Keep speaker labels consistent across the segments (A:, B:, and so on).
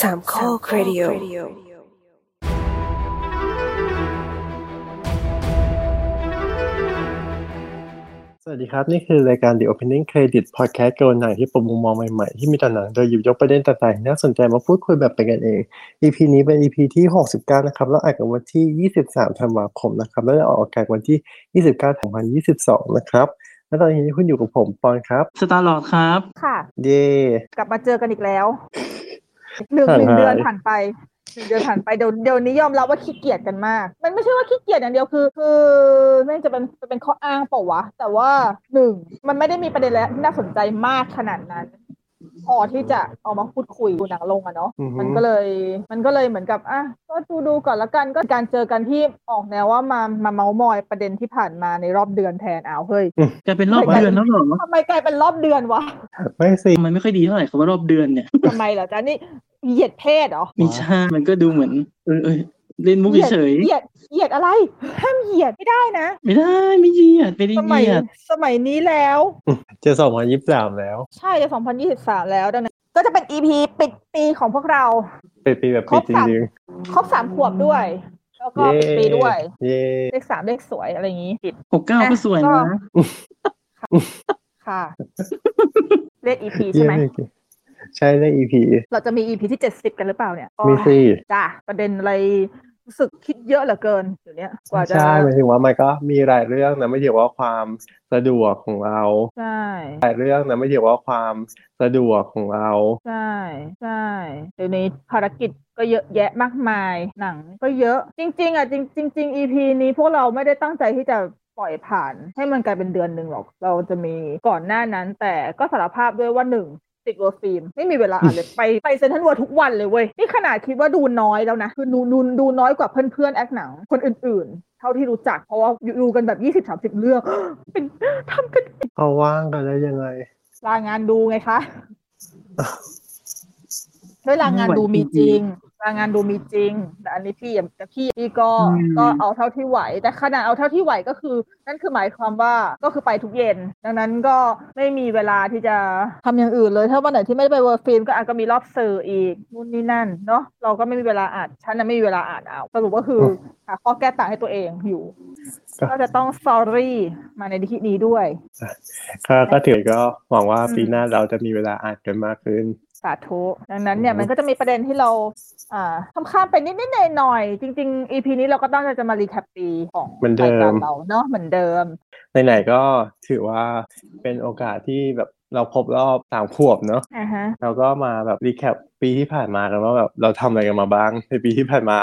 A: สามข้อครดิโอ
B: สวัสดีครับ นี่คือรายการ The Opening Credit Podcast เกยวกับหนังที่ปรับมุมมองใหม่ๆ ที่มีต่อหนังโดยหยิบยกประเด็นต่างๆ น่าสนใจมาพูดคุยแบบเป็นกันเอง EP นี้เป็น EP ที่ 69 นะครับ แล้วอัดกันวันที่ 23 ธันวาคมนะครับ แล้วจะออกอากาศวันที่ 29 2022 นะครับ และตอนนี้คุณอยู่กับผมปอนครับ
C: สตาร์ลอดครับ
D: ค่ะ
B: เย่
D: กลับมาเจอกันอีกแล้วหนึ่ง
B: ห่าง
D: หนึ่ง
B: หาย
D: เดือนผ่านไปหนึ่งเดือนผ่านไปเดี๋ยวเดี๋ยวนี้ยอมรับว่าขี้เกียจกันมาก มันไม่ใช่ว่าขี้เกียจอย่างเดียวคือ คือแม่งจะเป็นเป็นข้ออ้างเปล่าวะ แต่ว่าหนึ่งมันไม่ได้มีประเด็นและไรน่าสนใจมากขนาดนั้น พอที่จะเอามาพูดคุยดูหนังลงอะเนาะ
B: อือฮึ
D: มันก็เลย มันก็เลยเหมือนกับอ่ะก็ดูดูก่อนละกันก็การเจอกันที่ออกแนวว่ามามาเมาส์มอยประเด็นที่ผ่านมาในรอบเดือนแทนอ้าวเฮ้ย
C: จะเป็นรอบเดือนแล้วเหรอ
D: ทำไมกลายเป็นรอบเดือนวะ
B: ไม่สิ
C: มันไม่ค่อยดีเท่าไหร่คำว่ารอบเดือนเนี่ย
D: ทำไมเหรอจ๊ะนี่เหยียดเพศเหรอ
C: ไม่ใช่มันก็ดูเหมือน เออเออเล่นมุกเฉย
D: เหยียดเหยียดอะไร ห้ามเหยียดไม่ได้นะ
C: ๆไม่ได้ไม่เหยียดไม่ได้
D: ส
C: เห
D: มัย
C: ยียด
D: สมัยนี้แล้ว
B: เจะ2023 แล้ว
D: ใช่จะ2023 แล้วดังนั้นก็จะเป็น EP ปิดปีของพวกเรา
B: เป็นปีแบบ
D: ครบ
B: ปีจ
D: สาม
B: ริง
D: ครบสามขวบด้วย แล้ว
B: ๆ
D: ก็ปิดปีด้วย
B: เย่
D: เลขสามเลขสวยอะไรอย่างนี้ปิด
C: หกเก้า
D: อ่ะ
C: ก็สวย
D: ก็
C: นะ
D: ค่ะ เลข EP
B: เย่
D: ใช่ไหม
B: เย่ใช่ได้ EP
D: เราจะมี EP ที่ 70 กันหรือเปล่าเนี่ย
B: มีสิ
D: จ้ะประเด็นอะไรรู้สึกคิดเยอะเหลือเกินอยู่เนี้ยกว่าจะ
B: ใช่หมายถึงว่ามันก็มีหลายเรื่องนะไม่เกี่ยวว่าความสะดวกของเรา
D: ใช่
B: หลายเรื่องนะไม่เกี่ยวว่าความสะดวกของเรา
D: ใช่ใช่เดี๋ยวนี้ภารกิจก็เยอะแยะมากมายหนังก็เยอะจริง ๆอ่ะจริงจริง ๆ EP นี้พวกเราไม่ได้ตั้งใจที่จะปล่อยผ่าน ให้มันกลายเป็นเดือนหนึ่งหรอก เราจะมีก่อนหน้านั้น แต่ก็สารภาพด้วยว่าหนึ่งติดเวอร์ฟิล์มไม่มีเวลาอ่านเลย ไปไปเซนทรัลเวิร์ทุกวันเลยเว้ย นี่ขนาดคิดว่าดูน้อยแล้วนะ คือดูดูดูน้อยกว่าเพื่อนๆแอคหนังคนอื่นๆ เท่าที่รู้จักเพราะว่าอยู่ดูกันแบบ 20-30 เรื่อง เป็นทำเป็น
B: เขาว่างกันได้ยังไง
D: ลางานดูไงคะ ด้วยรางงานดูมีจริงรางงานดูมีจริง แต่อันนี้พี่อย่างแต่พี่พี่ก็ก็เอาเท่าที่ไหว แต่ขนาดเอาเท่าที่ไหวก็คือ นั่นคือหมายความว่าก็คือไปทุกเย็น ดังนั้นก็ไม่มีเวลาที่จะทำอย่างอื่นเลย ถ้าวันไหนที่ไม่ได้ไปเวิร์ฟิล์มก็อาจก็มีรอบสื่ออีกนู่นนี่นั่นเนาะเราก็ไม่มีเวลาอ่านฉันน่ะไม่มีเวลาอ่านเอาสรุปก็คือหาข้อแก้ต่างให้ตัวเองอยู่
B: ครับ
D: ก็จะต้อง sorry มาในที่นี้ด้วย
B: ก็ก็ถือก็หวังว่า
D: อืม
B: ปีหน้าเราจะมีเวลาอ่านกันมากขึ้น
D: สาธุดังนั้นเนี่ย
B: อืม
D: มันก็จะมีประเด็นที่เราอ่าข้ามข้ามๆไปนิดนิดหน่อยหน่อยๆจริง ๆ EP นี้เราก็ต้องจะมารีแคปปีของรายการเราเนาะเหมือนเดิม
B: ไหนๆก็ถือว่าเป็นโอกาสที่แบบเราครบรอบสามขวบเนาะ
D: อ่าฮะ
B: เราก็มาแบบรีแคปปีที่ผ่านมากันว่าแบบเราทำอะไรกันมาบ้างในปีที่ผ่านมา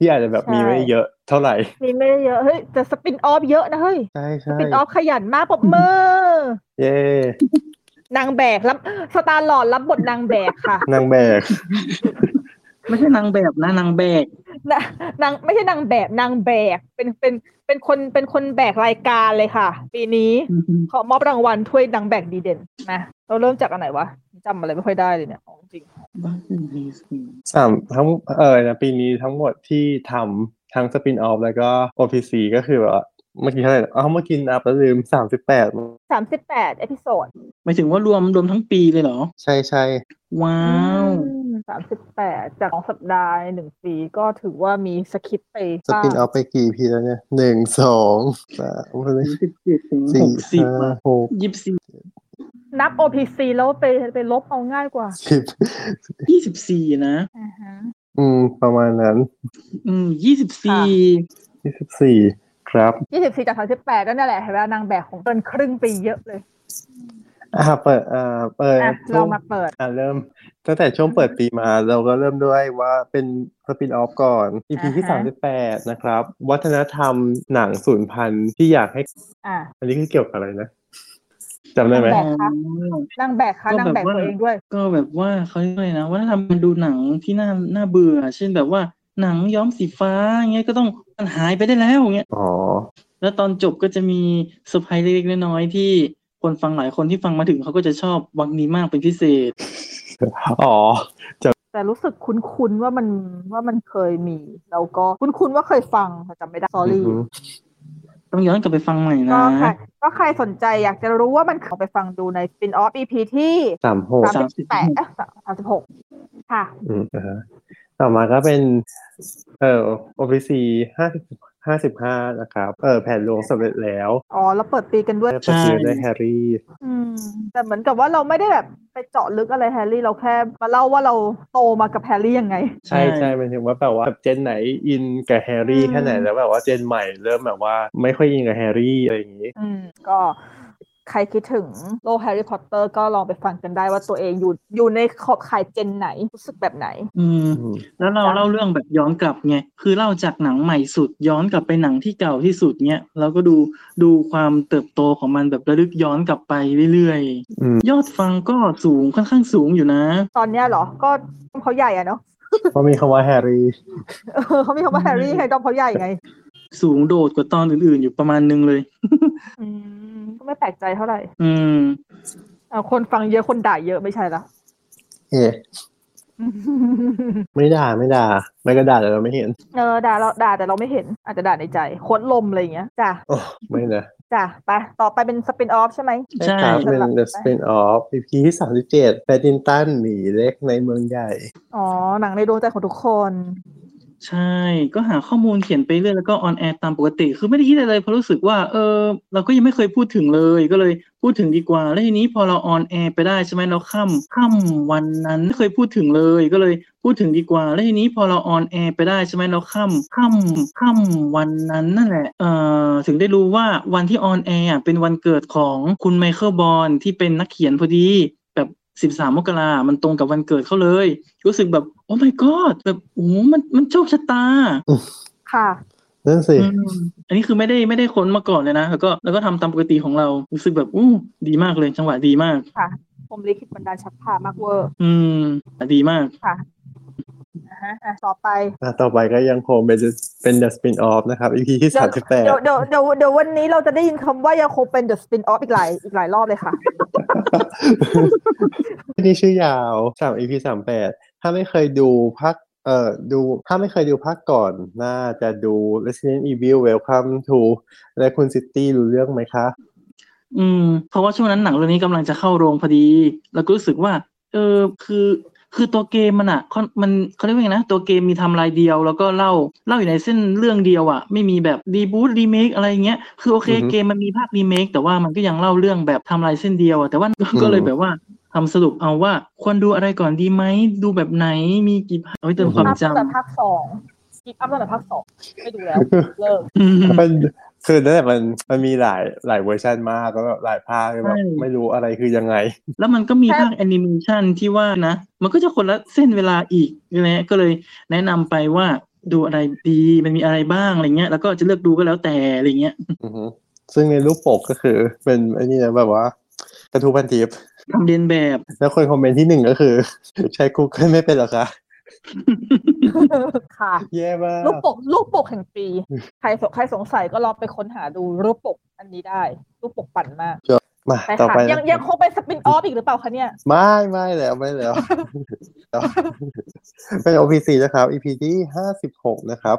B: ที่อาจจะแบบ
D: ใช่
B: มีไม่เยอะเท่าไหร่
D: มีไม่ได้เยอะเฮ้ยแต่สปินออฟเยอะนะเฮ้ย
B: ใช่
D: ส
B: ใช่
D: ปินออฟขยันมากปรบมือ
B: เย่
D: นางแบกรับสตาร์หลอดรับบทนางแบกค่ะ
B: นางแบก
C: ไม่ใช่นางแบบนะนางแบก
D: นะนางไม่ใช่นางแบบนางแบกเป็นเป็นเป็นคนเป็นคนแบกรายการเลยค่ะ ปีนี้ขอมอบรางวัลถ้วยนางแบกดีเด่นนะเราเริ่มจากอันไหนวะจำอะไรไม่ค่อยได้เลยเนี่ยของจริง
C: บ้าเป็นดีสิ
B: สามทั้งเออนะปีนี้ทั้งหมดที่ทำทั้งสปินออฟแล้วก็ OPC ก็คือแบบว่าเมื่อกี้เท่าไหร่นะอ๋อเมื่อกี้นับแล้วลืมสามสิบแปด
D: สามสิบแปดเอพิโซด
C: หมายถึงว่ารวมรวมทั้งปีเลยเหรอ
B: ใช่ใช่
C: ว้าว
D: สามสิบแปดจากสองสัปดาห์ในหนึ่งปีก็ถือว่ามีสคริปต์ไป
B: สปินออฟไปกี่พีแล้วเนี่ยหนึ่งสองสาม
C: สิบเจ็ดถึงห
B: สี่
C: กสิบ
B: ห้าหก
C: ยี่สิบสี่
D: นับ OPC แล้วไปไปลบเอาง่ายกว่า
B: สิบ
C: ยี่สิบสี่นะ
D: อ่าฮะ
B: อืม ประมาณนั้น
C: อืมยี่สิบสี่
B: ยี่สิบสี่ครับ
D: ยี่สิบสี่จากสามสิบแปดนั่นแหละเห็นไหมนางแบบของเกินครึ่งปีเยอะเลย
B: อ่าเปิดอ่าเปิด
D: อ่ะ
B: ช่
D: เรา
B: วง
D: มาเปิด
B: อ่าเริ่ม ตั้งแต่ช่วงเปิดปีมาเราก็เริ่มด้วยว่าเป็นสปินออฟก่อน EP ที่
D: อ่า
B: สาม
D: ฮะ
B: สิบแปดนะครับ วัฒนธรรมหนังสูญพันธุ์ที่อยากให้
D: อ่ะ
B: อันนี้คือเกี่ยวกับอะไรนะจำได้ไหม
D: แบ
C: อ๋
D: บ
C: อ
D: นางแบกค่ะ
C: ก็แบ
D: นาง
C: บ
D: แบก
C: ว่า
D: ตัวเองด้วย
C: ก็แบบว่าเขาเรียกว่าอะไรนะวัฒนธรรมการดูหนังที่น่าน่าเบื่อ เช่นแบบว่าหนังย้อมสีฟ้าเงี้ยก็ต้องมันหายไปได้แล้วเงี้ย
B: อ๋อ
C: แล้วตอนจบก็จะมีเซอร์ไพรส์เล็กๆน้อยๆที่คนฟังหลายคนที่ฟังมาถึงเขาก็จะชอบวังนี้มากเป็นพิเศษ
B: อ๋อ
D: แต่รู้สึกคุ้นๆว่ามันว่ามันเคยมี แล้วก็คุ้นๆว่าเคยฟังแต่จำไม่ได้ sorry
B: อือฮึ
C: ต้องย้อนกลับไปฟังใหม่นะ
D: ก็ใครก็ใครสนใจอยากจะรู้ว่ามันเอาไปฟังดูใน spin off EP ที่
B: สามหก
D: สามสิบแปดสามสิบหก
E: ค่ะ
B: อืมอ่าฮะต่อมาก็เป็น เอ่อ OPC ห้าสิบห้าสิบห้านะครับ เออแผ่นลงสำเร็จแล้ว
D: อ๋อแล้วเปิดปีกันด้วย
B: ได้ประชือได้แฮร์รี่
D: อืม แต่เหมือนกับว่าเราไม่ได้แบบไปเจาะลึกอะไรแฮร์รี่เราแค่มาเล่าว่าเราโตมากับแฮร์รี่ยังไง
B: ใช่ใช่มันถึงว่าแบบว่าเจนไหนอินกับแฮร์รี่
D: อืม
B: แค่ไหนแล้วแบบว่าเจนใหม่เริ่มแบบว่าไม่ค่อยอินกับแฮร์รี่อะไรอย่างนี้
D: อืม ก็ใครคิดถึงโลกแฮร์รี่พอตเตอร์ก็ลองไปฟังกันได้ว่าตัวเองอยู่อยู่ในขอบข่ายเจนไหนรู้สึกแบบไหน
C: อืม
B: อืม
C: แล้วเรา
D: จ้ะ
C: เล่าเรื่องแบบย้อนกลับไง คือเล่าจากหนังใหม่สุดย้อนกลับไปหนังที่เก่าที่สุดเนี้ยเราก็ดูดูความเติบโตของมันแบบระลึกย้อนกลับไปเรื่อยๆ ยอดฟังก็สูงค่อนข้างสูงอยู่นะ
D: ตอนเนี้ยเหรอ ก็ดอมเขาใหญ่อะเนา ะ
B: เพราะมีคำว่าแฮร์รี่
D: เออเขามีคำว่าแฮร์รี่ให้ดอมเขาใหญ่ไง
C: สูงโดดกว่าตอนอื่นๆ อยู่ประมาณนึงเลย
D: อืม ก็ไม่แปลกใจเท่าไหร่
C: อืม
D: เอาคนฟังเยอะคนด่าเยอะไม่ใช่ละ
B: เอ๊ะไม่ด่าไม่ด่า ไม่ก็ด่าแต่เราไม่เห็น
D: เออด่าเราด่าแต่เราไม่เห็นอาจจะด่าในใจโคตรลมอะไรอย่างเงี้ยจ้ะ
B: โอ้ไม่นะ
D: จ้ะไปต่อไปเป็นสปินออฟใช่ไหม
C: ใช่
B: ครับเป็น The
D: ใช่
B: Spin Off EP ที่สามสิบเจ็ดแบดินตันหมีเล็กในเมืองใหญ่
D: อ๋อ หนังในดวงใจของทุกคน
C: ใช่ ก็หาข้อมูลเขียนไปเรื่อยแล้วก็ออนแอร์ตามปกติ คือไม่ได้คิดอะไรเลยเพราะรู้สึกว่า เออ เราก็ยังไม่เคยพูดถึงเลย ก็เลยพูดถึงดีกว่า แล้วทีนี้พอเราออนแอร์ไปได้ใช่ไหมเราค่ำค่ำวันนั้นไม่เคยพูดถึงเลย ก็เลยพูดถึงดีกว่า แล้วทีนี้พอเราออนแอร์ไปได้ใช่ไหมเราค่ำค่ำค่ำวันนั้นนั่นแหละ เออถึงได้รู้ว่าวันที่ออนแอร์อะเป็นวันเกิดของคุณไมเคิลบอนที่เป็นนักเขียนพอดี แบบสิบสามมกรามันตรงกับวันเกิดเขาเลย รู้สึกแบบโอ้ my god แบบโอ้ มันมันโชคชะตา
D: ค่ะ
B: นั่นสิ
C: อืมอันนี้คือไม่ได้ไม่ได้ค้นมาก่อนเลยนะ แล้วก็แล้วก็ทำตามปกติของเรา รู้สึกแบบอู้ดีมากเลย จังหวะดีมาก
D: ผมลิขิตบันดาลชักพามากเวอร์
C: อืมดีมาก
D: นะฮะอ่ะต่อไป
B: อ่ะต่อไปก็ยังคงเป็น The- เป็น The Spin Off นะครับ EP ที่สามสิบแปด
D: เดี๋ยวเดี๋ยวเดี๋ยวเดี๋ยววันนี้เราจะได้ยินคำว่ายังคงเป็น The Spin Off อีกหลายอีกหลายรอบเลยค่ะ
B: นี่ชื่อยาวสาม EP สามแปดถ้าไม่เคยดูภาคเอ่อดูถ้าไม่เคยดูภาคก่อน น่าจะดู Resident Evil Welcome to และคุณ City รู้เรื่องไหมคะ
C: อืม เพราะว่าช่วงนั้นหนังเรื่องนี้กำลังจะเข้าโรงพอดี แล้วก็รู้สึกว่า เออคือคือตัวเกมมันอะค่อนมันเขาเรียกว่าไงนะ ตัวเกมมีไทำลายเดียว แล้วก็เล่าเล่าอยู่ในเส้นเรื่องเดียวอะไม่มีแบบรีบูตรีเมคอะไรอย่างเงี้ยคือโอเค
B: อือฮึ
C: เกมมันมีภาครีเมคแต่ว่ามันก็ยังเล่าเรื่องแบบไทำลายเส้นเดียวอะแต่ว่า ก็เลยแบบว่าทำสรุปเอาว่าควรดูอะไรก่อนดีไหมดูแบบไหนมีกี่ภาคเอาไว้เติมความ
D: อัพตั้งแต่
C: จำ
D: ภาคสองกิฟอัพตั้งแต่ภาคสองไม่ดู แล้วเลิก
C: อืม
B: มันคือนั่นแหละมันมันมีหลายหลายเวอร์ชันมากแล้วแบบหลายภาคเลยแบบ
C: ใช่
B: ไม่รู้อะไรคือยังไง
C: แล้วมันก็มี
D: ครับ
C: ภาคแอนิเมชันที่ว่านะ มันก็จะคนละเส้นเวลาอีกนะก็เลยแนะนำไปว่าดูอะไรดี มันมีอะไรบ้างอะไรเงี้ย แล้วก็จะเลือกดูก็แล้วแต่อะไรเงี้ย
B: อือฮึซึ่งในรูปปกก็คือเป็นไอ้นี่นะแบบว่ากระทูพันทิป
C: ทำเรียนแบบ
B: แล้วคนคอมเมนต์ที่หนึ่งก็คือ ใช้ Google ไม่เป็นเหรอคะ
D: ค่ะ
B: แย่มาก
D: รูปปกรูปปกแห่งปี ใครสงใครสงสัยก็ลองไปค้นหาดูรูปปกอันนี้ได้ รูปปกปั่นมาก
B: มา
D: ไป
B: ต่อ
D: ค่ะ
B: ไป
D: ยังยังคงเป็นสปินออฟอีกหรือเปล่าคะเนี่ย
B: ไม่ไม่แล้วไม่ แล้ว เป็น OPC นะครับ EP ที่ห้าสิบหกนะครับ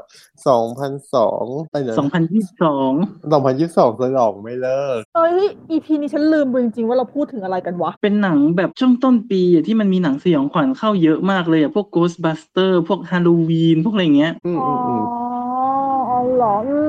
B: สองพันสองไปเดี๋ยว
C: สองพันยี่สิบสอง
B: สองพันยี่สิบสองสลองไม่เลิก
D: เอ้ย EP นี้ฉันลืมไปจริงๆว่าเราพูดถึงอะไรกันวะ
C: เป็นหนังแบบช่วงต้นปีอะที่มันมีหนังสยองขวัญเข้าเยอะมากเลยอะพวก Ghostbuster พวก Halloween พวกอะไรเงี้ย
B: อืม
D: อ๋อ
B: อืมอืม
D: อ๋อเหรออื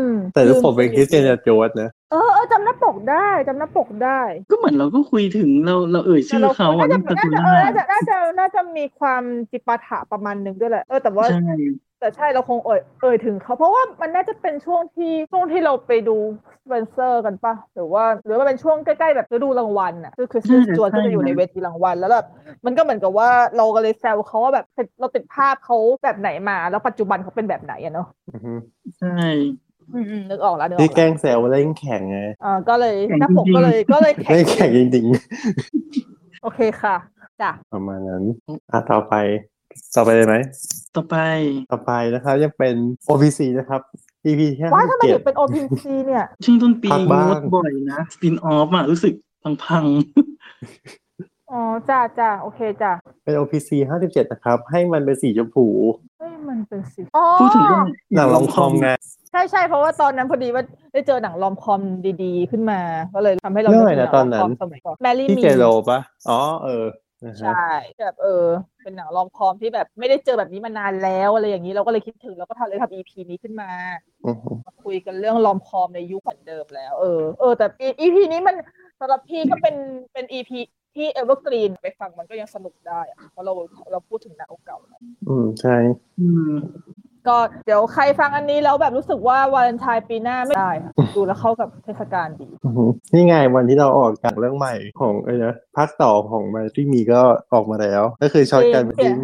D: ม
B: แต่รูปปกเป็น
D: ลื
B: ค
D: ม
B: ริสเตียนโจดนะ
D: เออเออจำหน้าปกได้จำหน้าปกได้
C: ก็เหมือนเราก็คุยถึงเราเราเอ่ยชื่อ
D: แต่
C: เขา
D: ร
C: อ่ะ
D: น่าจะ
C: นี่ตระกูล
D: น่าจะเออน่าจะน่าจะน่าจะมีความจิปาถะประมาณหนึงด้วยแหละเออแต่ว่า
C: ใช่
D: แต่ใช่เราคงเอ่ยเอ่ยถึงเขาเพราะว่ามันน่าจะเป็นช่วงที่ช่วงที่เราไปดูสเวนเซอร์กันปะหรือว่าหรือว่าเป็นช่วงใกล้ๆแบบฤดูรางวัลน่ะคือคริสตินจวนก็จะอยู่ในเวทีรางวัลแล้วแบบมันก็เหมือนกับว่าเราก็เลยแซวเขาว่าแบบเราติดภาพเขาแบบไหนมา แล้วปัจจุบันเขาเป็นแบบไหนอะเนาะ
B: อือฮึ
C: ใช่
D: อืมๆนึกออกแล้วนึกอ
B: ที่
D: อก
B: แก
D: แล้
B: ล้ว งแซวเล่นแข่งไง
D: อ่าก็เลย
C: แข็ง
D: หน้าปก
C: จริงๆ
D: ก็เลยก็เลยแข็ง
B: เล่นแข่งจริง
D: โอเคค่ะจ้ะ
B: ๆ ประมาณนั้น อ่ะต่อไป ต่อไปเลยไหม
C: ต่อไป
B: ต่อไปนะครับยังเป็น OPC นะครับ EP ที่ห้า
D: ว้าย
B: สิ
D: ทำ
B: บ
D: ไม
B: เจ็
D: ถึ
B: ด
D: งเป็น OPC เนี่ย
C: ช่วงต้นปี
B: พัก
C: ง
B: บ้าง
C: ดบ่อยนะสปินออฟอ่ะรู้สึกพัง
D: อ๋อจ้ะจ้ะโอเคจ้ะ
B: เป็น OPC ห้าสิบเจ็ดนะครับ ให้มันเป็นสีชมพู
D: เฮ้ยมันเป็นสิอ๋อ
C: ๆพูดถึงเรื่อง
B: หนังลองคอมไง
D: ใช่ใช่เพราะว่าตอนนั้นพอดีว่าได้เจอหนังรอมคอมดีๆ ขึ้นมา ก็เลยทำให้เรา
B: เรื่องอะไรนะตอน
D: นึก
B: นั้น
D: ถึงหงรมคอมสมัยก่อนแมรี่
B: ที่
D: มี
B: เจโรปะอ๋อเออ นะฮะ
D: ใช่แบบเออ เป็นหนังรอมคอมที่แบบไม่ได้เจอแบบนี้มานานแล้วอะไรอย่างนี้เราก็เลยคิดถึงเราก็ทำเลยทำ EP นี้ขึ้นมา
B: อือฮึ
D: มาคุยกันเรื่องลอมคอมในยุคเหมือนเดิมแล้ว เออเออแต่ปี EP นี้มันสำหรับพี่ก็เป็นเป็น EP ที่เอเวอร์กรีนไปฟังมันก็ยังสนุกได้อะเพราะเราเราพูดถึงหนังเก่าๆ
B: อืมใช่
C: อืม
D: ก็เดี๋ยวใครฟังอันนี้แล้วแบบรู้สึกว่าวาเลนไทน์ปีหน้าไม่ได้อะดูแล้วเข้ากับเทศกาลดี
B: อือฮึนี่ไงวันที่เราออกจากเรื่องใหม่ของเอ้ยนะภาคต่อของมาที่มีก็ออกมาแล้ว ก็คือช็อตกัน
D: เปลี่
B: จริ
D: ย
B: ง
D: น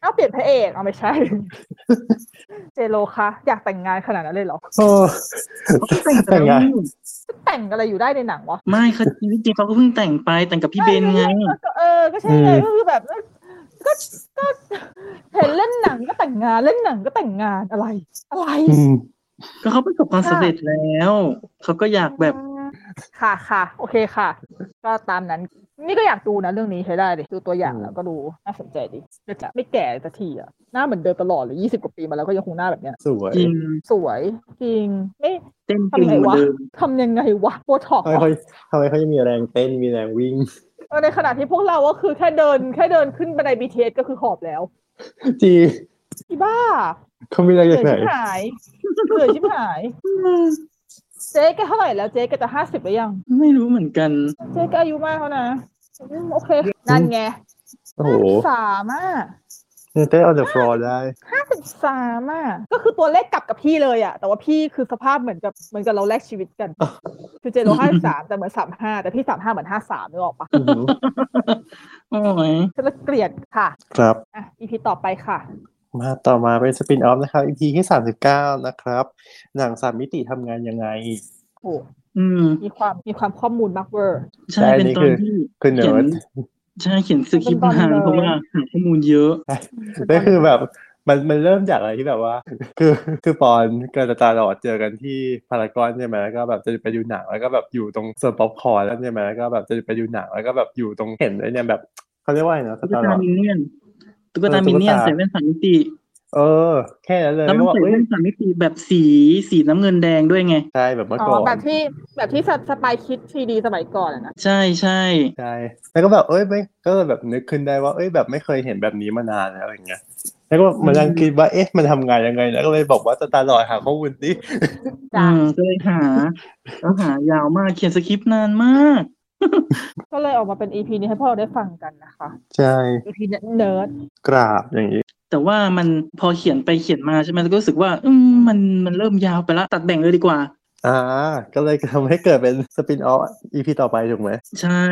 D: เอาเปลี่ยนพระเอกเอาไม่ใช่ เจโลคะอยากแต่งงานขนาดนั้นเลยเหรอ
B: โอ้แต่งงาน
D: แต่งอะไรอยู่ได้ในหนังวะ
C: ไม่ค่ะชีวิตจริงเขาก็เพิ่งแต่งไปแต่งกับพี่เบนไง
D: ก็เออก็ใช่ไงก็คือแบบก็ก็ เห็นเล่นหนังก็แต่งงานเล่นหนังก็แต่งงานอะไร อะไร
B: อืม
C: ก็เขาประสบความสำเร็จแล้ว เขาก็อยากแบบ
D: ค่ะค่ะโอเคค่ะ ก็ตามนั้น นี่ก็อยากดูนะเรื่องนี้ใช้ได้ดิดูตัวอย่างแล้วก็ดูน่าสนใจดีเดี๋ยวจะไม่แก่สักทีอะหน้าเหมือนเดิมตลอดเลยยี่สิบกว่าปีมาแล้วก็ยังคงหน้าแบบเนี้ย
B: สวย
C: จริง
D: สวยจริงเอ๊ะ
C: เต้น
D: ทำ
C: เก่ง
D: ไง
C: เหมือ
D: วะ
C: นเดิม
D: ทำยังไงวะโบท็อก
B: ทำไมเขาทำไมเขายังมีแรงเต้นมีแรงวิ่ง
D: ในขณะที่พวกเราก็คือแค่เดินแค่เดินขึ้นบันได BTS ก็คือขอบแล้ว
B: จริง
D: อีบ้า
B: เขามีแรง
D: เหนื่
B: จา
D: อกย
B: ไหน
D: ชิบหายเหนื่อยชิบหายเจ๊แกเท่าไหร่แล้วเจ๊แกจะห้าสิบหรือยัง
C: ไม่รู้เหมือนกัน
D: เจ๊แกอายุมากแล้วนะอืมโอเค นั่นไง
B: โอ้โห
D: สามอ่ะ
B: ยังเต้น on the floor ได้
D: ห้าสิบสามอ่ะก็คือตัวเลขกลับกับพี่เลยอ่ะ แต่ว่าพี่คือสภาพเหมือนกับเหมือนกับเราแลกชีวิตกันคือเจโรห้าสามแต่เหมือนสามห้าแต่พี่สามห้าเหมือนห้าสามนึกออกปะ
B: อือฮึ
C: โอ้ย
D: ฉันละเกลียดค่ะ
B: ครับ
D: อ่ะ EP ต่อไปค่ะ
B: มาต่อมาเป็นสปินออฟนะครับ EP ที่ 39 นะครับ หนังสามมิติทำงานยังไง
D: โอ้
C: อืม
D: มีความมีความข้อมูลมากเวอร์
C: ใช่
B: แต่อัน
C: เป็น
B: นี้
C: ตอ
B: คื
C: น
B: อคือเนิ
C: ที่เขีย
B: ร์ด
C: นใช่เขียนสคริปต์
D: เป็นตอน
C: นาน
D: เลย
C: เพราะว่าหาข้อมูลเยอะ
B: ก็คือแบบมันมันเริ่มจากอะไรที่แบบว่า คือคือปอนกับตาหลอดเจอกันที่พารากอนใช่ไหมแล้วก็แบบจะไปดูหนังแล้วก็แบบอยู่ตรงเซอร์ป๊อปคอร์นแล้วใช่ไหมแล้วก็แบบจะไปดูหนังแล้วก็แบบอยู่ตรงเห็นไอ้เนี่ยแบบเขาเรียกว่าอะไรนะ
C: ตุ๊ก
B: ตาหล
C: ตา
B: อด
C: มินเนี่ยนตุ๊ก
B: เอ
C: ตา
B: อ
C: มินเนี่ยน
B: ตุ๊กตา
C: ใส่แว่นสามมิติ
B: เออ แค่นั้นเลย
C: แล้ว
B: แล้ว
C: มัน
B: ก็บอก
C: ใส่
B: เอ้ย
C: แว่นสามมิติแบบสีสีน้ำเงินแดงด้วยไง
B: ใช่แบบเมื่อ
D: อ๋
B: ก่อ
D: อ แบ
B: น
D: บที่แบบที่สสปายคิดซีดีสมัยก่อนอะนะ
C: ใช่ใช่
B: ใช่ แล้วก็แบบ เอ้ยไม่ก็เลยแบบนึกขึ้นได้ว่า เอ้ย แบบไม่เคยเห็นแบบนี้มานานแล้วอย่างเงี้ย แล้วก็มานั่งคิดว่า เอ๊ะ มันทำงานยังไง แล้วก็เลยบอกว่าจะตาหลอดหาข้อมูลดิ
D: จ้ะ
C: อืมก็เลยหาแล้วหายาวมากเขียนสคริปต์นานมาก
D: ก็เลยออกมาเป็น EP นี้ให้พวกเราได้ฟังกันนะคะ
B: ใช่
D: EP เนิร์ด
B: กราบอย่างนี้
C: แต่ว่ามันพอเขียนไปเขียนมาใช่ไหมแล้วก็รู้สึกว่า อืมมันมันเริ่มยาวไปละตัดแบ่งเลยดีกว่า
B: อ่า ก็เลยทำให้เกิดเป็นสปินออฟ EP ต่อไปถูกไหม
C: ใช่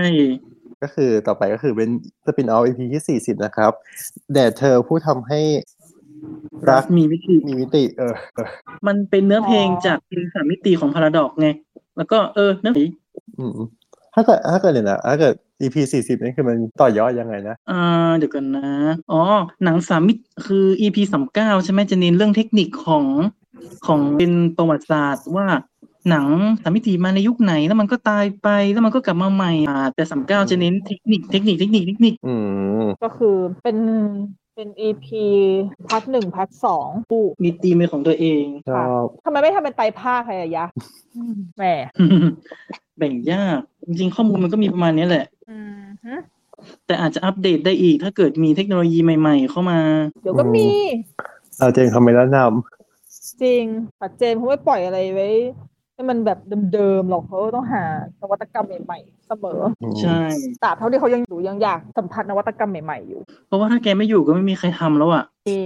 B: ก็คือต่อไปก็คือเป็นสปินออฟ EP ที่ 40 นะครับ แด่เธอผู้ทำให้รัก
C: มีวิธี
B: มีมิติ เออ
C: มันเป็นเนื้อเพลงจากเพลงสามมิติของพาราดอกไง แล้วก็เออเนื้อเพลง
B: อืมถ้าเกิดถ้าเกิดเนี่ยนะถ้าเกิด EP 40นี่คือมันต่อยอดยังไงนะ
C: อ่าเดี๋ยวกันนะ อ๋อ หนังสามมิติคือ EP สามเก้าใช่ไหมจะเน้นเรื่องเทคนิคของของเป็นประวัติศาสตร์ว่าหนังสามมิติมาในยุคไหน แล้วมันก็ตายไปแล้วมันก็กลับมาใหม่อ่าแต่สามเก้าจะเน้นเทคนิคเทคนิคเทคนิคเทคนิค
B: อืม
D: ก็คือเป็นเป็น EP พาร์ทหนึ่งพาร์ทสองปู
C: มีธีมเป็นของตัวเอง
B: ช อบ
D: ทำไมไม่ทำเป็นไตรภาคใครอะยะอืมแหม
C: แบ่งยาก จริงๆ ข้อมูลมันก็มีประมาณนี้แหละ
D: อืมฮึ
C: แต่อาจจะอัปเดตได้อีก ถ้าเกิดมีเทคโนโลยีใหม่ๆ เข้ามา
D: เดี๋ยวก็มี
B: เอาเจนคอมเมนต์แนะน
D: จริงปัดเจมส์เขาไม่ปล่อยอะไรไว้ให้มันแบบเดิมๆหรอกเขาต้องหานวัตกรรมใหม่ๆเสมอ
B: ำอืม
C: ใช่
D: ตราบเท่าที่เขายังอยู่ยังอยากสัมผัสนวัตกรรมใหม่ๆอยู่
C: เพราะว่าถ้าแกไม่อยู่ก็ไม่มีใครทำแล้วอ่ะ
D: มี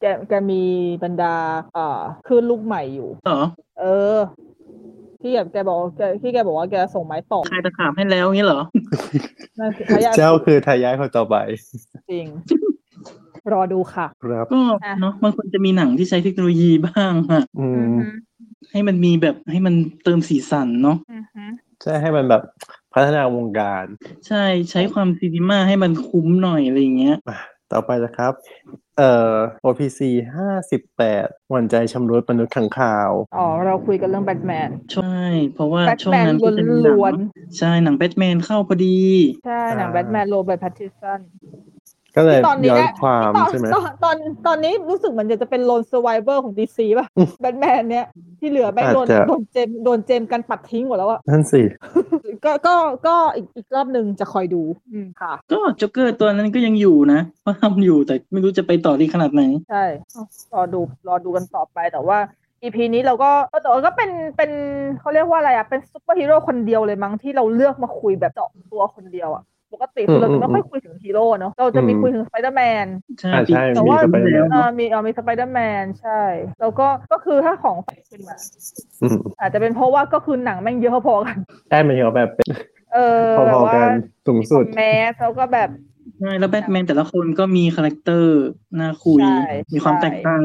D: แกแกมีบรรดาเอ่อคลื่นลูกใหม่อยู่
C: เหรอ
D: เออ ที่แบบแกบอกแกที่แกบอกว่าแกส่งไม้ต่อ
C: ใครตะขาบให้แล้วงี้เหรอ
D: นั่นคือพยา
B: เจ้าคือทายาทคนต่อไป
D: จริง รอดูค่ะ
B: ครับ
C: ก็
D: อ่ะ
C: เนาะมันควรจะมีหนังที่ใช้เทคโนโลยีบ้างอะ
B: อืม
C: ให้มันมีแบบให้มันเติมสีสันเนาะ
D: อือฮึ
B: ใช่ให้มันแบบพัฒนาวงการ
C: ใช่ใช้ความซีนิมาให้มันคุ้มหน่อยอะไรอย่างเงี้ย
B: ต่อไปนะครับ เอ่อ OPC ห้าสิบแปดหวันใจชำรุดมนุษย์ขังข่าว
D: อ๋อ เราคุยกันเรื่องแบทแมน
C: ใช่ เพราะว่า
D: แบท
C: ช่ว
D: แม
C: ง
D: น
C: นั้น
D: ล้
C: ก็
D: วน
C: จะมีหนัง
D: ล้วน
C: ใช่หนังแบทแมนเข้าพอดี
D: ๆใช่หนัง
B: อ่า
D: แบทแมนโรเบิร์ตแพตติสัน
B: ก็เลย
D: ตอนนี้
B: ย้อน
D: นะ
B: ความ
D: ตอน
B: ใช่ไหม
D: ตอนตอนตอนนี้รู้สึกเหมือนจะเป็นโลนสไวเบอร์ของดีซี ป่ะ
B: อืม
D: แบทแมนเนี้ยที่เหลือแบง
B: อาจ
D: โดน
B: จะ
D: โดนเจมโดนเจมกันปัดทิ้งหมดแล้วอะ
B: นั่นสิ
D: ก็ก็ก็อีกอีกรอบหนึ่งจะคอยดูอืมค่ะ
C: ก็จ็อกเกอร์ตัวนั้นก็ยังอยู่นะเขาทำอยู่แต่ไม่รู้จะไปต่อดีขนาดไหน
D: ใช่รอดูรอดูกันต่อไปแต่ว่า EP นี้เราก็เออแต่ว่าก็เป็นเป็นเขาเรียกว่าอะไรอ่ะเป็นซูเปอร์ฮีโร่คนเดียวเลยมั้งที่เราเลือกมาคุยแบบเจาะตัวคนเดียวอ่ะปกติคือเราจะไม่ค่อยคุยถึงฮีโร่เนอะเราจะมีคุยถึงสไปเดอร์แมน
C: ใช่
B: อ่าใช่
D: แต่
B: มี
D: ว่า
B: สไปเดอร์แมน
D: เออมีเออมีสไปเดอร์แมนใช่ แล้วก็ก็คือถ้าของแฟนคุณอะ
B: อืม
D: อาจจะเป็นเพราะว่าก็คือหนังแม่งเยอะพอๆกัน
B: ได้ไหมเหรอแบบเป็น
D: เออ
B: พ
D: แบบ
B: อๆ
D: ว่า
B: กันสูงสุด
D: แมสแล้วก็แบบ
C: ใช่แล้วแบทแมนแต่ละคนก็มีคาแรคเตอร์น่าคุย
D: ใช่
C: มีความแตกต่าง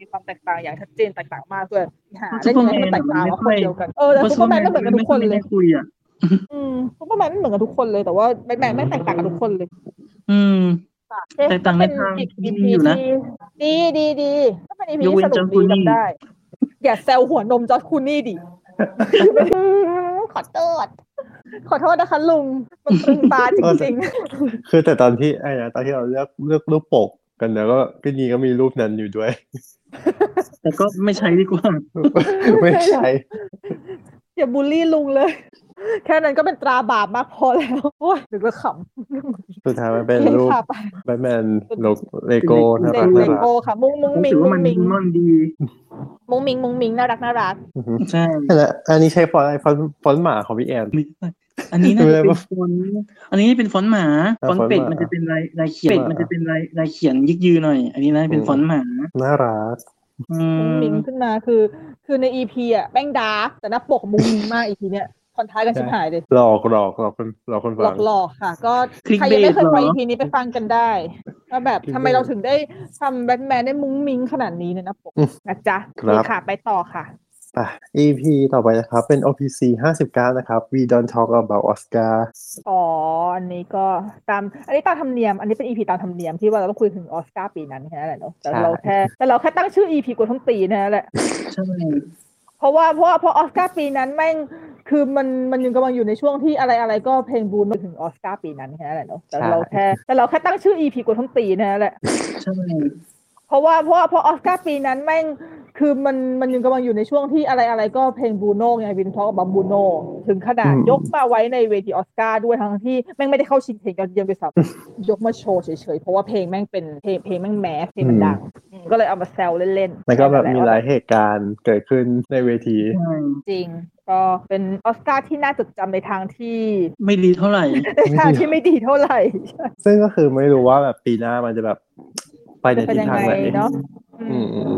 D: มีความแตกต่างอย่างชัดเจนแตกต่างมากด้วยหา
C: ซุ
D: ได้
C: ป
D: ยังไงให้มัน
C: เปอร์แมน
D: แตกต่างกับคนเดียวกันเออแต่ซุปเปอร์แมนก็เหมือนกันทุกคนเลย
C: ไม่คุยอ่ะ
D: อืมซุปเปอร์แมนไม่เหมือนกันทุกคนเลยแต่ว่าแบทแมนไม่แตกต่างกันทุกคนเลย
C: อืม
D: ค่ะ
C: แตกต่างในทาง
D: เป็นอีก
C: ที่
D: EP
C: ดีอยู่นะ
D: ที่ดีดีดีก็เป็น EP
C: ยกเว้
D: ที่
C: น
D: สนุ
C: จอห์
D: กดี
C: นคูนี่
D: จำได้ อย่าแซวหัวนมจอร์ดคูนี่ดิ ขอโทษขอโทษนะคะลุง มันตึงตาจริง
B: คือแต่ตอนที่ไอ้นะตอนที่เราเลือกเลือกรูปปกกันแล้วก็พี่นีก็มีรูปนั้นอยู่ด้วย
C: แต่ก็ไม่ใช้ดีกว่า
B: ไม่ใช่
D: ๆ อย่าบูลลี่ลุงเลย แค่นั้นก็เป็นตราบาปมากพอแล้วโอ้ยหรือว่าขำ
B: สุดท้ายมันเป็นรูป
D: ค่ะไป
B: แบทแมนโลกเลโก้
C: เป็
B: นะ
C: น
B: ครับ
D: เล
B: น่ารัก
D: โก้ค่ะ มุ้งมุ้ง
C: รู้
D: มิง
C: สึกว่า
D: มุ้
C: มัน
D: งมิง
C: มิมอนดี
D: มุ้งมิงมุ้งมิงน่ารักน่ารัก
B: อือฮึ
C: ใช่
B: แล้วอันนี้ใช้ฟอนต์อะไรฟอนต์ฟอนต์หมาของพี่แอน
C: มีอันนี้น่าจะ
B: ดู
C: เป็
B: แล
C: นฟอนต์อันนี้เป็นฟอนต์หมา
B: อ่า
C: ฟอนต์เป็ด
B: ฟอนต์หมามั
C: มันจะเป็นลายลายเขีย
B: ฟ
C: นเป็
B: อน
C: ด
B: ต์หมามั
C: มันจะเป็นลายลายเขียนยึกยือหน่อย อันนี้นะเป็น
B: อืม
C: ฟอนต์หมา
B: น่ารัก
C: อื
D: มุ้ง
C: ม
D: มิ้งขึ้นมาคือ คือในอีพีอ่ะแป้งดาร์กแต่หน้าปกมุ้งมิ้งมากอีพีเนี้ยคอนท้ายกัน
B: ใช่
D: ชิบหายเลย
B: หลอกหลอกหลอกคนหลอกคน
D: หล
B: ฟั
D: อง กหลอกๆค่ะ ก็
C: คลิก
D: ใคร
C: เบ
D: ยังไม่
C: ส
D: เคย
C: เหร
D: ฟัง
C: อ
D: อีพีนี้ไปฟังกันได้ว่าแบบทำไมเราถึงได้ทำแบทแมนได้มุ้งมิ้งขนาดนี้เนี่ยนะปก
B: อืม
D: นะจ๊ะ
B: ครับ
D: นี่ค่ะไปต่อค่ะ
B: ไป EP ต่อไปนะครับ เป็น OPC 59 นะครับ We Don't Talk About Oscar
D: อ๋อ อันนี้ก็ตาม อันนี้ตามธรรมเนียม อันนี้เป็นอีพีตามธรรมเนียมที่ว่าเราต้องคุยถึงออสการ์ปีนั้นแค่นั้นแหละเนาะแต่เรา
B: ใช่
D: แค่แต่เราแค่ตั้งชื่ออีพีกวนท้องตีนแค่นั้นแหละ
C: ใช่
D: เพราะว่าเพราะว่าเพราะออสการ์ปีนั้นแม่งคือมันมันยังกำลังอยู่ในช่วงที่อะไรอะไรก็เพลงบลูโนถึงออสการ์ปีนั้นแค่นั้นแหละเนาะแต่
B: ใช่
D: เราแค่แต่เราแค่ตั้งชื่ออีพีกวนท้องตีนแค่นั้นแหละ
C: ใช่
D: เพราะว่าเพราะว่าเพราะออสการ์ปีนั้นแม่งคือมันมันยังกำลังอยู่ในช่วงที่อะไรอะไรก็เพลงบลูโนไงวินทอลกับบัมบลูโนถึงขนาดยกมาไว้ในเวทีออสการ์ด้วยทั้งที่แม่งไม่ได้เข้าชิงเพลงยอดเยี่ยมด้วยซ้ำยกมาโชว์เฉยๆเพราะว่าเพลงแม่งเป็นเพลงเพลงแม่งแมสเพลงมันดังอืมก็เลยเอามาแซวเล่นๆ
B: แล้วก็แบบมีหลายเหตุการณ์เกิดขึ้นในเวที
C: ใช่
D: จริงก็เป็นออสการ์ที่น่าจดจำในทางที่
C: ไม่ดีเท่าไหร่
D: ใน ทางที่ไม่ดีเท่าไหร่
B: ซึ่งก็คือไม่รู้ว่าแบบปีหน้ามันจะแบบไปใน
D: จะเป็นยั
B: ทิศ
D: ง
B: ทาง
D: ไง
B: ไหน
D: เนาะ
B: อืมอืม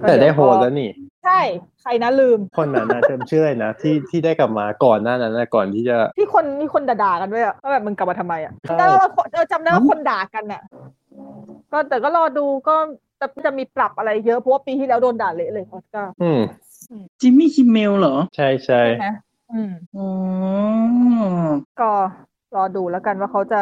D: ก็
B: แต่
D: เยว
B: ได้โหดแล้วนี่
D: ใช่ ใครนะลืม
B: คนนั้นนะ จำชื่ออะไรนะที่ที่ได้กลับมาก่อนหน้านั้นนะก่อนที่จะ
D: ที่คนมีคนด่าๆกันด้วยอะว่าแบบมึงกลับมาทำไมอะ
B: ใช่
D: แต่เราเราจำได้ว่าคนด่ากันอะก็แต่ก็รอดูก็จะจะมีปรับอะไรเยอะเพราะว่าปีที่แล้วโดนด่าเละเลยออสการ์
B: อืม
C: จิมมี่คิมเมลเหรอ
B: ใช่ใช่
D: ใช่ไหมอืม
C: อ๋อ
D: ก็รอดูแล้วกันว่าเขาจะ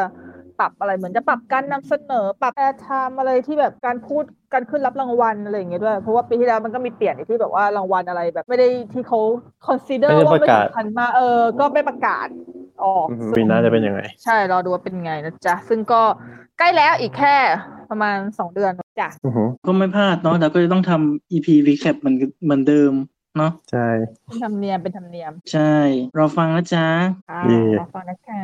D: ปรับอะไรเหมือนจะปรับการนำเสนอ ปรับแอร์ไทม์อะไรที่แบบการพูดการขึ้นรับรางวัลอะไรอย่างเงี้ยด้วยเพราะว่าปีที่แล้วมันก็มีเปลี่ยนไอ้ที่แบบว่ารางวัลอะไรแบบไม่ได้ที่เขา consider ว่าไม่สำคัญมากเออ ก็ไม่ประกาศออก
B: อืมปีหน้าจะเป็นยังไง
D: ใช่รอดูว่าเป็นไงนะจ๊ะ ซึ่งก็ใกล้แล้วอีกแค่ประมาณ 2 เดือนจ้ะ
B: อือหือ
C: ก็ไม่พลาดเนาะเราก็จะต้องทำ EP recap เหมือนเหมือนเดิม เนาะ
B: ใช่
D: เป็นธรรมเนียมเป็นธรรมเนียม
C: ใช่ เราฟังแล้วจ้า
D: ค่ะ
B: เย่
D: รอฟังนะคะ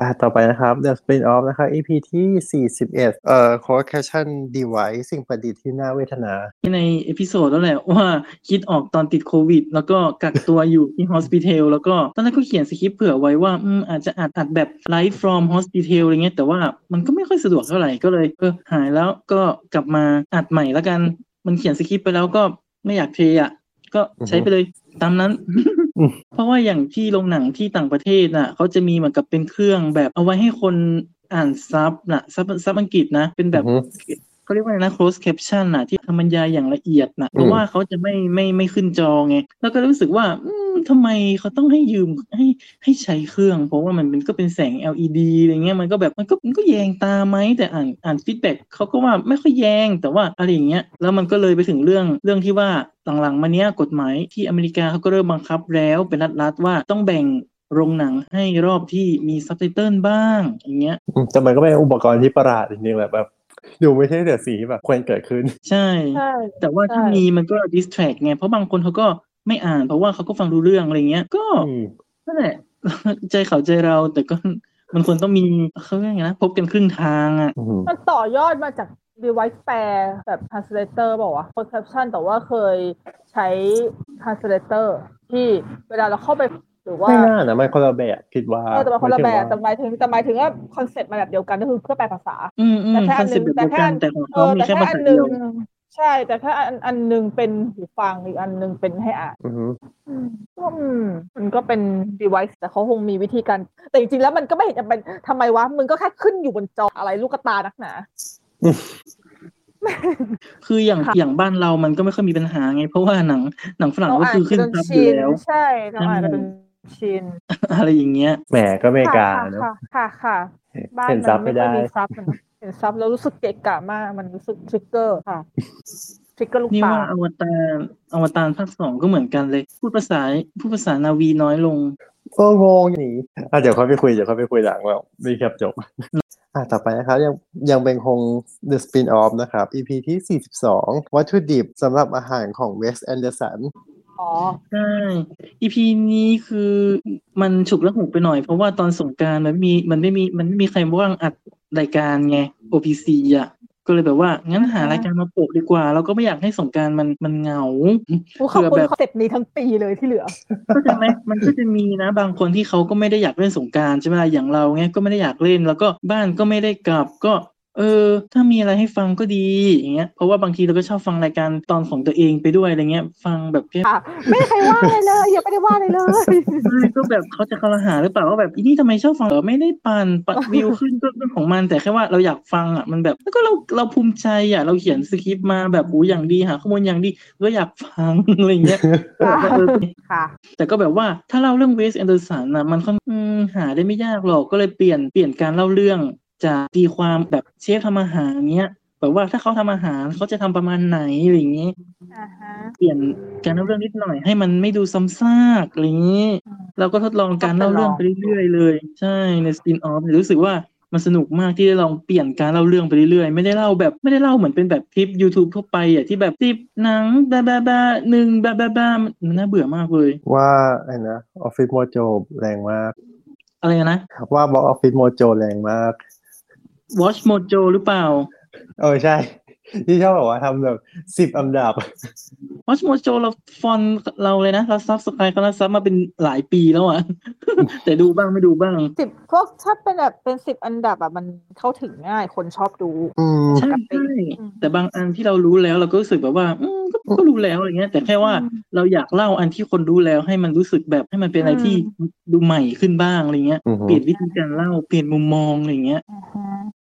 B: อ่ะต่อไปนะครับ The Spin Off นะครับ EP ที่ 41 เอ่อ Collocation Device สิ่งประดิษฐ์ที่น่าเวทนา
C: ในเอพิโซดแล้วแหละว่าคิดออกตอนติดโควิด แล้วก็กักตัวอยู่ ที่ hospital แล้วก็ตอนแรกก็เขียนสคริปต์เผื่อไว้ว่าอืมอาจจะอัดอัดแบบ live from hospital อะไรเงี้ยแต่ว่ามันก็ไม่ค่อยสะดวกเท่าไหร่ก็เลยเออหายแล้วก็กลับมาอัดใหม่ละกัน มันเขียนสคริปต์ไปแล้วก็ไม่อยากเทอ่ะ ก็ใช้ไปเลยตามนั้น
B: อืม
C: เพราะว่าอย่างที่โรงหนังที่ต่างประเทศน่ะเขาจะมีเหมือนกับเป็นเครื่องแบบเอาไว้ให้คนอ่านซับน่ะซับซับอังกฤษนะเป็นแบบ
B: อือหือ
C: เขาเรียกว่าอะไรนะ close caption น่ะ ที่ทำบรรยายอย่างละเอียดน่ะ
B: อืม
C: เพราะว่าเขาจะไม่ไม่ไม่ขึ้นจอไง แล้วก็รู้สึกว่า อืมทำไมเขาต้องให้ยืมให้ให้ใช้เครื่อง เพราะว่ามันเป็นก็เป็นแสง LED อะไรเงี้ยมันก็แบบมันก็มันก็แยงตาไหมแต่อ่านอ่านฟีดแบ็กเขาก็ว่าไม่ค่อยแยงแต่ว่าอะไรอย่างเงี้ยแล้วมันก็เลยไปถึงเรื่องเรื่องที่ว่าหลังๆมาเนี้ยกฎหมายที่อเมริกาเขาก็เริ่มบังคับแล้วเป็นรัฐๆว่าต้องแบ่งโรงหนังให้รอบที่มีซับไตเติลบ้างอย่างเงี้ย
B: อืมแต่มันก็เป็นอุปกรณ์ที่ประหลาดจริงๆแหละแบบดูไม่ใช่เดือดสีที่แบบควรเกิดขึ้น
C: ใช่
D: ใช่
C: แต่ว่าถ้า
D: ใช่
C: มีมันก็ distract ไง เพราะบางคนเขาก็ไม่อ่าน เพราะว่าเขาก็ฟังรู้เรื่องอะไรเงี้ย ก็
B: อืม
C: นั่นแหละ ใจเขาใจเรา แต่ก็มันควรต้องมีเขาเรียกไงนะพบกันครึ่งทางอ่ะ
B: อืม
D: มันต่อยอดมาจาก device pair แบบ translator บอกว่าวะ conception แต่ว่าเคยใช้ translator ที่เวลาเราเข้าไปหรือว่า
B: ไม่น่านะมันคนละแบบคิดว่า
D: เออแต่ว่าคนละแบบแต่
B: ห
D: หมายถึงแต่หมายถึงว่า concept มาแบบเดียวกันก็คือเครื่องแปลภาษา
C: อืมอืม
D: แต่แค่
C: ค
D: อั
C: อน
D: นห
C: เซ็
D: นึ่
C: ป
D: ง
C: ต์แบบเดียว
D: แต่แค่
C: กั
D: อัน
C: น
D: เอ
C: แต่ของเขา
D: อ
C: มี
D: แต่แค่
C: แค่ภา
D: อัหนึ่งใช่แต่แค่
C: ษานเดียว
D: อันอันหนึ่งเป็นหูฟังอีกอันหนึ่งเป็นให้อ่าน
B: มายถึงว่าอือหือ
D: อืมก็อืมมันก็เป็น device แต่เขาคงมีวิธีการ แต่จริงๆแล้วมันก็ไม่เห็นจะเป็นทำไมวะ มึงก็แค่ขึ้นอยู่บนจออะไรลูกตานักหนา
C: คืออย่างอย่างบ้านเรามันก็ไม่ค่อยมีปัญหาไง เพราะว่าหนังหนังฝรั่งก็คือขึ้นซับอยู่แล้ว
D: ใช่เราอ่านกันจนชิน
C: อะไรอย่างเงี้ย
B: แหมก็อเมริกา
D: ค่ะ
B: เนอะ
D: ค่ะค่ะค่ะบ้าน
B: เห็นซั
D: มั
B: บ
D: น
B: ไม่
D: ไม่
B: ได้
D: ค่อยมีซับอะเนอะเห็นซับแล้วรู้สึกเกะกะมาก มันรู้สึกทริกเกอร์ค่ะทริกเกอร์ลูก
C: นี่
D: ตา
C: ว่าอวตารอวตารภาคสองก็เหมือนกันเลย พูดภาษาพูดภาษานาวีน้อยลง
B: ก็งงอย่างนี้อ่ะเดี๋ยวเขาไปคุยเดี๋ยวเขาไปคุยหลังว่ามีครับ จบ อ่ะต่อไปนะครับยังยังเป็นคง The Spin Off นะครับ EP ที่ 42 วัตถุดิบสำหรับอาหารของ Wes Anderson
D: อ๋อ
C: ใช่ EP นี้คือมันฉุกละหุกไปหน่อย เพราะว่าตอนสงกรารมันไม่มีมันไม่มีมันไม่มีใครว่างอัดรายการไง OPC อ่ะ ก็เลยแบบว่า งั้นหา
D: อ่าฮะ
C: รายการมาโปะดีกว่า เราก็ไม่อยากให้สงกรารมันมันเหงา
D: กูขอบคุ
C: เผื่อ
D: ณ
C: แบบ
D: คอนเซปต์นี้ทั้งปีเลยที่เหลือ
C: เข้าใจไหมมันก็จะมีนะ บางคนที่เขาก็ไม่ได้อยากเล่นสงกรารใช่ไหมล่ะอย่างเราเงี้ยก็ไม่ได้อยากเล่น แล้วก็บ้านก็ไม่ได้กลับก็ เออ ถ้ามีอะไรให้ฟังก็ดีอย่างเงี้ยเพราะว่าบางทีเราก็ชอบฟังรายการตอนของตัวเองไปด้วยอะไรเงี้ย ฟังแบบแค่
D: ค่ะ ไม่ได้ใครว่าอะไรเลยอย่าไม่ได้ว่าอะไรเลย
C: ไม่ก็แบบเขาจะคอรหาหรือเปล่าว่าแบบอีนี่ทำไมชอบฟังเหรอไม่ได้ปั่นปัด วิวขึ้นก็เรื่องของมันแต่แค่ว่าเราอยากฟังอ่ะมันแบบแล้วก็เราเราภูมิใจอ่ะเราเขียนสคริปต์มาแบบอูอย่างดีหาข้อมูลอย่างดีก็อยากฟัง อะไรอย่างเงี้ย
D: ค่ะ
C: เออ
D: ค่ะ
C: แต่ก็แบบว่าถ้าเล่าเรื่องเวสแอนเดอร์สันอ่ะมันค่อนอืมหาได้ไม่ยากหรอกก็เลยเปลี่ยนเปลี่ยนการเล่าเรื่องจากตีความแบบเชฟทำอาหารเนี้ยแบบว่าถ้าเขาทำอาหารเขาจะทำประมาณไหนอะไรอย่างเงี้ย
D: อ่าฮะ
C: เปลี่ยนการเล่าเรื่องนิดหน่อยให้มันไม่ดูซ้ำซากอะไรอย่างนี้
D: อืม
C: เราก็ทดลองการเล่าเรื่องไปเรื่อยๆเลย ใช่ในสปินออฟรู้สึกว่ามันสนุกมากที่ได้ลองเปลี่ยนการเล่าเรื่องไปเรื่อยๆ ไม่ได้เล่าแบบไม่ได้เล่าเหมือนเป็นแบบคลิป YouTube ทั่วไปอ่ะที่แบบติปหนังบาบาบาหนึ่งบาบาบามันน่าเบื่อมากเลย
B: ว่าอะไรนะ Office Mojo แรงมาก
C: อะไรนะ
B: ว่าบอก Office Mojo แรงมาก
C: Watch Mojo หรือเปล่า
B: เออใช่ ที่ชอบบอกว่าทำแบบสิบอันดับ
C: Watch Mojo เราฟอนเราเลยนะเราซับสไครต์เขาเราซับมาเป็นหลายปีแล้วอ่ะ แต่ดูบ้างไม่ดูบ้าง
D: สิบพวกถ้าเป็นแบบเป็นสิบอันดับอ่ะมันเข้าถึงง่ายคนชอบดู
B: อืม
C: ใช่
D: ปกติ
C: ใช่
D: อืม
C: แต่บางอันที่เรารู้แล้วเราก็รู้สึกแบบว่า อืมก็ก็รู้แล้วอะไรเงี้ย แต่แค่ว่า
D: อืม
C: เราอยากเล่าอันที่คนรู้แล้วให้มันรู้สึกแบบให้มันเป็นอะไร
D: อืม
C: ที่ดูใหม่ขึ้นบ้างอะไรเงี้ย
B: อือฮึ
C: เปลี่ยนวิธีการเล่าเปลี่ยนมุมมองอะไรเงี้ย
D: อ่าฮะ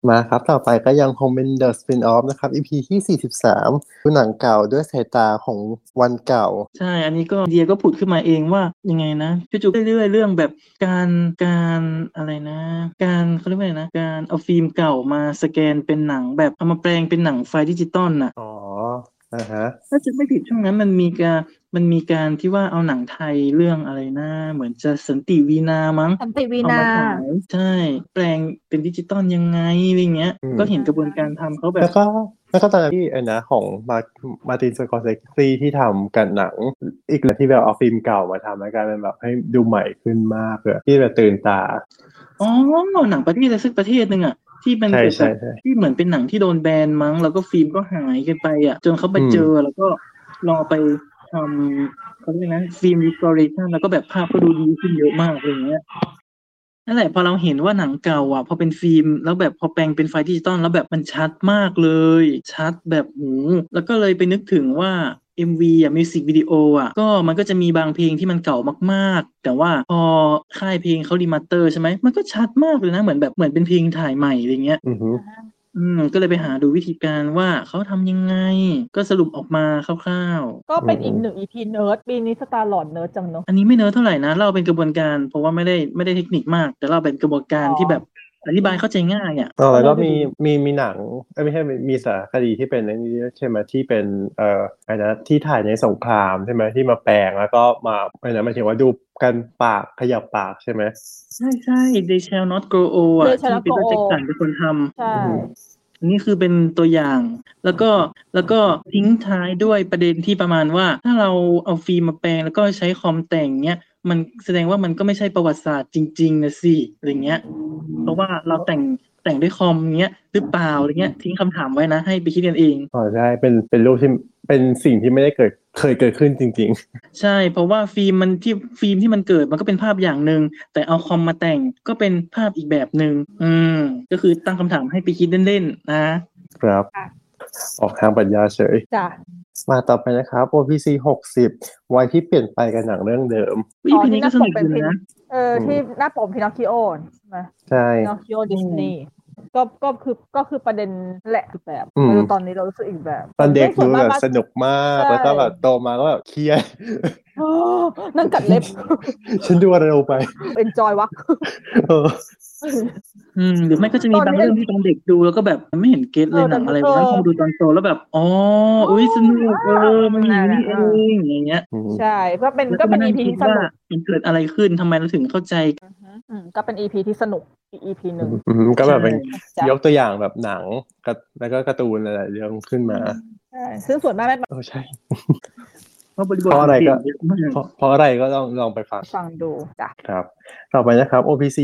B: มาครับ ต่อไปก็ยังคงเป็น The Spin Off นะครับ EP ที่ 43ดูหนังเก่าด้วยสายตาของวันเก่า
C: ใช่ อันนี้ก็เดียก็ผุดขึ้นมาเองว่ายังไงนะพี่จุ๊บเรื่อยๆเรื่องแบบการการอะไรนะ การเขาเรียกว่าไงนะการเอาฟิล์มเก่ามาสแกนเป็นหนังแบบเอามาแปลงเป็นหนังไฟล์ดิจิตอลน่ะ
B: อ๋ออ่าฮะ
C: ถ้าจะไม่ผิดช่วงนั้นมันมีการมันมีการที่ว่าเอาหนังไทยเรื่องอะไรนะ เหมือนจะสันติวีนามั้ง
D: สันติวี
C: เอา
D: นา
C: มาฉายใช่ แปลงเป็นดิจิตอลยังไงอะไรเงี้ย
B: อืม
C: ก็เห็นกระบวนการทำเขาแบ
B: แล้
C: บ
B: วก็แล้วก็ตอนนนที่ไอ้นะของมามาตินสกอร์เซซีที่ทำกับหนัง อีกแล้วที่แบบเอาฟิล์มเก่ามาทำแล้วกลายเป็นแบบให้ดูใหม่ขึ้นมากเลยที่แบบตื่นตา
C: อ๋อหนังประเทศอะไรสักประเทศหนึ่งอ่ะที่เป็น
B: ใช่
C: เกี่ยว
B: ใช่
C: กับ
B: ใช่
C: ที่เหมือนเป็นหนังที่โดนแบนมั้ง แล้วก็ฟิล์มก็หายกันไปอ่ะ จนเขาไป
B: อืม
C: เจอแล้วก็ลองเอาไปทำเขาเรียกอะไรนะฟิล์มรีสตอเรชันแล้วก็แบบภาพก็ดูดีขึ้นเยอะมากอะไรเงี้ย นั่นแหละพอเราเห็นว่าหนังเก่าอ่ะพอเป็นฟิล์มแล้วแบบพอแปลงเป็นไฟล์ดิจิตอลแล้วแบบมันชัดมากเลย ชัดแบบหูแล้วก็เลยไปนึกถึงว่า MV อ่ะมิวสิกวิดีโออ่ะก็มันก็จะมีบางเพลงที่มันเก่ามากๆ แต่ว่าพอค่ายเพลงเขารีมาสเตอร์ใช่ไหมมันก็ชัดมากเลยนะเหมือนแบบเหมือนเป็นเพลงถ่ายใหม่อะไรเงี้ย
B: อือฮึ
C: อืมก็เลยไปหาดูวิธีการว่าเขาทำยังไง ก็สรุปออกมาคร่าว
D: ก็เป็นอีกหนึ่งอีพีเนิร์ดปีนี้สตาร์หลอดเนิร์ดจังเนอะ
C: ๆ อันนี้ไม่เนอะเท่าไหร่นะเล่าเป็นกระบวนการ เพราะว่าไม่ได้ไม่ได้เทคนิคมาก แต่เล่าเป็นกระบวนการที่แบบอธิบายเข้าใจง่ายอ่ะ
B: อ๋อแล้วก็
D: ไม่ได้
B: มี
D: ดู
B: มีมีหนังเอ้ยไม่ใช่มีมีสารคดีที่เป็นอันนี้ใช่ไหมที่เป็นเอ่อไอ้นะที่ถ่ายในสงครามใช่ไหมที่มาแปลงแล้วก็มาไอ้นะหมายถึงว่าดูกันปากขยับปากใช่ไหม
C: ใช่ใช่ They shall not grow old อ่ะ
D: They
C: ที่
D: shall not
C: ปีเตอร์
D: grow
C: แจ็ค
D: old
C: สันเป็นคนท
D: ใช่
B: อืม
C: ำอันนี่คือเป็นตัวอย่างแล้วก็แล้วก็ทิ้งท้ายด้วยประเด็นที่ประมาณว่า ถ้าเราเอาฟิล์มมาแปลงแล้วก็ใช้คอมแต่งเนี้ย มันแสดงว่ามันก็ไม่ใช่ประวัติศาสตร์จริงๆนะสิอะไรเงี้ย เพราะว่าเราแต่งแต่งด้วยคอมเงี้ยหรือเปล่าอะไรเงี้ยทิ้งคำถามไว้นะ ให้ไปคิดกันเอง
B: อ๋อใช่เป็นเป็นรูปที่เป็นสิ่งที่ไม่ได้เกิดเคยเกิดขึ้นจริง
C: ใช่เพราะว่าฟิล์มมันที่ฟิล์มที่มันเกิดมันก็เป็นภาพอย่างหนึ่งแต่เอาคอมมาแต่งก็เป็นภาพอีกแบบหนึ่งอืม ก็คือตั้งคำถามให้ไปคิดเล่นๆนะ
B: ๆ ครับ
D: ค่ะ
B: ออกทางปรัญญาเฉย
D: จ้ะ
B: มาต่อไปนะครับ OPC 60 วัยที่เปลี่ยนไปกับหนังเรื่องเดิม
C: วิ
D: อ๋อ
C: พี
D: นี่
C: นี้
D: ก็
C: ก็สนุก
D: เป็นเพ
C: ดี
D: ลง
C: นะ
D: เออ
B: อืม
D: ที่หน้าปมพินอคคิโอใช่ไหม
B: ใช่
D: พินอคคิโอดิสนีย์ก็ก็คือก็คือประเด็นแหละคือแบบ
B: อืม
D: เออตอนนี้เรารู้สึกอีกแบบ
B: ตอนเด็ก
D: ส่ว
B: ดู
D: มา
B: แบบ
D: มา
B: สนุกมาก
D: ใช่
B: แล้วก็แบบโตมาก็แบบเครียด
D: เออ นั่งกัดเล็บ
B: ฉันดูอะไรลงไป
D: เอนจอยวะ
B: เออ
C: อืมหรือไม่ก็จะมี
D: ตอน
C: บาง
D: นี้
C: เรื่องที่ตอนเด็กดูแล้วก็แบบไม่เห็นเก็ตเลย
D: เออ
C: หนังอะไร
D: แต่
C: วะ
D: เออ
C: พอดูตอนโตแล้วแบบอ๋ออุ้ยสนุกเออมันอย่างนี้
D: นั่
C: เอน
D: น่ะ
C: งอย่างเงี้ย
B: อืม
D: ใช่ก็เป็น
C: แล้ว
D: ก็เป็น
C: มา
D: อี
C: ง
D: พี
C: คิด
D: ที่ส
C: ว่า
D: นุก
C: มันเกิดอะไรขึ้นทำไมเราถึงเข้าใจ
D: อืมก็เป็นอีพีที่สนุกอีกอีพีหนึ่ง
B: อืมก็แบบเป็น
D: จ้ะ
B: ยกตัวอย่างแบบหนังกับแล้วก็การ์ตูนหลายๆเรื่องขึ้นมา
D: ใช่ซึ่งส่วนมากแม่
B: เออใช่
C: เพราะบริบท
B: เพราะอะไรก็
C: มันเปลี่ยนเยอะมาก
B: เพราะเพราะอะไรก็ลองลองไปฟัง
D: ฟังดูจ้ะ
B: ครับ ต่อไปนะครับ OPC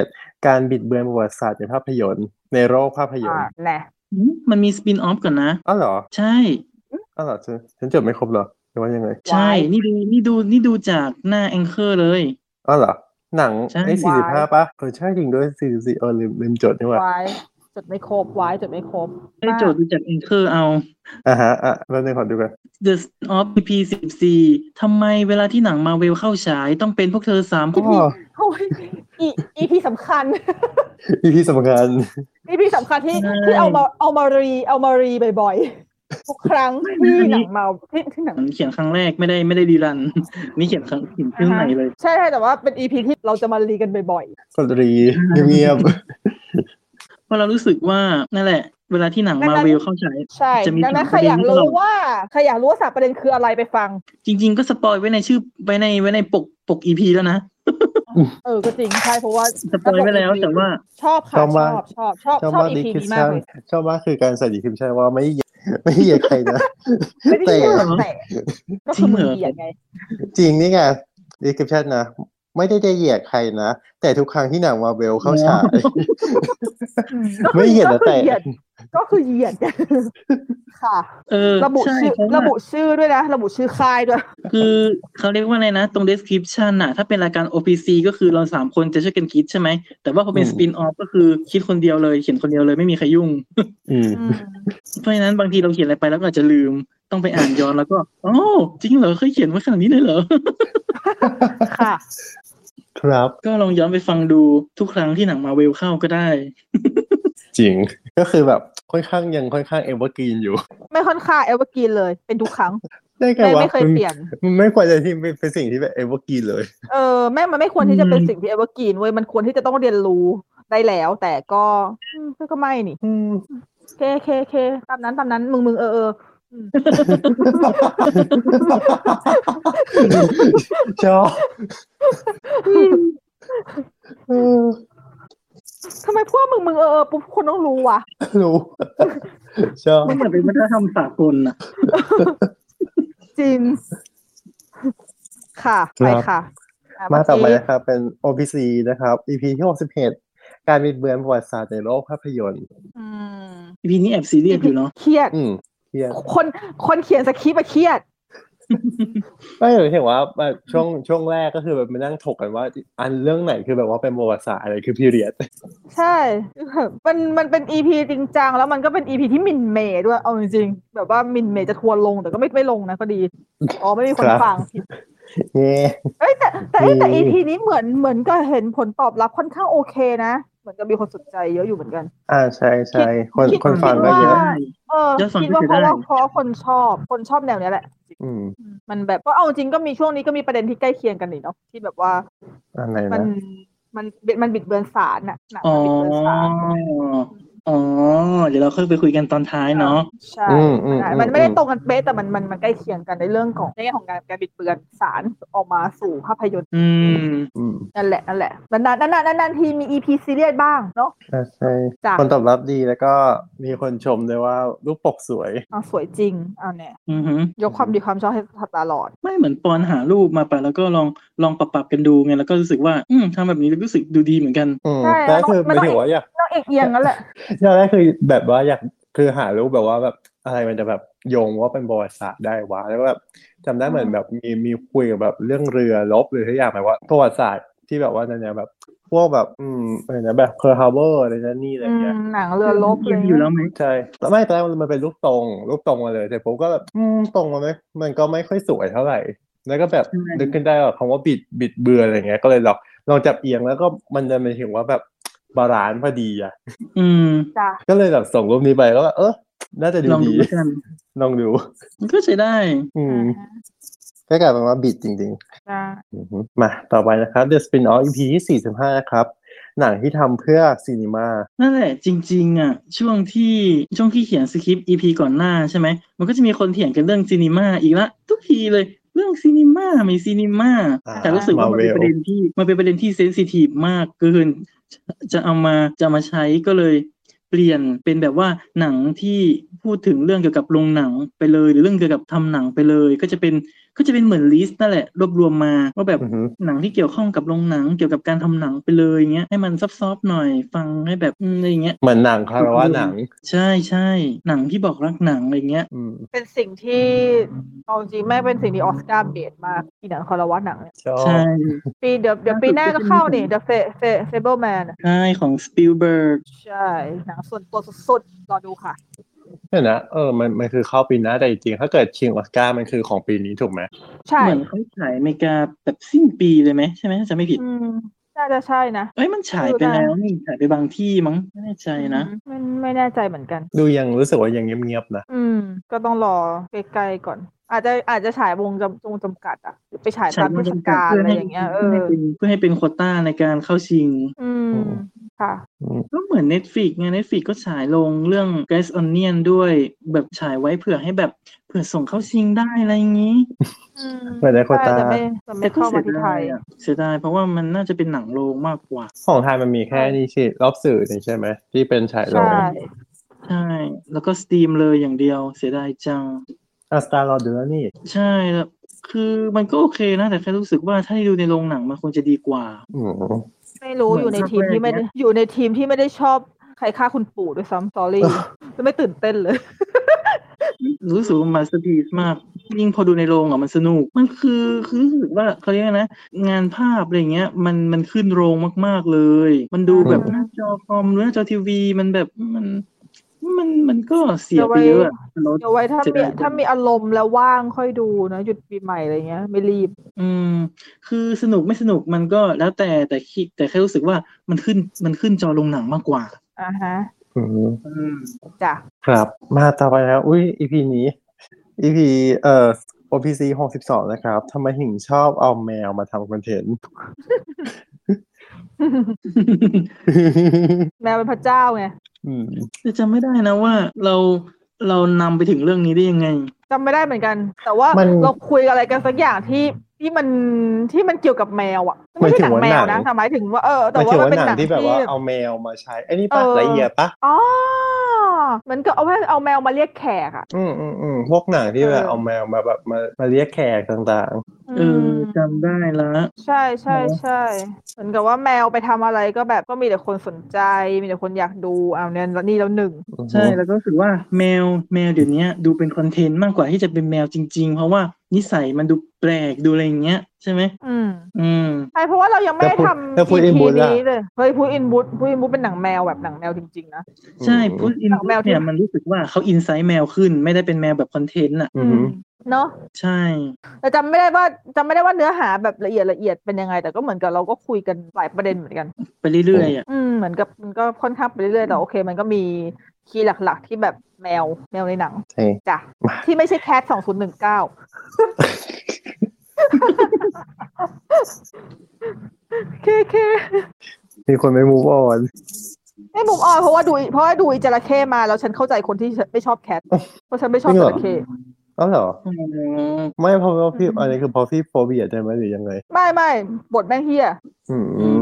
B: 61 การบิดเบือนประวัติศาสตร์ในภาพยนตร์ ในโลกภาพยนต
D: อ่า
B: ร์
D: แน่
C: อืมมันมีสปินออฟก่อนนะ
B: อ้าวเหรอ
C: ใช่
B: อ้าวเหรอฉันฉันจดไม่ครบเหรอหรือว่ายังไง
C: ใช่ นี่ดูนี่ดูนี่ดูจากหน้าแองเกอร์เลย
B: อ้าวเหรอ หนัง
C: ใช่
B: ไอ้สี่สิบห้าปะเออใช่จริงด้วยสี่สิบสี่เออลืมลืมจดนี่หว่า
D: ไว้จดไม่ครบไว้จดไม่ครบ
C: ได้โจทย์ดูจากแองเกอร์เอา
B: อ่ะฮะอ่ะแล้วในงขอดูกัน
C: The Spin Off EP 14ทำไมเวลาที่หนังมาเวลเข้าฉายต้องเป็นพวกเธอสามค
B: อ๋
C: น
B: อ
D: โอ้ยอีอีพีสำคัญ
B: EP สำคัญ
D: อีพีสำคัญที่
C: ใช่
D: ที่เอามาเอามารีเอามารีบ่อยๆ ทุกครั้งที่หนังเมาที่ที่หนัง
C: เขียนครั้งแรกไม่ได้ไม่ได้รีรัน นี่เขียนครั้งเขียนเรื่องใหม่เลย
D: ใช่ใช่แต่ว่าเป็นอีพีที่เราจะมารีกันบ่อย
B: กดรีเงียบ
C: เพราะเรารู้สึกว่านั่นแหละ เวลาที่หนังมาเวลเข้าฉาย
D: ๆ ใช่
C: จะมี
D: ดังนั้น
C: สาม
D: ใครอยาก
C: ประเด็นที่
D: รู้
C: เรา
D: ว่าใครอยากรู้ว่าสามประเด็นคืออะไรไปฟัง
C: จริง ๆ ก็สปอยไว้ในชื่อไว้ในไว้ในปกปกอีพีแล้วนะ
D: เออก็จริงใช่เพราะว่า
C: สปอยไว้แล้วแต่ว่า
D: ชอบค่ะชอบชอบชอบ
B: ชอบ
D: ชอบ
B: มาก
D: อี
B: ดี
D: พี
B: คริส
D: นี้มาก
B: ชัน
D: เลย
B: ชอบมากคือการใส่ดีคริสชันว่าไม่เหยียดไม่เหยียดใครนะ
D: ไม่ได้
B: แต่
D: ยินแต่ก็คือมึงเกลียดไง
B: จริงนี่ไงดีคริปชันนะ ไม่ได้จะเหยียดใครนะ แต่ทุกครั้งที่หนังมาเวลเข้าฉาย
D: ก็คือ
B: ไม่เหยียดนะ
D: ก็คือ
B: แต่
D: เหยียด ก็คือเหยียด ค่ะ
C: เออ
D: ระบุ
C: ใช่
D: ชื่อ
C: เพราะว่า
D: ระบุชื่อด้วยนะ ระบุชื่อค่ายด้วย
C: คือเขาเรียกว่าอะไรนะ ตรง description น่ะ ถ้าเป็นรายการ OPC ก็คือเราสามคนจะช่วยกันคิดใช่ไหม แต่ว่าพอเป็น
B: อืม
C: spin off ก็คือคิดคนเดียวเลย เขียนคนเดียวเลยไม่มีใครยุ่ง
B: อืม
C: เพราะฉะนั้นบางทีเราเขียนอะไรไปแล้วก็อาจจะลืมต้องไปอ่านย้อนแล้วก็อ๋อจริงเหรอเคยเขียนไว้ขนาดนี้เลยเหรอ
D: ค่ะ
B: ครับ
C: ก็ลองย้อนไปฟังดูทุกครั้งที่หนังมาเวลเข้าก็ได้
B: จริงก็คือแบบค่อนข้างยังค่อนข้างเอเวอร์กรีนอยู่
D: ไม่ค่อนข้างเอเวอร์กินเลยเป็นทุกครั้ง
B: ได้ไง
D: แม่
B: วะ
D: ไม่เคยเปลี่ยน
B: มันมันไม่ควรจะที่เป็นเป็นสิ่งที่แบบเอเวอร์กรีนเลย
D: เออแม่มันไม่ควรที่จะเป็น
C: อืม
D: สิ่งที่เอเวอร์กินเว้ยมันควรที่จะต้องเรียนรู้ได้แล้ว แต่ก็อืมก็ไม่นี่
B: อืม
D: เคเคเคตามนั้นตามนั้นมึงมึงเออเอออืม
B: ชอบเออ
D: ทำไมพวกมึงมึงเออเออปุ๊บคนต้องรู้วะ
B: รู้ชอบ
C: มันเหมือนเป็นวัฒนธรรมสากลน่ะ
D: จริง ค่ะไปค่ะอ่ะ
B: มาต่อไป
D: เอกี้
B: นะครับ เป็น OPC นะครับ EP ที่61การบิดเบือนประวัติศาสตร์ในโลกภาพยนตร์
D: อืม
C: EP นี้แอบซีเรียสอยู่เนาะ
D: เครียด
B: อืมเฮีย
D: คนคนเขียนสคริปต์อะเครียด
B: ไม่หมายถึงว่าแบบช่วงช่วงแรกก็คือแบบมานั่งถกกันว่า อันเรื่องไหนคือแบบว่าเป็นประวัติศาสตร์อะไรคือพีเรียด
D: ใช่ มันมันเป็นอีพีจริงจังแล้วมันก็เป็นอีพีที่หมินเหมย์ด้วยเอาจริงๆแบบว่าหมินเหมย์จะทัวร์ลงแต่ก็ไม่ไม่ลงนะก็ดีอ๋อไม่มีคนฟัง
B: เย่
D: เอ้ยแต่แต่เอ้ยแต่ EP นี้เหมือนเหมือนก็เห็นผลตอบรับค่อนข้างโอเคนะ เหมือนกับมีคนสนใจเยอะอยู่เหมือนกัน
B: อ่าใช่ใช่คน
D: คิด
B: คนฟังก็เยอะ
D: ว่า เออ
C: ย้อนสอน
D: คิด
C: ก็
D: ว่าเพ
C: จะ
D: ราะ
C: ได้
D: ว่าเพราะคนชอบคนชอบแนวเนี้ยแหละ
B: อืม
D: มันแบบก็เอาจริงก็มีช่วงนี้ก็มีประเด็นที่ใกล้เคียงกันนี่เนาะที่แบบว่า
B: อะไร
D: มัน
B: นะ
D: มันมันบิดเบือนสารน่ะหนัง
C: อ๋อ
D: มันบิดเบือนสาร
C: อ๋อ เดี๋ยวเราค่อยไปคุยกันตอนท้ายเนาะ
D: ใช่
B: อืมอืม
D: ใช่
B: อืม
D: มันไม่ได้ตรงกันเป๊ะแต่มันมันมันใกล้เคียงกันในเรื่องของในแง่ของการการบิดเบือนสารออกมาสู่ภาพยนตร์
C: อืม
B: อืม
D: นั่นแหละนั่นแหละนานๆนานๆนานๆทีมี EP ซีเรียสบ้างเนาะ
B: ใช่ใช่
D: จ้ะ
B: คนตอบรับดีแล้วก็มีคนชมด้วยว่ารูปปกสวย
D: เอาสวยจริงเอาเนี่ย
C: อือหือย
D: กความดีความชอบให้สตาร์ลอร์ด
C: ไม่เหมือนปอนหารูปมาปะแล้วก็ลองลองปรับปรับกันดูไงแล้วก็รู้สึกว่า อืมทำแบบนี้รู้สึกดูดีเหมือนกัน
B: อืม
D: ใช่
B: แรกคือ
D: มัน
B: ไม่
D: ต้อง
B: ถือว่าอยาก
D: ต้องเอียงเอียงนั่นแหละ
B: อย่างแรกคือแบบว่าอยากคือหารู้แบบว่าแบบอะไรมันจะแบบโยงว่าเป็นประวัติศาสตร์ได้วะแล้วก็แบบจำได้เหมือนแบบมีมีคุยกับแบบเรื่องเรือรบหรือทุกอย่างหมายว่าประวัติศาสตร์ที่แบบว่านั่นเนี่ยแบบพวกแบบอืมอะไรนะแบบเคอร์ฮาร์เบอร์อะไรนั่นนี่อะไร
D: อืม
B: เงี้ย
D: หนังเรือลบเลย
C: อยู่แล้วไหม
B: ใช่แต่ไม่แต่แรกมันเป็นรูปตรงรูปตรงมาเลยแต่ผมก็แบบอืมตรงมันไม่มันก็ไม่ค่อยสวยเท่าไหร่ แล้วก็แบบนึกขึ้นได้ว่าคำว่าบิดบิดเบือนอะไรเงี้ยก็เลยลองลองจับเอียงแล้วก็มันจะไปถึงว่าแบบบาลานซ์พอดีอะ
C: อืม
D: จ้ะ
B: ก็เลยแบบส่งรูปนี้ไปก็แบบเออน่าจะดู
C: ลอง
B: ดี
C: ดูแล้วกัน
B: ลองดู
C: มันก็ใช้ได้
B: อืมก็กลายเป็นว่าบิดจริง
D: จ้ะ
B: ๆอือฮึมาต่อไปนะครับ The Spin-off EP ที่45 นะครับ หนังที่ทำเพื่อซีนีมา
C: นั่นแหละจริง ๆ อ่ะ ช่วงที่ช่วงที่เขียนสคริปต์ EP ก่อนหน้าใช่ไหม มันก็จะมีคนเถียงกันเรื่องซีนีมาอีกละ ทุกทีเลยเรื่องซีนีมาไม่ซีนีมา
B: อ่า
C: แต่รู้สึกว่ามัน
B: Marvel
C: เป็นประเด็นที่มันเป็นประเด็นที่เซนซิทีฟมากเกินจะจะเอามาจะมาใช้ก็เลย เปลี่ยนเป็นแบบว่าหนังที่พูดถึงเรื่องเกี่ยวกับโรงหนังไปเลย หรือเรื่องเกี่ยวกับทำหนังไปเลย ก็จะเป็นก็จะเป็นเหมือนลิสต์นั่นแหละรวบรวมมาว่าแบบ
B: อือฮึ
C: หนังที่เกี่ยวข้องกับโรงหนังเกี่ยวกับการทำหนังไปเลยอย่างเงี้ยให้มันซอฟๆหน่อยฟังให้แบบอืมอะไรอย่างเงี้ย
B: เหมือนหนังคารวะหนัง
C: ใช่ใช่หนังที่บอกรักหนังอะไรเงี้ย
B: อืม
D: เป็นสิ่งที่เอาจริงๆแม่งเป็นสิ่งที่ออสการ์เบสมากที่หนังคารวะหนังเนี่ย
B: ชอบ
C: ใช่
D: ปีเดี๋ยวเดี๋ยวปีหน้าก็เข้านี่ The Fa- Fa- Fableman
C: ใช่ของสปิลเบิร์ก
D: ใช่หนังส่วนตัวสุดๆรอดูค่ะ
B: เนี่ยนะเออมันมันคือเข้าปีหน้าแต่จริงๆถ้าเกิดชิงออสการ์มันคือของปีนี้ถูกไหม
D: ใช่
C: เหมือนเขาฉายอเมริกาแบบสิ้นปีเลยไหมใช่ไหมถ้าจะไม่ผิด
D: อืมน่าจะใช่นะ
C: เอ้ยมันฉายไปแล้วนี่ฉายไปบางที่มั้งไม่แน่ใจนะ
D: ไม่ไม่แน่ใจเหมือนกัน
B: ดูยังรู้สึกว่ายังเงียบๆนะ
D: อืม ก็ต้องรอใกล้ๆก่อน อาจจะอาจจะฉายวงจำวงจำกัดอ่ะหรือไปฉายตามเทศกาลอะไรอย่างเงี้ยเออ
C: เพื่อให้เป็นโควต้าในการเข้าชิง
D: อืม ค่ะ
C: ก็เหมือน Netflix ไง Netflix ก็ฉายลงเรื่อง Grace Onion ด้วยแบบฉายไว้เผื่อให้แบบเผื่อส่งเข้าชิงได้อะไรอย่างงี้
D: อืม
B: ไม่ได้โควต้า
D: ใช่แต่ไม่แต่ไม่
C: แต่ก็
D: เข้ามา
C: เสี
D: ที่
C: ย
D: ไท
C: ดาย
D: ย
C: อะเสียดายเพราะว่ามันน่าจะเป็นหนังโรงมากกว่า
B: ของไทยมันมีแค่นี้สิรอบสื่อนี่ใช่ไหมที่เป็นฉายโร
D: ใช่
B: ง
C: ใช่ แล้วก็สตรีมเลยอย่างเดียวเสียดายจัง
B: อ่ะสตาร์รอดูแล้วนี่
C: ใช่แล้วคือมันก็โอเคนะ แต่แค่รู้สึกว่าถ้าได้ดูในโรงหนังมันควรจะดีกว่า
B: อืม
D: ไม่รู้
C: เห
D: อ
C: มือน
D: ยู่ในทีมที่ไม่ได้อยู่ในทีมที่ไม่ได้ชอบใครฆ่าคุณปู่ด้วยซ้ำ sorry ไม่ตื่นเต้นเลย
C: รู้สึกว่ามาสตีมาก ยิ่งพอดูในโรงอ่ะมันสนุก มันคือคือรู้สึกว่าเขาเรียกนะ งานภาพอะไรเงี้ยมันมันขึ้นโรงมาก ๆเลย มันดูแบบ
D: อืม
C: หน้าจอคอมหรือหน้าจอทีวีมันแบบมันมันมันก็เสียไปเยอะอะรถ
D: เดี๋ยวไว้ถ้า
C: เสีย
D: มี
C: ดายจัง
D: ถ้ามีอารมณ์แล้วว่างค่อยดูนะ หยุดปีใหม่อะไรเงี้ย ไม่รีบ
C: อืม คือสนุกไม่สนุกมันก็แล้วแต่แต่คิดแต่แค่รู้สึกว่ามันขึ้นมันขึ้นจอโรงหนังมากกว่า
D: อ่าฮะ
B: อืม
C: อืม
D: จ้ะ
B: ครับมาต่อไปแล้วอุ้ย EP นี้ EP เอ่อ OPC หกสิบสองนะครับทำไมถึงชอบเอาแมวมาทำคอนเทนต์
D: แมวเป็นพระเจ้าไง
B: อืม
C: แต่จำไม่ได้นะว่าเราเรานำไปถึงเรื่องนี้ได้ยังไง
D: จำไม่ได้เหมือนกัน แต่ว่าม
B: น
D: เราคุยอะไรกันสักอย่างที่ที่มันที่มันเกี่ยวกับแมวอ่ะไม่
B: หมายถึ
D: ใช่หนัง
B: งว่า
D: แมว
B: หนั
D: นะ
B: ง
D: แต่หมายถึงว่าเออแต่
B: มัน
D: ว่ามัน
B: ถือว่า
D: เป็น
B: หนั
D: หนัง
B: งที่
D: ที่
B: แบบว่าเอาแมวมาใช้ไอ้นี่
D: เอ
B: ปะ
D: อ
B: ละเอียดปะ
D: อ๋อเหมันก็เอาแมวเอาแมวมาเรียกแขกอ่ะ
B: อืมอืมอืมพวกหนังที่แบบ
D: เออ
B: เอาแมวมาแบบมามาเรียกแขกต่าง
C: เออ
D: ม
C: จำได้ละ
D: ใช่ใช่ใช่เหมือนกับว่าแมวไปทำอะไรก็แบบก็มีแต่คนสนใจ มีแต่คนอยากดูอ้าวเนี่ยนี่แล้วหนึ่ง
B: ๆอือฮึ
C: ใช่แล้วก็รู้สึกว่าแมวแมวเดี๋ยวนี้ดูเป็นคอนเทนต์มากกว่าที่จะเป็นแมวจริง ๆ เพราะว่านิสัยมันดูแปลกดูอะไรอย่างเงี้ยใช่ไหม
D: อืม
C: อืม
D: ใช่เพราะว่าเรายังไม่ได้ทำ
B: แล้ว
D: EP
B: พูดอินบุญล่ะ
D: นี้เลยเฮ้ยพูดอินบุตพูดอินบุตเป็นหนังแมวแบบหนังแมวจริงๆนะ
C: ใช่
B: อืม
C: พูดอิน
D: หนังแมวที่
C: เนี่ยมันรู้สึกว่าเขาอินไซต์แมวขึ้น ไม่ได้เป็นแมวแบบคอนเทนต์อ่ะ
B: อือฮึ
D: เนาะ
C: ใช่
D: แต่จำไม่ได้ว่าจำไม่ได้ว่าเนื้อหาแบบละเอียดละเอียดเป็นยังไง แต่ก็เหมือนกับเราก็คุยกันหลายประเด็นเหมือนกัน
C: ไปเรื่อยๆอ่ะ
D: อืมเหมือนกับมันก็ค่อนข้างไปเรื่อยๆแต่โอเค มันก็มีคีย์หลักๆ ที่แบบแมวแมวในหนัง
B: ใช่
D: จ้ะ
B: มา
D: ที่ไม่ใช่แคทสองศูนย์หนึ่งเก้า เคเค
B: มีคนไม่ move on
D: ไม่บุมออนเพราะว่าดูเพราะว่าดูอีจระเข้มาแล้วฉันเข้าใจคนที่ไม่ชอบแคทเพราะฉันไม่ชอบจระเข้
B: เอ้าเหรอ
C: อืม
B: ไม่เพราะว่าพี่
D: อืม
B: อันนี้คือเพราะพี่โฟเบียใช่ไหมหรือยังไง
D: ไม่ไม่บทแม่งเฮีย
B: อืม
C: อืม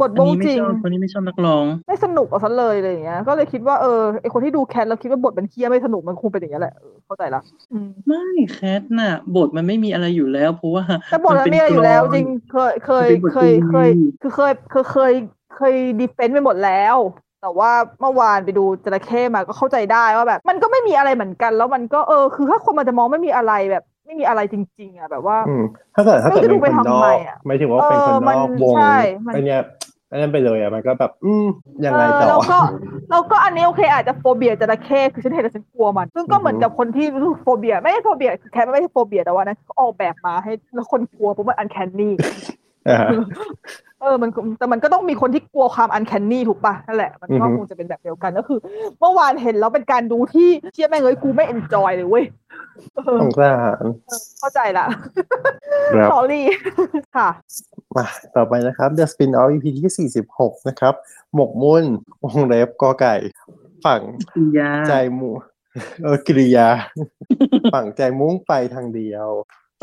D: บท
C: อั
D: บ
C: น
D: ง
C: นี้ไม่
D: จริง
C: ชอบคนนี้ไม่ชอบนักร้อง
D: ไม่สนุกเอาซะเลยอะไรอย่างเงี้ย ก็เลยคิดว่าเออไอคนที่ดูแคทแล้วคิดว่าบทมันเฮียไม่สนุกมันคงเป็นอย่างเงี้ยแหละเออเข้าใจละอืม
C: ไม่แคทน่ะ บทมันไม่มีอะไรอยู่แล้ว เพราะว่า
D: แต่บทมันมีอะไรอยู่แล้ว จริงเคยเคยเคยเคยคือเคยเคยเคยเคยดีเฟนต์ไปหมดแล้ว แต่ว่าเมื่อวานไปดูจระเข้มาก็เข้าใจได้ว่าแบบ มันก็ไม่มีอะไรเหมือนกัน แล้วมันก็เออคือถ้าคนมันจะมองไม่มีอะไรแบบ ไม่มีอะไรจริง ๆอ่ะแบบว่า
B: อืมถ้าเกิดถ้าเกิด
D: ไม่รู้
B: เป็นคนนอ
D: ไปทำไม
B: ก
D: อะ
B: ไม่ถึงว่าเป็นคน
D: เออน มัน
B: อกวง
D: ใช่มัน
B: อันเนี้ยอันนั้นไปเลยอ่ะมันก็แบบ อืมยังไง
D: เออ
B: ต่อ
D: แล้วก็แล้วก็อันนี้โอเคอาจจะโฟเบียจระเข้คือฉันเห็นแล้วฉันกลัวมัน ซึ่งก็เหมือน
B: อือฮึ
D: กับคนที่รู้สึกโฟเบีย ไม่ใช่โฟเบียคือแค่ไม่ใช่โฟเบียแต่ว่านะเขาออกแบบมาให้แล้วคนกลัวเพราะมันอันแคนนี่
B: อ่า
D: เออมันแต่มันก็ต้องมีคนที่กลัวความอันแคนนี่ถูกปะนั่นแหละมันก็
B: อือฮึ
D: คงจะเป็นแบบเดียวกันก็คือ เมื่อวานเห็นแล้วเป็นการดูที่เชี่ยแม่งเอ้ยกูไม่เอนจอยเลยเว้ยเออ
B: สงสาร
D: เข้าใจละ
B: ครับ
D: สอรี่ ค่ะ
B: มาต่อไปนะครับ The Spin-off EP ที่ 46 นะครับ หมกมุ่นวงเล็บกอไก่ ฝั่ง
C: กินยา
B: ใจมุเออกิริยา ฝั่งใจมุ้งไปทางเดียว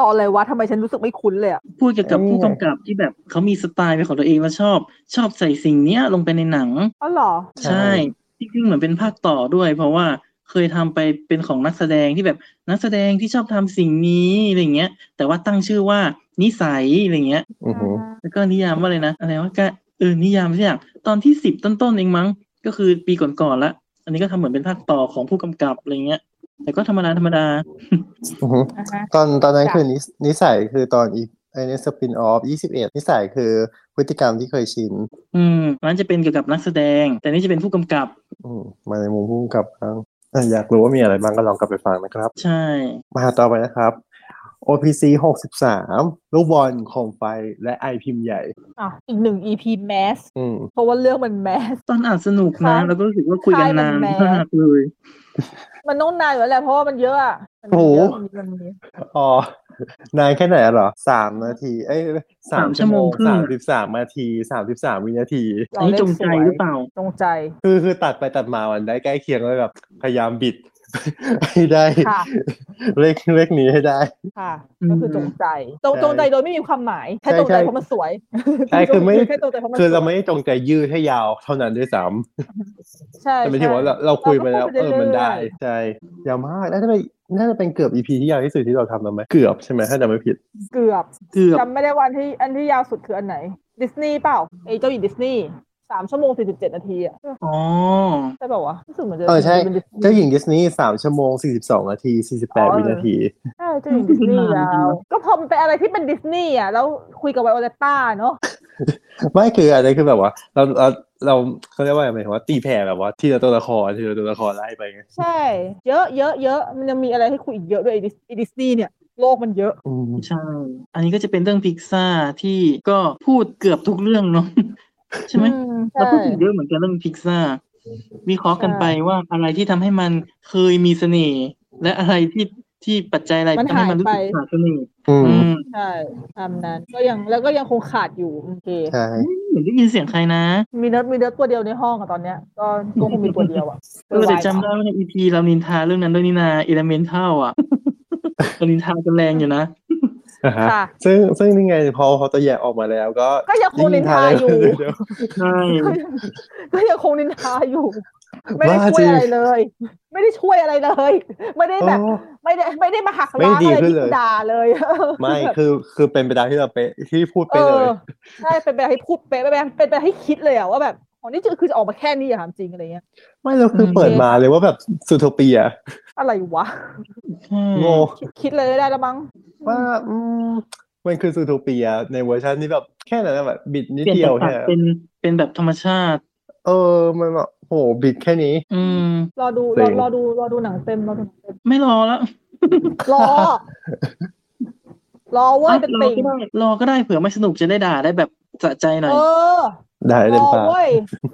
D: ตอนเลยวะทำไมฉันรู้สึกไม่คุ้นเลยอะ
C: พูดเกี่ยวกับผู้กำกับที่แบบเขามีสไตล์เป็นของตัวเองแล้วชอบ ชอบใส่สิ่งเนี้ยลงไปในหนัง
D: อ๋อเหรอ
B: ใช่
C: ใช่จริงๆเหมือนเป็นภาคต่อด้วย เพราะว่าเคยทำไปเป็นของนักแสดงที่แบบนักแสดงที่ชอบทำสิ่งนี้อะไรเงี้ย แต่ว่าตั้งชื่อว่านิสัยอะไรเงี้ย
B: อือหือ
C: แล้วก็นิยามว่าอะไรนะอะไรว่ากะเออนิยามสักอย่างตอนที่สิบต้นๆเองมั้ง ก็คือปีก่อนๆละอันนี้ก็ทำเหมือนเป็นภาคต่อของผู้กำกับอะไรเงี้ย แต่ก็ธรรมดาธรรมดา
B: อือหือ ตอนตอนนั้นคือนิสนิสัยคือตอนอีไอเนสปินออฟยี่สิบเอ็ดนิสัยคือพฤติกรรมที่เคยชิน
C: อืมนั้นจะเป็นเกี่ยวกับนักแสดง แต่นี่จะเป็นผู้กำกับ
B: อืมมาในมุมพุ่มกับบ้างอ่ะอยากรู้ว่ามีอะไรบ้างก็ลองกลับไปฟังนะครับ
C: ใช่
B: มาต่อไปนะครับ OPC 63 ลูกบอลโคมไฟและไอพิมพ์ใหญ่
D: อ่ะอีกหนึ่ง EP mass
B: อืม
D: เพราะว่าเรื่องมันแมส
C: ตอนอ่านสนุก
D: ค่ะ
C: นะแล้วก็รู้สึกว่าคุยกัน
D: ใช่มัน
C: นาน
D: แมส
C: มากเลย
D: มันต้องนานอยู่แล้วแหละเพราะว่ามันเยอะอะมันมี
B: โอ้โห
D: เยอะมันมีมันมี
B: อ๋อนานแค่ไหนอะเหรอสามนาที เอ้ยสามชั่วโมงสามสิบสามนาทีสามสิบสามวินาที
C: อันนี้จงใจหรือเปล่า
D: จงใจ
B: คือคือตัดไปตัดมามันได้ใกล้เคียงเลยแบบ พยายามบิด ให้ได้
D: ค่ะ
B: เลขเลขนี้ให้ได้
D: ค่ะ
C: อืม
D: ก็คือจงใจ จง
B: ใช่
D: จงใจโดยไม่มีความหมาย แค่
B: ใช่
D: จงใจ
B: ใช่
D: เพราะมันสวย
B: ใช่คือไม่
D: แค่จงใจเพราะมัน
B: คือเรา
D: สวย
B: ไม่ได้จงใจยืดให้ยาวเท่านั้นด้วยซ้
D: ใช่
B: ำแต่ไม่ถึงว่าเรา
D: ใช่
B: เราคุยไปแล้ว
D: เราก็
B: เอ
D: พูด
B: อ
D: ไปเรื่อยๆ
B: มันได้ ใช่ยาวมากน่าจะเป็นน่าจะเป็นเกือบอีพีที่ยาวที่สุดที่เราทำแล้วไหมเกือบใช่ไหมถ้าจำไม่ผิด
D: เกือบ
C: เกือบ
D: จำไม่ได้วันที่อันที่ยาวสุดคืออันไหน ดิสนีย์เปล่าไอ้เจ้าหญิงดิสนีย์สามชั่วโมงสี่สิบเจ็ดนาทีอะ
C: อ๋อ
D: ใช่เปล่าวะรู้สึกเหมือนจะ
B: เออใช่
D: ป็น Disney
B: เจ้าหญิงดิสนีย์สามชั่วโมงสี่สิบสองนาทีสี่สิบแปดวินาที
D: ใช่เจ้าหญิงดิสนีย์ยาวก็พอมันเป็นอะไรที่เป็นดิสนีย์อะแล้วคุยกับไวโอเลตตาเนาะ
B: ไม่คืออะไรคือแบบว่า เราเราเราเขาเรียกว่าอะไรหมายถึงว่าตีแผ่แบบว่าทีละตัวละครทีละตัวละครไล่ไปไง
D: ใช่ เยอะเยอะเยอะมันยังมีอะไรให้คุยอีกเยอะด้วยไอ้ดิสไอ้ดิสนีย์เนี่ยโลกมันเยอะ
B: อืม
C: ใช่ อันนี้ก็จะเป็นเรื่องพิกซ่าที่ก็พูดเกือบทุกเรื่องเนาะ ใช่ไหม
D: อืใช่
C: เราพูดถึงเยอะเหมือนกันเรื่องพิกซ่าวิเคราะห์กันไปว่าอะไรที่ทำให้มันเคยมีเสน่ห์และอะไรที่ที่ปัจจัยอะไร
D: มัน
C: ทำให้มันรู้สึก
D: หายไป
C: ขาดเสน่ห์
B: อืม
C: อืม
D: ใช่ตามนั้นก็ยังแล้วก็ยังคงขาดอยู่โอเค
B: ใช่
C: เหมือนได้ยินเสียงใครนะ
D: มีเนิร์ดมีเนิร์ดตัวเดียวในห้องอะตอนเนี้ยก็ก็คงมีตัวเดียวอะ
C: เออแต่จำได้ว่าในอีพีเรานินทาเรื่องนั้นด้วยนี่นาเอลเมนทัล อ่ะ เรานินทากันแรงอยู่นะ
B: นะฮะ
D: ค่ะ
B: ซึ่งซึ่งนี่ไงพอพอตัวอย่างออกมาแล้วก็
D: ก็ยังคงนินทาอยู่
B: งนินทาเล
C: ใช่
D: ก็ยังคงนินทาอยู่ ไม่ได้ช่วยอะไรเลย ไม่ได้ช่วยอะไรเลย ไม่ได้แบบ ไม่ได้ไม่ได้มาหักล้าง
B: ไม่ดี
D: อะไร
B: ขึ้น
D: ที่
B: เลย
D: ด่าเลย
B: ไม่คือคือเป็นไปตามที่เราเปะที่พูดไป
D: เอ
B: เลย
D: อใช่เป็นไปให้พูดเป็นไปเป็นไปให้คิดเลยอะว่าแบบอ๋อนี่คือจะออกมาแค่นี้อะถามจริงอะไรเงี้ย
B: ไม่เราคือเปิดมาเลยว่าแบบสุโทเปีย
D: อะไรวะ
C: ใช่
B: โงง
D: คิดคิดเลยได้แล้วมั้ง
B: ว่าอืมมันคือสุโทเปียในเวอร์ชันที่แบบแค่นั้นอะแบบบิดนิด
C: เปลี่ยน
B: เดียว
C: จาก
B: แค่นั้น
C: เป็นเป็นแบบธรรมชาติ
B: เออมันแบบโหบิดแค่นี้
C: อืม
D: รอดูร
B: จริ
D: อง รอดูรอดูหนังเต็มรอดูหนังเต็ม
C: ไม่รอแล้ว
D: รอ รอเว้ยเป็นติ่ง
C: รอก็ได้รอก็ได้เผื่อไม่สนุกจะได้ด่าได้แบบสะใจหน่อย
D: เออ
B: ได้
D: ร
B: เต็ม
D: อ
B: ปาก
D: เว้ย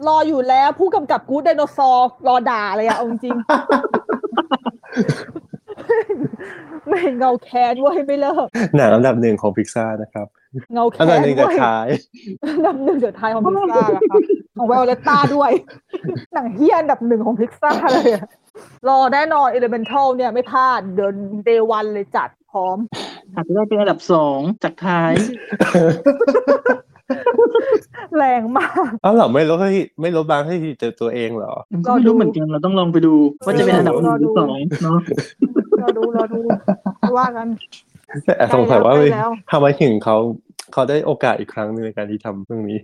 D: รออยู่แล้วผู้กำกับกู๊ดไดโนเสาร์รอด่าเลยอะเอาจริงๆไม่เงาแค้นเว้ยไม่เลิก
B: หนังอันดับหนึ่งของพิกซานะครับ
D: เงาแค้
B: อันนั้น
D: น
B: หนึ่ง
D: ด้
B: จะ
D: วย
B: ขาย
D: อันดับหนึ่งเดือดไทยของพิกซ่าอะครับของแวโอเลตตาด้วย หนังเฮียอันดับหนึ่งของพิกซ่าเลยอะรอแน่นอนเอเลเมนทัลเนี่ยไม่พลาดเดินเดวันเลยจัดพร้อม
C: อาจจะได้เป็นอันดับสองจากท้าย
D: แรงมาก
B: อ้าวเหรอไม่ลบให้ไม่ลบบางให้เจอตัวเองเหรอ
C: มันก็ไม่รู้เหมือนกันเราต้องลองไปดูว่าจะเป็นอันดับหนึ่งหรือสองเนาะ
D: รอดูรอดูว่ากัน
B: แต่แอบสงสัยว่า
D: ได้แล้ว
B: ทำไมถึงเขาเขาได้โอกาสอีกครั้งหนึ่งในการที่ทำเรื่องนี้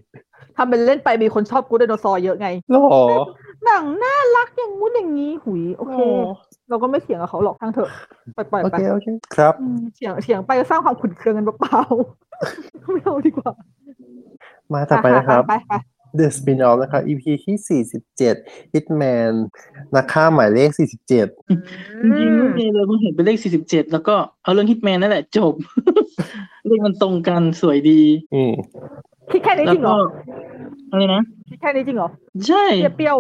D: ทำเป็นเล่นไปมีคนชอบกูไดโนเสาร์เยอะไง
B: หรอ
D: หนังน่ารักอย่างงู้นอย่างนี้หุยโอเค เราก็ไม่เถียงกับเขาหรอกทางเถอะปล่อย
B: โอ
D: ๆไป
B: เคโอเคครับ
D: อืมเถียงเถียงไปก็สร้างความขุ่นเคืองกันเปล่า ๆไม่เอาดีกว่า
B: มาต่อไปนะครับ
D: ไปไป
B: The Spin-off นะครับ EP ที่ 47 Hitman นักฆ่าหมายเลข 47
C: จริงๆไม่มีเลยผมเห็นเป็นเลขสี่สิบเจ็ดแล้วก็เอาเรื่องฮิตแมนนั่นแหละจบ เลขมันตรงกันสวยดี
B: อืม
D: คิดแค่นี้
C: แล้
D: จริ
C: ว
D: งเหร
C: ก็
D: อ
C: อะไรนะ
D: คิดแค่นี้จริงเหรอ
C: ใช่
D: เปรี้ยว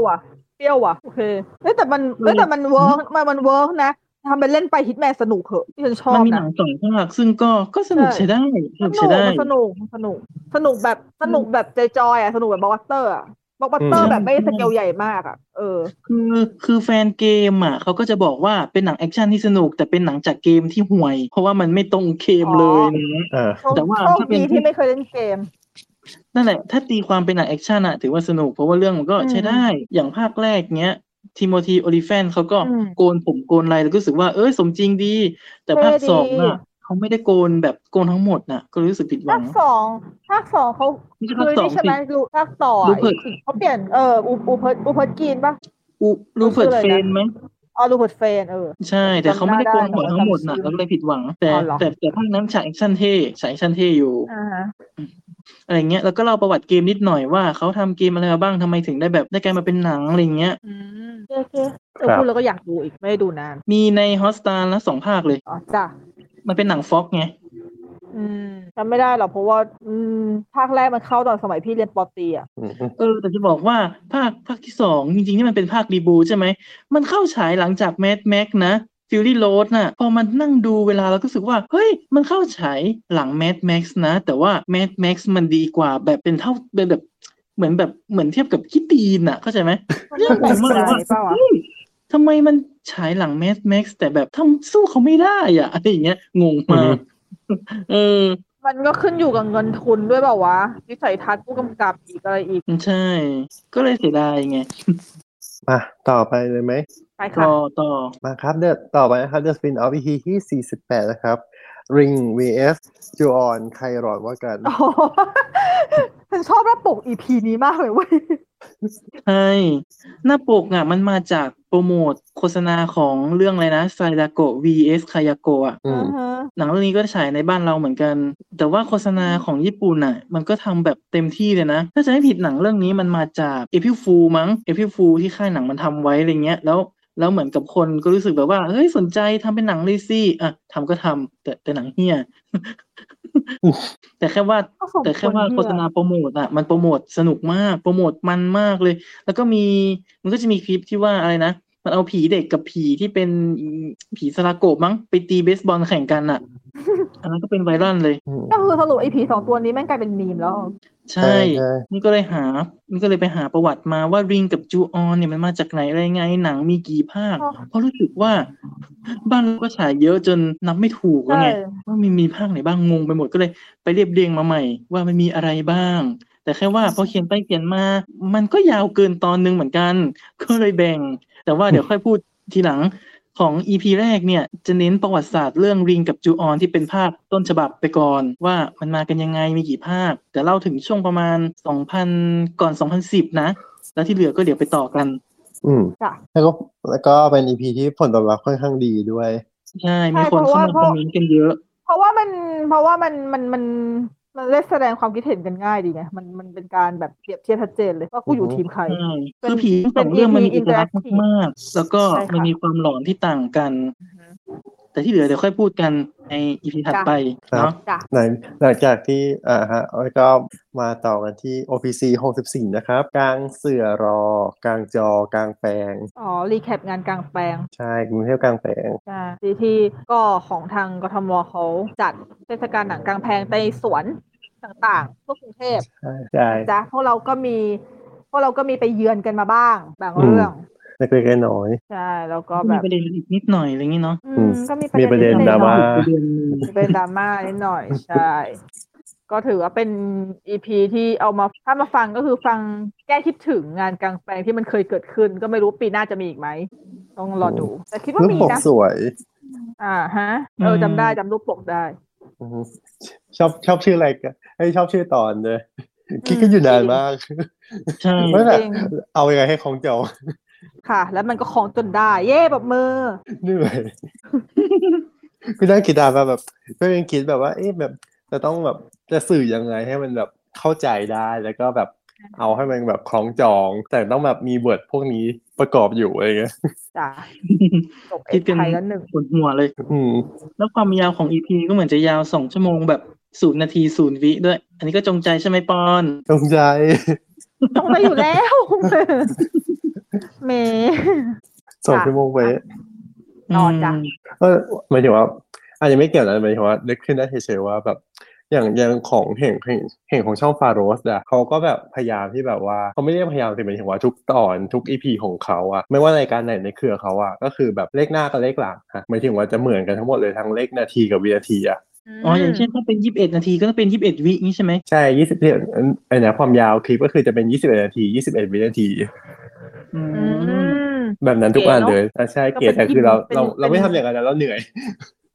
D: เปรี้ยวว่ะเปรี้ยวว่ะโอเคเอ้ยแต่มันเอ้ยแต่มันเวิร์กมันมันเวิร์กนะทำเป็นเล่นไปฮิตแมนสนุกเหอะที่ฉันชอ
C: มัน
D: บ
C: มีหนั
D: นะ
C: งสองภาคซึ่งก็ก็สนุก
D: ใช่
C: ใช้ได้
D: ส
C: สนุก
D: นุ
C: ใช้
D: ก
C: ได้
D: มันสนุกมันสนุก สนุกแบบสนุกแบบใจจอยๆอ่ะสนุกแบบบล็อกบัสเตอร์อ่ะบล็อกบัสเตอ
C: อื
D: ร์
C: ม
D: แบบไม่สเกลใหญ่มากอ่ะเออ
C: คือคือแฟนเกมอ่ะเขาก็จะบอกว่าเป็นหนังแอคชั่นที่สนุกแต่เป็นหนังจากเกมที่ห่วย เพราะว่ามันไม่ตรงเกมเลยนะ
B: อ่า
D: โชค
C: แต่ว่า
D: โชค
C: ถ้าเป็น
D: ดีที่ไม่เคยเล่นเกม
C: นั่นแหละ ถ้าตีความเป็นหนังแอคชั่นอะถือว่าสนุก เพราะว่าเรื่องมันก็
D: อืม
C: ใช้ได้ อย่างภาคแรกเนี้ยทีโมธีโอลิแฟนเขาก็
D: อืม
C: โกนผมโกนอะไรแล้วก็รู้สึกว่าเอ้ยสมจริงดี แต่ภาค
D: เท่ดี
C: สองอะเขาไม่ได้โกนแบบโกนทั้งหมดน่ะ ก็รู้สึกผิดหวั
D: ภาง คสองภาคสองเขา
C: ไม่
D: คือ
C: ใช่ภาคสอง
D: นี่ใช่ไหม
C: สิ
D: รู้ภาคต่อ
C: รู้
D: อะ
C: เผิด
D: อีกเขาเปลี่ยนเอออูอูเพิร์ดอูเพิร์ดกรีนปะ
C: อูรูเฟิร์ด
D: ชื่ออะไรนะ
C: เฟนไหม
D: อ๋อรูเพิร์ดเฟนเออ
C: ใช่ แต่เขาไม่ได้โกนหัวทั้งหมดน่ะ
D: จำได้
C: แล้วก็เลยผิดหวัง แต่
D: อ๋อเหรอ
C: แต่แต่ภาคนั้นฉากแอคชั่นเท่ฉากแอคชั่นเท่อยู่
D: อ่าฮะ
C: อะไรเงี้ยแล้วก็เล่าประวัติเกมนิดหน่อยว่าเขาทำเกมอะไรมาบ้างทำไมถึงได้แบบได้กลายมาเป็นหนังอะไรเงี้ย
D: อืมโอเคโอเคเออ
B: ครับ
D: พูดแล้วก็อยากดูอีกไม่ได้ดูนาน
C: มีในฮอสตาแล้วสองภาคเลย
D: อ๋อจ้ะ
C: มันเป็นหนังฟ็อกไง
D: อืมจำไม่ได้หรอกเพราะว่า อืมภาคแรกมันเข้าตอนสมัยพี่เรียนปอตรีอ่ะ
B: อืม
C: เออแต่จะบอกว่าภาคภาคที่สองจริงๆนี่มันเป็นภาครีบูทใช่ไหม มันเข้าฉายหลังจากแม d แม็กนะฟิลลี่โรดน่ะ พอมันนั่งดูเวลาเราก็รู้สึกว่า เฮ้ย มันเข้าฉายหลังแม d แม็กนะ แต่ว่าแม d แม็กมันดีกว่าแบบเป็นเท่าเป็นแบบเหมือนแบบเหมือนเทียบกับคิดตีนน่ะ เข้าใจไหม เรื่องของมัน
D: แบบ
C: ว่า
D: เปล่าวะ
C: เฮ้ยทำไมมันฉายหลังแม d แม็กแต่แบบทำสู้เขาไม่ได้อะอะไรอย่างเงี้ยงงมาก เออ
D: มันก็ขึ้นอยู่กับเงินทุนด้วยเปล่าวะวิสัยทัศน์ผู้กำกับอีกอะไรอีก
C: ใช่ ก็เลยเสียดายไง
B: อ่ะต่อไปเลยไหม
D: ไปค่ะ
C: ต่อต่อ
B: มาครับเดยวต่อไปนะครับ The Spin Off EP ที่ 48 นะครับ Ring vs จูออนใครรอดว่ากัน
D: โอ้โห ฉันชอบหน้าปกอีพีนี้มากเลยเว้ย
C: ใช่หน้าปกอ่ะมันมาจากโปรโมทโฆษณาของเรื่องอะไรนะไซดาโก vs คายาโกะ
B: อืม
D: อ่าฮะ
C: หนังเรื่องนี้ก็ฉายในบ้านเราเหมือนกัน แต่ว่าโฆษณาของญี่ปุ่นอ่ะ มันก็ทำแบบเต็มที่เลยนะ ถ้าจะไม่ผิดหนังเรื่องนี้มันมาจากเอพิฟูมั้งเอพิฟูที่ค่ายหนังมันทำไว้อะไรเงี้ย แล้วแล้วเหมือนกับคนก็รู้สึกแบบว่า เฮ้ยสนใจทำเป็นหนังเลยสิอ่ะทำก็ทำแต่แต่หนังเฮีย แต่แค่ว่า
D: ก็สมร
C: แต่แค่ว่าโฆษณาโปรโมทอ่ะมันโปรโมทสนุกมากโปรโมทมันมากเลย แล้วก็มีมันก็จะมีคลิปที่ว่าอะไรนะ มันเอาผีเด็กกับผีที่เป็นผีสลาโกบมั้งไปตีเบสบอลแข่งกันอ่ะ อันนั้นก็เป็นไวรัลเลย
B: อืม
D: ก็คือสรุปไอ้ผีสองตัวนี้แม่งกลายเป็นมีมแล้ว
C: ใช่
B: ใช่
C: นี่ก็เลยหานี่ก็เลยไปหาประวัติมาว่าริงกับจูออนเนี่ยมันมาจากไหนอะไรไงหนังมีกี่ภาค
D: อ๋อ
C: เพราะรู้สึกว่า บ้านเราก็ฉายเยอะจนนับไม่ถูกแล้ว
D: ใช่
C: ไง ว่ามีมีภาคไหนบ้างงงไปหมดก็เลยไปเรียบเรียงมาใหม่ ว่ามันมีอะไรบ้าง แต่แค่ว่าพอเขียนไปเขียนมา มันก็ยาวเกินตอนหนึงเหมือนกัน ก็เลยแบ่ง แต่ว่าเดี๋ยวค่อยพูดทีหลังของ EP แรกเนี่ย จะเน้นประวัติศาสตร์เรื่องริงกับจูออนที่เป็นภาคต้นฉบับไปก่อน ว่ามันมากันยังไงมีกี่ภาค แต่เล่าถึงช่วงประมาณ 2000 ก่อน 2010 นะ แล้วที่เหลือก็เดี๋ยวไปต่อกัน
B: อืม
D: จ้ะ
B: แล้วก็แล้วก็เป็น EP ที่ผลตอบรับค่อนข้างดีด้วย
C: ใช่มีคนเข้ามาคอมเมนต์กันเยอะ
D: เพราะว่ามันเพราะว่ามันมันมันมันได้แสดงความคิดเห็นกันง่ายดีไงมันมันเป็นการแบบเปรียบเทียบชัดเจนเลยว่ากูอยู่
B: อือฮึ
D: ทีมใคร
C: ใช่
D: เป็น
C: คือผีทั้งสอง
D: เป็น
C: เรื่องมันมี
D: EP
C: เอกลักษณ์มากๆแล้วก็
D: ใช่ค่ะ
C: มันมีความหลอนที่ต่างกัน
D: อือฮึ
C: แต่ที่เหลือเดี๋ยวค่อยพูดกันในอีพีถัด
D: จ้ะ
C: ไปเนาะ
D: จ้ะ
B: หลังหลังจากที่อ่าฮะแล้วก็มาต่อกันที่ OPC 64 นะครับ กลางเสือรอ กลางจอ กลางแปลง
D: อ๋อรีแคปงานกลางแปลง
B: ใช่กรุงเทพกลางแปลง
D: จ้ะที่ที่ก็ของทางกทมเขาจัดเทศกาลหนังกลางแปลงในสวน ต่างๆ พวกกรุงเทพ
B: ใช่ใช่
D: นะจ้ะพวกเราก็มีพวกเราก็มีไปเยือนกันมาบ้างบางเรื่อง
B: เล็กๆน้อย
D: ใช่แล้วก็
C: ก็
D: แบ
C: มี
D: บ
C: ประเด็นอีกนิดหน่อยอะไรอย่างนี้เนาะ
D: อื
B: ๆอื
D: ม
B: ม
D: ก็มี
B: มีประเด็น
D: นิ
B: ดรา
D: หน่
B: ม่า
D: อย
C: ประเด็นหนึ่ง
D: เป็นดราม่านิดหน่อยใช่ ก็ถือว่าเป็นอีพีที่เอามาถ้ามาฟังก็คือฟังแก้คิดถึงงานกลางแปลงที่มันเคยเกิดขึ้น ก็ไม่รู้ปีหน้าจะมีอีกไหม ต้องรอดู แต่คิดว่า
B: รูป
D: มี
B: ปก
D: นะ
B: สวย
D: อ่าฮะ เออจำได้จำรูปปกได้
B: อืมชอบชอบชื่ออะไรกันไอยชอบชื่อตอนเลยคิดกันอยู่นานมาก
C: ใช่
B: ไม่แต่
D: จริง
B: เอายังไงให้ของเจ้า
D: ค่ะ แล้วมันก็ของจนได้ เย่แบบมือ
B: เหนื่ อยคือนั่งคิดดามาแบบก็ยังคิดแบบว่า เอ๊ะแบบจะต้องแบบจะสื่อยังไงให้มันแบบเข้าใจได้แล้วก็แบบเอาให้มันแบบคล้องจอง แต่ต้องแบบมีเวิร์ดพวกนี้ประกอบอยู่อะไรเงี้ย
D: จ้ะจบ
C: คิ
D: เอ็
C: ด
D: ก
C: กัน
D: ไทยแล้วหนึ่ง
C: ปวดหัวเลย
B: อืม
C: แล้วความยาวของ EP ก็เหมือนจะยาวสองชั่วโมงแบบศูนย์นาทีศูนย์วิด้วย อันนี้ก็จงใจใช่ไหมปอน
B: ตรงใจ
D: ต้องได้อยู่แล้ว เม
B: สอง
D: ค่ะ
B: ชั่วโมงไป
D: ต่อจ้ะ
B: เออหมายถึงว่าอาจจะไม่เกี่ยวนะหมายถึงว่านึกขึ้นได้เฉยๆว่าแบบ อย่างอย่างของเห่งเห่งเห่งของช่องฟาโรสอะเขาก็แบบพยายามที่แบบว่าเขาไม่ได้พยายามแต่หมายถึงว่าทุกตอนทุกอีพีของเขาอะไม่ว่ารายการไหนในเครือเขาอะก็คือแบบเลขหน้ากับเลขหลังฮะหมายถึงว่าจะเหมือนกันทั้งหมดเลยทั้งเลขนาทีกับวินาทีอะ
C: อ๋ออย่างเช่นถ้าเป็นยี่สิบเอ็ดนาทีก็ต้องเป็นยี่สิบเอ็ดวินี้ใช่ไหม
B: ใช่ยี่สิบไอ้นะความยาวคลิปก็คือจะเป็นยี่สิบเอ็ดนาทียี่สิบเอ็ดวินาที
C: อื
D: อื
C: ม
D: ม
B: แบบนั้นทุกอันเลยอ่ะใช่เกียรแต่คือเรา
D: เป็น
B: เราเราไม่
D: เป็น
B: ทำอย่างนั้นแล้วเราเหนื่อย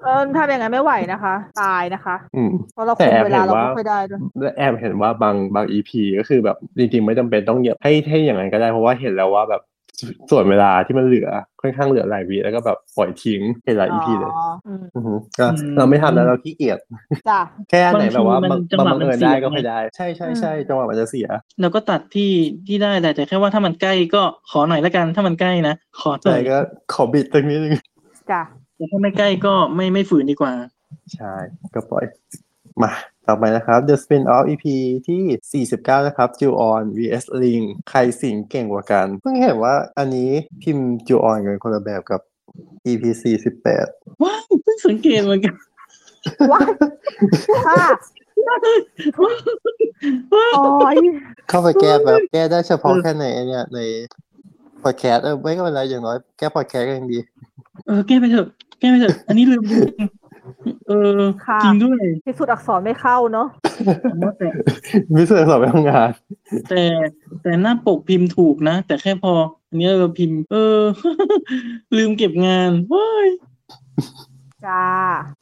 D: เออถ้าอย่างนั้นไม่ไหวนะคะ ตายนะคะ
B: อืม
D: เพราะเรา
B: แต่
D: คุม
B: แอบ
D: เวลา
B: เห็น
D: เรา
B: ว่า
D: ไม่ค่อยได้ด้วย
B: และแอบเห็นว่าบางบางอีพีก็คือแบบจริงๆไม่จำเป็นต้องเยอะให้ให้อย่างนั้นก็ได้เพราะว่าเห็นแล้วว่าแบบสส่วนเวลาที่มันเหลือค่อนข้างเหลือหลายวีแล้วก็แบบปล่อยทิ้งเห็นหลายอีพีเลย
D: อ๋ออืม
B: อือฮึก็
C: อืม
B: เราไม่ทำแล้วเราขี้เกียจ
D: จ้ะ
B: แค่อันไหนแบบว่า
C: บางทีมั
B: บัง
C: น
B: บัง
C: จังหวะ
B: เอิญ
C: มันเสีย
B: ได้ก็
C: ไง
B: ไม่ได้ใช่ใช่ใช่
D: อืม
B: จังหวะมันจะเสีย
C: เราก็ตัดที่ที่ได้แหละแต่แค่ว่าถ้ามันใกล้ก็ขอหน่อยละกัน ถ้ามันใกล้นะ ขอหน่
B: แต่
C: อย
B: ก็ขอบิดตรงนี้นึง
D: จ้ะ
C: แต่ถ้าไม่ใกล้ก็ไม่ไม่ฝืนดีกว่า
B: ใช่ก็ปล่อย มาต่อไปนะครับ The Spin Off EP ที่ 49 นะครับจูออน vs Ling ใครสิงเก่งกว่ากัน เพิ่งเห็นว่าอันนี้พิมพ์จูออนกันคนละแบบกับ EP 48
C: ว้าวเพิ่งสังเกตเหมือนกัน
D: ว้ายค่ะ
C: ว้าว
D: โอ้ย
B: เข้าไปแก้แบบแก้ได้เฉพาะแค่ในไอ้เนี่ยในพอดแคสต์เออไม่ก็เป็นไรอย่างน้อยแก้พอดแคสต์ก็ยังดี
C: เออแก้ไปเถอะแก้ไปเถอะ อันนี้ลืมจริงๆเออจริงด้วย
D: ที่สุดอักษรไม่เข้าเนอะ
C: แต่
B: มิสเตอร์สอบไปทำงาน
C: แต่แต่หน้าปกพิมพ์ถูกนะ แต่แค่พอ อันนี้เราพิมพ์ เออ ลืมเก็บงานเว้ย
D: จ้า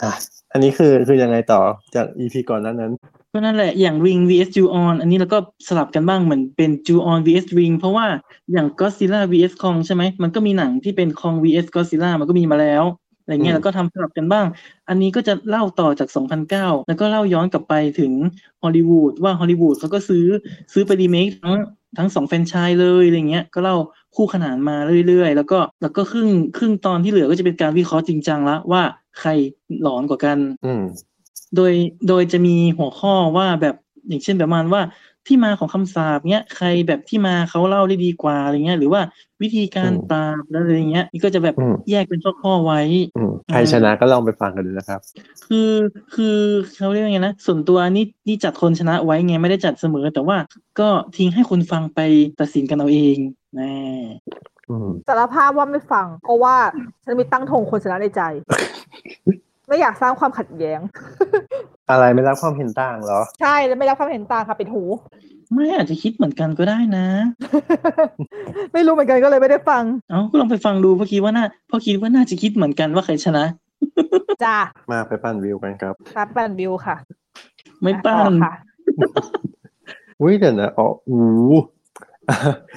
B: อ่ะ อันนี้คือคือยังไงต่อจาก EP ก่อนหนั้นนั้น
C: ก็นั่นแหละอย่าง Ring vs j u o n อันนี้เราก็สลับกันบ้างเหมือนเป็น j u o n vs Ring เพราะว่าอย่าง Godzilla vs Kong ใช่ไหมมันก็มีหนังที่เป็น Kong vs Godzilla มันก็มีมาแล้วอะไรเงี้
B: อื
C: ย
B: ม
C: แล้วก็ทำสลับกันบ้าง อันนี้ก็จะเล่าต่อจาก 2009 แล้วก็เล่าย้อนกลับไปถึงฮอลลีวูดว่าฮอลลีวูดเขาก็ซื้อซื้อไปรีเมคทั้งทั้งสองแฟรนไชส์เลยอะไรเงี้ยก็เล่าคู่ขนานมาเรื่อยๆ แล้วก็แล้วก็ครึ่งครึ่งตอนที่เหลือก็จะเป็นการวิเคราะห์จริงจังละว่าใครหลอนกว่ากัน
B: อืม
C: โดยโดยจะมีหัวข้อว่าแบบอย่างเช่นประมาณว่าที่มาของคำสาปเนี้ยใครแบบที่มาเขาเล่าได้ดีกว่าอะไรเงี้ยหรือว่าวิธีการ
B: อืม
C: ปราบอะไรอย่างเงี้ยนี่ก็จะแบบ
B: อืม
C: แยกเป็นข้อๆไว้
B: อืมใครชนะก็ลองไปฟังกันดูนะครับ
C: คือคือเขาเรียกว่าไงนะส่วนตัวนี่นี่จัดคนชนะไว้ไงไม่ได้จัดเสมอ แต่ว่าก็ทิ้งให้คนฟังไปตัดสินกันเอาเองแน่
B: อืม
D: สารภาพว่าไม่ฟัง เพราะว่าฉันมีตั้งธงคนชนะในใจ ไม่อยากสร้างความขัดแย้ง
B: อะไรไม่รับความเห็นต่างเหรอ
D: ใช่ แล้วไม่รับความเห็นต่างค่ะปิดหู
C: ไม่อาจจะคิดเหมือนกันก็ได้นะ
D: ไม่รู้เหมือนกันก็เลยไม่ได้ฟัง
C: เอ้าก็ลองไปฟังดูเพราะคิดว่าน่าเพราะคิดว่าน่าจะคิดเหมือนกันว่าใครชนะ
D: จ้า
B: มาไปปั่นวิวกันครับ
D: ซับแบนบิวค่ะ
C: ไม่
D: อ่ะ
C: ปั้
D: ต่
C: น
D: อค่ะ
B: อุ้ยเดี๋ยวนะอ๋ออู้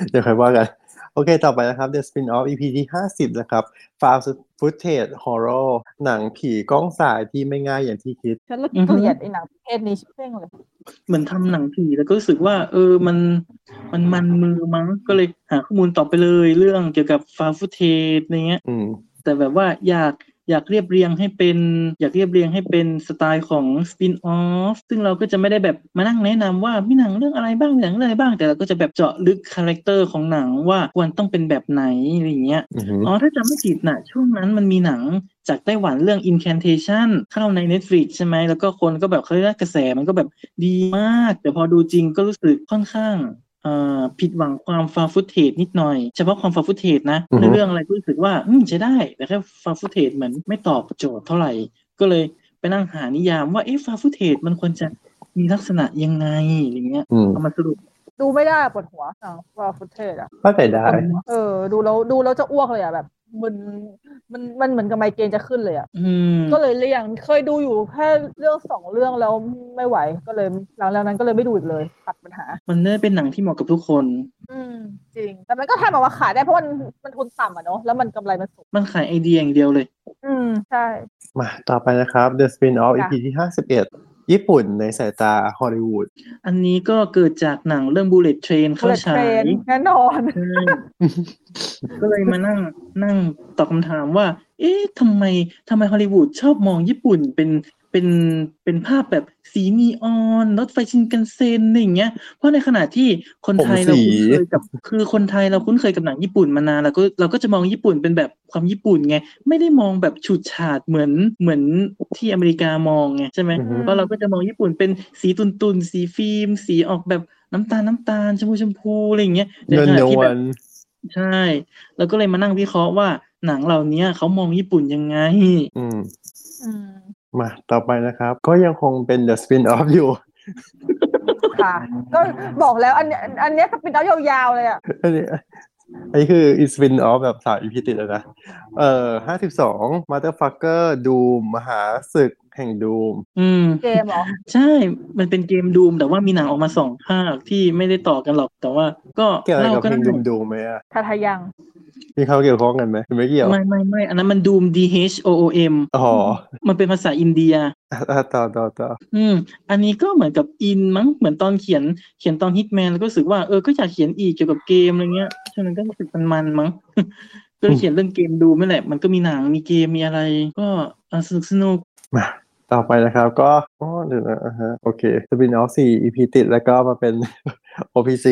B: เดี๋ยวค่อยว่ากัน โอเค ต่อไปนะครับ The Spin-off EP ที่ 50 นะครับ Found Footage Horror หนังผีกล้องสายที่ไม่ง่ายอย่างที่คิด
D: ฉันละ
C: อือฮึ
D: เกลียดไอ้หนังประเภทนี้ชิบเพ่งเลย
C: เหมือนทำหนังผีแล้วก็รู้สึกว่า เออมันมันมันมือมั้งก็เลยหาข้อมูลต่อไปเลยเรื่องเกี่ยวกับฟาฟูเทสอะไรเงี้ย
B: อืม
C: แต่แบบว่าอยาก อยากเรียบเรียงให้เป็น อยากเรียบเรียงให้เป็นสไตล์ของสปินออฟซึ่งเราก็จะไม่ได้แบบมานั่งแนะนำว่ามีหนังเรื่องอะไรบ้างมีหนังเรื่องอะไรบ้างแต่เราก็จะแบบเจาะลึกคาแรคเตอร์ของหนังว่าควรต้องเป็นแบบไหนอะไรอย่างเงี้ย
B: อือหือ
C: อ๋อถ้าจำไม่ผิดนะช่วงนั้นมันมีหนังจากไต้หวันเรื่อง Incantation เข้าใน Netflix ใช่ไหมแล้วก็คนก็แบบเขาเรียกว่ากระแสมันก็แบบดีมาก แต่พอดูจริงก็รู้สึกค่อนข้างเอ่อผิดหวังความฟาฟุตเทจนิดหน่อย เฉพาะความฟาฟุตเทจนะในเรื่องอะไรก็รู้สึกว่าอืมใช้ได้ แต่แค่ฟาฟุตเทจเหมือนไม่ตอบโจทย์เท่าไหร่ ก็เลยไปนั่งหานิยามว่าเอ๊ะฟาฟุตเทจมันควรจะมีลักษณะยังไงอย่างเงี้ย
B: อืม
C: เอามาสรุป
D: ดูไม่ได้ปวดหัวหนังฟาฟุตเทจอะ
B: เข้าใจได้
D: เออ ดูแล้วดูแล้วจะอ้วกเลยอะแบบ มันมันมันเหมือนกับไมเกรนจะขึ้นเลยอะ
C: อืม
D: ก็เลยเลี่ยงเคยดูอยู่แค่เรื่องสองเรื่องแล้วไม่ไหวก็เลยหลังจากนั้นก็เลยไม่ดูอีกเลยตัดปัญหา
C: มันเน่าเป็นหนังที่เหมาะกับทุกคน
D: อืม จริง แต่มันก็ทำออกมาขายได้เพราะมันมันทุนต่ำอ่ะเนาะแล้วมันกำไรมันสูง
C: มันขายไอเดียอย่างเดียวเลย
D: อืม ใช่
B: มาต่อไปนะครับ The Spin-off
D: ค่ะ
B: EP ที่ 51 ญี่ปุ่นในสายตาฮอลลีวูด
C: อันนี้ก็เกิดจากหนังเรื่อง Bullet Train เข้า
D: Bullet
C: ฉาย
D: Train แน่นอน
C: ใช่ก็เลยมานั่งนั่งตอบคำถามว่า เอ๊ะทำไมทำไมฮอลลีวูดชอบมองญี่ปุ่นเป็นเป็นเป็นภาพแบบสีนีออนรถไฟชินกันเซ็นอะไรอย่างเงี้ย เพราะในขณะที่คนไทย
B: ผ
C: เรา
B: มสี
C: คุ้นเคยกับคือคนไทยเราคุ้นเคยกับหนังญี่ปุ่นมานานเราก็เราก็จะมองญี่ปุ่นเป็นแบบความญี่ปุ่นไง ไม่ได้มองแบบฉูดฉาดเหมือนเหมือนที่อเมริกามองไงใช่ไหม
B: อือหือ
C: เพราะเราก็จะมองญี่ปุ่นเป็นสีตุนตุนๆสีฟิล์ม สีออกแบบน้ำตาลน้ำตาลชมพูชมพูอะไรอย่างเงี้ย
B: เนิน
C: ใขณะ
B: น
C: ที่
B: ว
C: แบบ
B: ล
C: ใช่ แล้วก็เลยมานั่งวิเคราะห์ว่าหนังเหล่านี้เขามองญี่ปุ่นยังไง
B: อืม
D: อืม
B: มาต่อไปนะครับ ก็ยังคงเป็น The Spin-off อยู่
D: ค่ะ ก็บอกแล้วอันเนี้ยอันเนี้ยสปินเอายาวๆเลยอ่ะ
B: อันนี้อันนี้คือ It's Spin Off แบบสาม EP ติดแล้วนะ เอ่อห้าสิบสองมาเตอร์ฟักเกอร์ดูมมหาศึกแห่งดูม
C: อืม
D: เกมเหรอ
C: ใช่ มันเป็นเกมดูม แต่ว่ามีหนังออกมาสองภาคที่ไม่ได้ต่อกันหรอกแต่ว่าก็
B: เกี่ยวอะไรกับ
C: ก็
B: เพล
C: ได้
B: งดูมดูมไหมอ่ะ
D: ทาทายัง
B: มีเขาเกี่ยวข้องกันไหมหรือไม่เกี่ยว
C: ไม่ไม่ไม่อันนั้นมันดูม D H O O M
B: อ๋อ
C: มันเป็นภาษาอินเดีย
B: อ่ะอ่ะต่อต่อต่อ
C: อืม อันนี้ก็เหมือนกับอินมั้ง เหมือนตอนเขียน เขียนตอนฮิตแมนแล้วก็รู้สึกว่า เออ ก็อยากเขียนอีกเกี่ยวกับเกมอะไรเงี้ยฉะนั้นก็รู้สึกมันมันๆมั้ง ก็เลยเขียนเรื่องเกมดูไม่นแหละ มันก็มีหนัง มีเกม มีอะไร ก็อ่ะสนุกสนุก
B: มาต่อไปนะครับ ก็อ๋อเดี๋ยวนะอ่าฮะโอเค Spin Off สี่ EP ติดแล้วก็มาเป็น OPC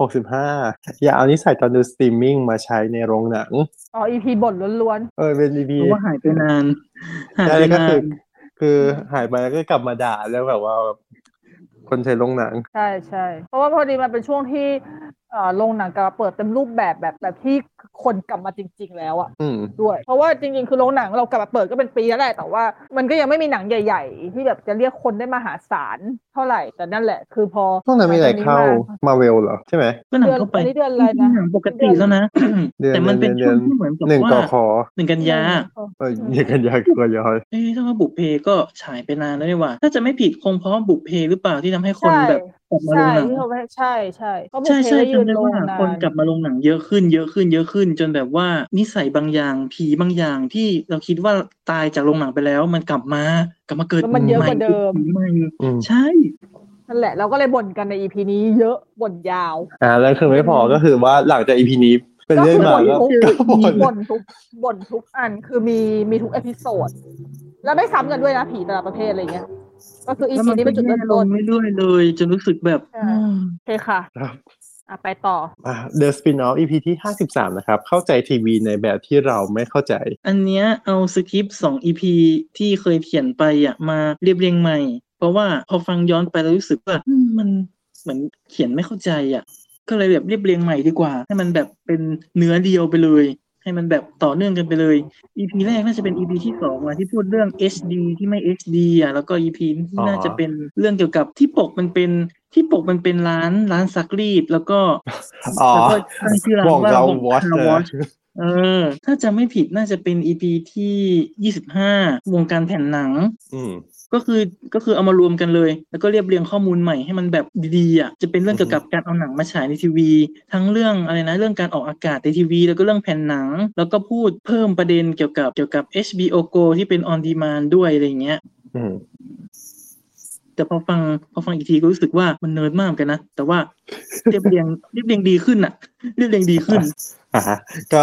B: หกสิบห้าอย่าเอานิสัยตอนดูสตรีมมิ่งมาใช้ในโรงหนัง
D: อ๋อ EP บ่นล้วน
B: เออเป็น EP
C: เพราะว่าหายไปนาน หาย
B: ใช่
C: ไป
B: ก็
C: นา
B: คื
C: น
B: อคือหายไปแล้วก็กลับมาด่าแล้วแบบว่าแบบคนใช้ลงหนัง
D: ๆ ใช่ใช่ เพราะว่าพอดีมันเป็นช่วงที่เอ่อลงหนังกลับมาเปิดเต็มรูปแบบแบบแบบที่คนกลับมาจริง ๆ แล้วอ่ะ
B: อืม
D: ด้วย เพราะว่าจริง ๆ คือโรงหนังเรากลับมาเปิดก็เป็นปีแล้วแหละ แต่ว่ามันก็ยังไม่มีหนังใหญ่ ๆ ที่แบบจะเรียกคนได้มหาศาลเท่าไหร่ แต่นั่นแหละ คือพอ
B: พวกนั้นมีอะไรเข้ามาเวลเหรอ ใช่ไหม
C: ก็หนัง
D: เดือน
C: เข้าไป
D: อันนี้เดือนอะไร
C: จริง
D: นะ
C: ๆหนังปกติแล้วนะ
B: เดือน
C: แต่มันเป็น
B: เดื
C: ช่
B: อ
C: วน งที่เหมือนกับ
B: หนึ่ง
C: ว่า
B: ต่อคอ
C: หนึ่งกันยา
B: เอออย่างกันยากกว่ายอย
C: เอ๊ะถ้าว่าบุพเพก็ฉายไปนานแล้วนี่หว่า ถ้าจะไม่ผิดคงเพราะบุพเพหรือเปล่าที่ทำให้คน
D: ใช่
C: แบบกลับมาดู
D: ใช่
C: หนัง
D: ที่เขาไม่ใช่ใช่เขาะบุก
C: ใช่
D: เพ
C: ใช่
D: ยื
C: จำ
D: น
C: ได้
D: โรง
C: ว่า
D: หนัง
C: คนกลับมาลงหนังเยอะขึ้นเยอะขึ้นเยอะขึ้น จนแบบว่านิสัยบางอย่างผีบางอย่างที่เราคิดว่าตายจากโรงหนังไปแล้วมันกลับมากลับมาเกิด
D: แล้วมันเยอะกว่าเดิม
C: ผีใหม่
B: อืม
C: ใช่
D: นั่นแหละ เราก็เลยบ่นกันใน EP นี้เยอะบ่นยาว
B: อ่าแล้วคือไม่พอก็คือว่าหลังจากอีพีนี้เป็นเรื่องมาก็
D: ก็คือ
B: ก็บ่
D: บ่
B: น
D: นทุกบ่นทุกอันคือมีมีทุกเอพิโซด แล้วไม่ซ้ำกันด้วยนะผีแต่ละประเภทอะไรเงี้ย ก็คือ EP
C: แล้วมัน
D: นี้เป็นจุด
C: แย่
D: เริ่ม
C: ล
D: ต้
C: ง
D: น
C: เรื่อยๆเลย จนรู้สึกแบบ
D: ใช่
C: อืม
D: โอเคค่ะ
B: ครับ
D: อ่ะไปต่อ
B: อ่า The Spin-off EP ที่ 53 นะครับ เข้าใจทีวีในแบบที่เราไม่เข้าใจ
C: อันเนี้ยเอาสคริปต์สองอีพีที่เคยเขียนไปอ่ะมาเรียบเรียงใหม่ เพราะว่าพอฟังย้อนไปแล้วรู้สึกว่าอืมมันเหมือนเขียนไม่เข้าใจอ่ะ ก็เลยแบบเรียบเรียงใหม่ดีกว่า ให้มันแบบเป็นเนื้อเดียวไปเลย ให้มันแบบต่อเนื่องกันไปเลย EP แรกน่าจะเป็น EP ที่สองอะที่พูดเรื่อง HD ที่ไม่ HD อ่ะแล้วก็ EP ที่น่าจะเป็นเรื่องเกี่ยวกับที่ปกมันเป็นที่ปกมันเป็นร้านร้านซักรีดแล้วก็
B: อ๋อ
C: แล้วก็ตั้งชื่อร้าน
B: บอก
C: ว่า
B: เราวอช
C: คา
B: เล
C: วอช
B: ย
C: เออ ถ้าจะไม่ผิดน่าจะเป็น EP ที่ 25 วงการแผ่นหนัง
B: อืม
C: ก็คือก็คือเอามารวมกันเลย แล้วก็เรียบเรียงข้อมูลใหม่ให้มันแบบดีๆอ่ะจะเป็นเรื่อง
B: อือฮึ
C: เกี่ยวกับการเอาหนังมาฉายในทีวี ทั้งเรื่องอะไรนะเรื่องการออกอากาศในทีวี แล้วก็เรื่องแผ่นหนัง แล้วก็พูดเพิ่มประเด็นเกี่ยวกับเกี่ยวกับ HBO Go ที่เป็น on demand ด้วยอะไรอย่างเงี้ย
B: อืม
C: แต่พอฟังพอฟังอีกทีก็รู้สึกว่ามันเนิร์ดมากเหมือนกันนะแต่ว่าเรียบเรียงเรียบเรียงดีขึ้นอ่ะ เรียบเรียงดีขึ้น
B: อ่ะฮะก็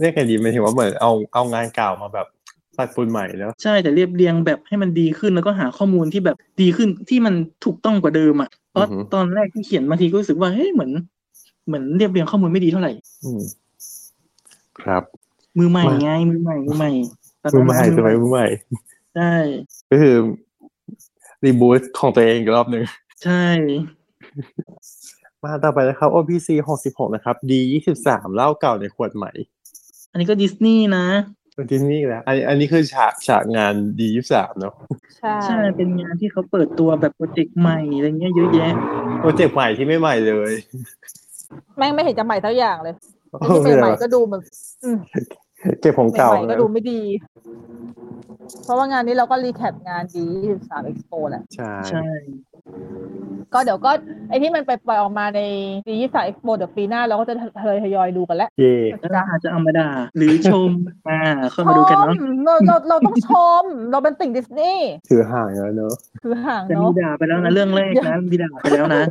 B: เรียกไงดีหมายถึงว่าเหมือนเอาเอางานเก่ามาแบบ ผ ตัดปูนใหม่เนาะ
C: ใช่แต่เรียบเรียงแบบให้มันดีขึ้นแล้วก็หาข้อมูลที่แบบดีขึ้นที่มันถูกต้องกว่าเดิมอ่ะเพราะตอนแรกที่เขียนบางทีก็รู้สึกว่าเฮ้ยเหมือน เหมือนเรียบเรียงข้อมูลไม่ดีเท่าไหร่
B: อืม ครับ
C: มือใหม่
B: มา
C: ไงมือใหม่มือใหม่ตอน
B: มื
C: นั้
B: อน ใหม่สมัยมือใหม่
C: ใช่
B: ก็คือรีบูทของตัวเองอีกรอบหนึ่ง
C: ใช่
B: มาต่อไปนะครับ OPC 66 นะครับ D 23เหล้าเก่าในขวดใหม่
C: อันนี้ก็ดิสนีย์นะ
B: ตัวที่นี่อีกแล้วอันอันนี้คือฉากฉากงาน D 23เนาะ
D: ใช่
C: ใช่เป็นงานที่เขาเปิดตัวแบบโปรเจกต์ใหม่อะไรเงี้ยเยอะแยะ
B: โปรเจกต์ใหม่ที่ไม่ใหม่เลย
D: แม่งไม่เห็นจะใหม่สักอย่างเลย
B: โอ้
D: ที่
B: ไม่
D: ให
B: เหร
D: ม่
B: อ
D: ๆก็ดูเหมือนอืม
B: เก็บของเก่า
D: ใหม่ๆ
B: เล
D: ก็
B: ย
D: ดูไม่ดี เพราะว่างานนี้เราก็รีแคปงานดี23 Expo แหละ
B: ใช่
C: ใช่
D: ก็เดี๋ยวก็ไอที่มันไปปล่อยออกมาในดี23 Expo เดี๋ยวปีหน้าเราก็จะทยอยทยอยดูกันแล้ว
B: เย่
C: แล้วอาจจะเอามาด่าหรือ ชม อ่าเข้ามาดูกันเนาะ
D: ชมเราเราเราต้องชม เราเป็นติ่งดิสนีย์
B: ถือห่างแล้วเนาะ
D: คือห่าง
C: แต่
D: เนาะ
C: มีด่าไปแล้วนะเรื่องแรกนะมีด่าไปแล้วนะ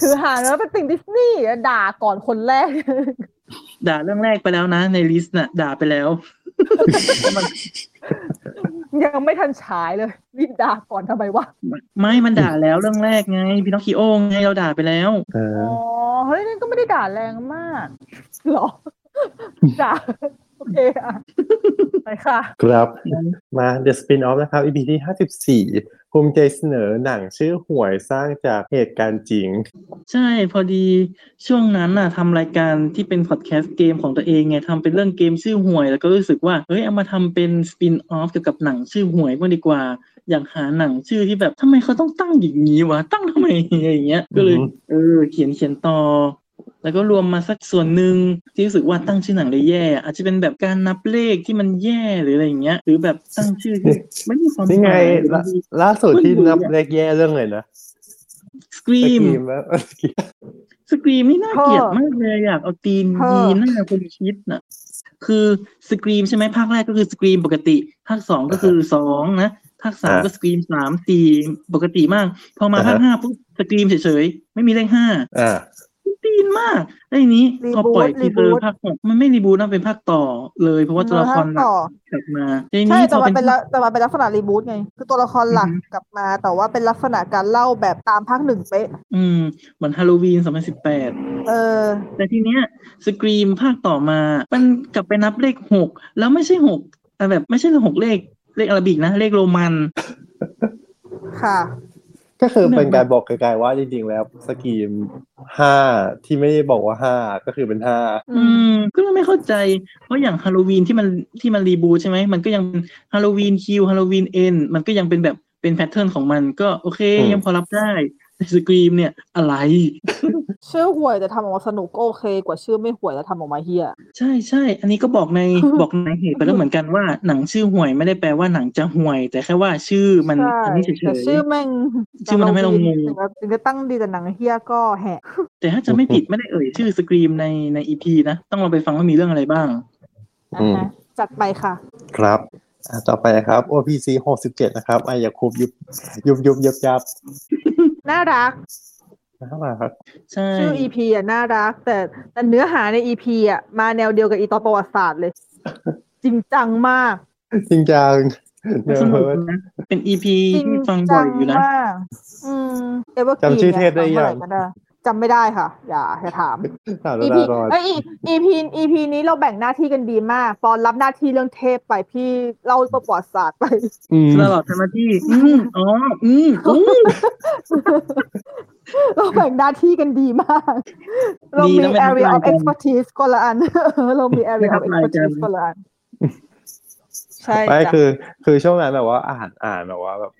D: คือห่างแล้วเป็นติ่งดิสนีย์ด่าก่อนคนแรก
C: ด่าเรื่องแรกไปแล้วนะ ในลิสต์น่ะด่าไปแล้ว
D: ยังไม่ทันฉายเลย รีบด่าก่อนทำไมวะ
C: ไม่มันด่าแล้วเรื่องแรกไงพี่น้องคิโอไงเราด่าไปแล้ว
B: เอ
D: อ๋
B: อ
D: อเฮ้ยนั่นก็ไม่ได้ด่าแรงมากหรอด่าโอเคอ่ะไปค่ะ
B: ครับ มา The Spin-off นะครับ EP ที่ 54 ภูมิใจเสนอหนังชื่อหวยสร้างจากเหตุการณ์จริง
C: ใช่พอดีช่วงนั้นน่ะทำรายการที่เป็นพอดแคสต์เกมของตัวเองไงทำเป็นเรื่องเกมชื่อหวย แล้วก็รู้สึกว่าเฮ้ยเอามาทำเป็นสปินออฟเกี่ยวกับหนังชื่อหวยบ้างดีกว่า อยากหาหนังชื่อที่แบบทำไมเขาต้องตั้งอย่างนี้วะตั้งทำไมอะไรอย่างเงี้ยก็เลย
B: อือฮึ
C: เออเขียนเขียนต่อ แล้วก็รวมมาสักส่วนหนึ่งที่รู้สึกว่าตั้งชื่อหนังได้แย่ อาจจะเป็นแบบการนับเลขที่มันแย่หรืออะไรอย่างเงี้ย หรือแบบตั้งชื่อ ที่ไม่มีความ
B: นี่ไง
C: หมายหรือ
B: ล่า
C: บางที
B: ล่าสุดที่
C: มันหวยอะ
B: นับเลขแย่เรื่องเลยนะ
C: สกรีม
B: สกรีมแล้ว เออสกรีม
C: สกรีมนี่น่า
D: พ่อ
C: เกลียดมากเลยอยากเอาตีน
D: พ่อ
C: ยีนหน้าคนคิดน่ะ คือสกรีมใช่ไหมภาคแรกก็คือสกรีมปกติภาคสองก็คือสองนะภาคสามก็สกรีมสามสี่ปกติมาก พอมาภาคห้าปุ๊บสกรีมเฉยๆ ไม่มีเลขห้า
B: อ่า
C: ตีนมาก ไอ้นี้
D: รี
C: พอ
D: บูท
C: ปล่อยที
D: รี
C: เซ
D: บู
C: อ
D: ท
C: ร์ภาคหกมันไม่รีบูทนะเป็นภาคต่อเลย เพราะว่าตัวละครหลัก
D: ต่อก
C: ลับมาไอ้
D: ใช่
C: นี้พ
D: แต่
C: อ
D: มัเป็
C: เป็น น
D: นละแต่มันเป็นลักษณะรีบูทไง คือตัวละครหลัก
C: อือฮึ
D: กลับมา แต่ว่าเป็นลักษณะการเล่าแบบตามภาคหนึ่งเป๊ะ
C: อืมเหมือนฮาโลวีนสองพันสิบแปด
D: เออ
C: แต่ทีเนี้ยสกรีมภาคต่อมา มันกลับไปนับเลขหกแล้วไม่ใช่หกแต่แบบไม่ใช่หกเลขเลขอาราบิกนะ เลขโรมัน
D: ค่ะ
B: ก็คือเป็นการบอกไกลๆว่าจริงๆแล้วสกรีมห้าที่ไม่ได้บอกว่าห้าก็คือเป็นห้า
D: อื
C: อื
D: ม
C: มก็เลยไม่เข้าใจ เพราะอย่างฮาโลวีนที่มันที่มันรีบูทใช่ไหมมันก็ยังฮาโลวีนคิวฮาโลวีนเอ็นมันก็ยังเป็นแบบเป็นแพทเทิร์นของมันก็โอเคยังพอรับได้แต่สกรีมเนี่ยอะไร
D: ชื่อห่วยแต่ทำออกมาสนุกก็โอเค กว่าชื่อไม่ห่วยแต่ทำออกมาเฮีย
C: ใช่ใช่ อันนี้ก็บอกใน บอกในเหตุไปแล้วเหมือนกันว่าหนังชื่อห่วยไม่ได้แปลว่าหนังจะห่วย แต่แค่ว่าชื่อมัน
D: ใช่
C: อันนี้เฉยๆ
D: แต่ชื่อแม่ง
C: ชื่อมันทำให้เรางง
D: ถึจะถึงจะตั้งดีแต่หนังเฮียก็แหก
C: แต่ถ้าจะไม่ผิดไม่ได้เอ่ยชื่อสกรีมในในอีพีนะ ต้องลองไปฟังว่ามีเรื่องอะไรบ้าง
D: นะฮะจัดไปค่ะ
B: ครับอ่ะต่อไปนะครับ OPC 67 นะครับไอยาคุบยุบยุบยุบยับยับ
D: น่ารัก
B: นะครับ
C: ใช่
D: ชื่อ EP อ่ะน่ารัก แต่แต่เนื้อหาใน EP อ่ะมาแนวเดียวกับอีตอนประวัติศาสต ร์เลย จริงจังมาก
B: จริงจังเน
C: สนุก
B: อะ
C: นะเป็นอีพี
D: จริง
C: ที่ฟังบ่
D: จั
C: อย
D: ง
C: อยู่นะ
D: มากอืมเอเวอร์กรีน
B: จำชื่อเทพได้ยัง
D: จำไม่ได้ค่ะ อย่าอย่าถาม
B: สาวดา
D: EP
B: รอน
D: ไอย EP EP นี้เราแบ่งหน้าที่กันดีมากปอนรับหน้าที่เรื่องเทพไปพี่เล่าประวัติศาสตร์ไป
B: อืม
C: ตลอดทำหน้าที่ อืมอ๋อ อืมอืม
D: เราแบ่งหน้าที่กันดีมาก เรา
C: ดี
D: มี
C: นะไม่
D: area
C: ทำ
D: of
C: ลายกัน
D: expertise คนละอัน เรามี area of
C: ไม่ทำลายกัน
D: expertise คนละอัน ใช่
B: ไม่
D: จ้ะ
B: คือ คือช่วงนั้นแบบว่าอ่านอ่านแบบว่าแบบ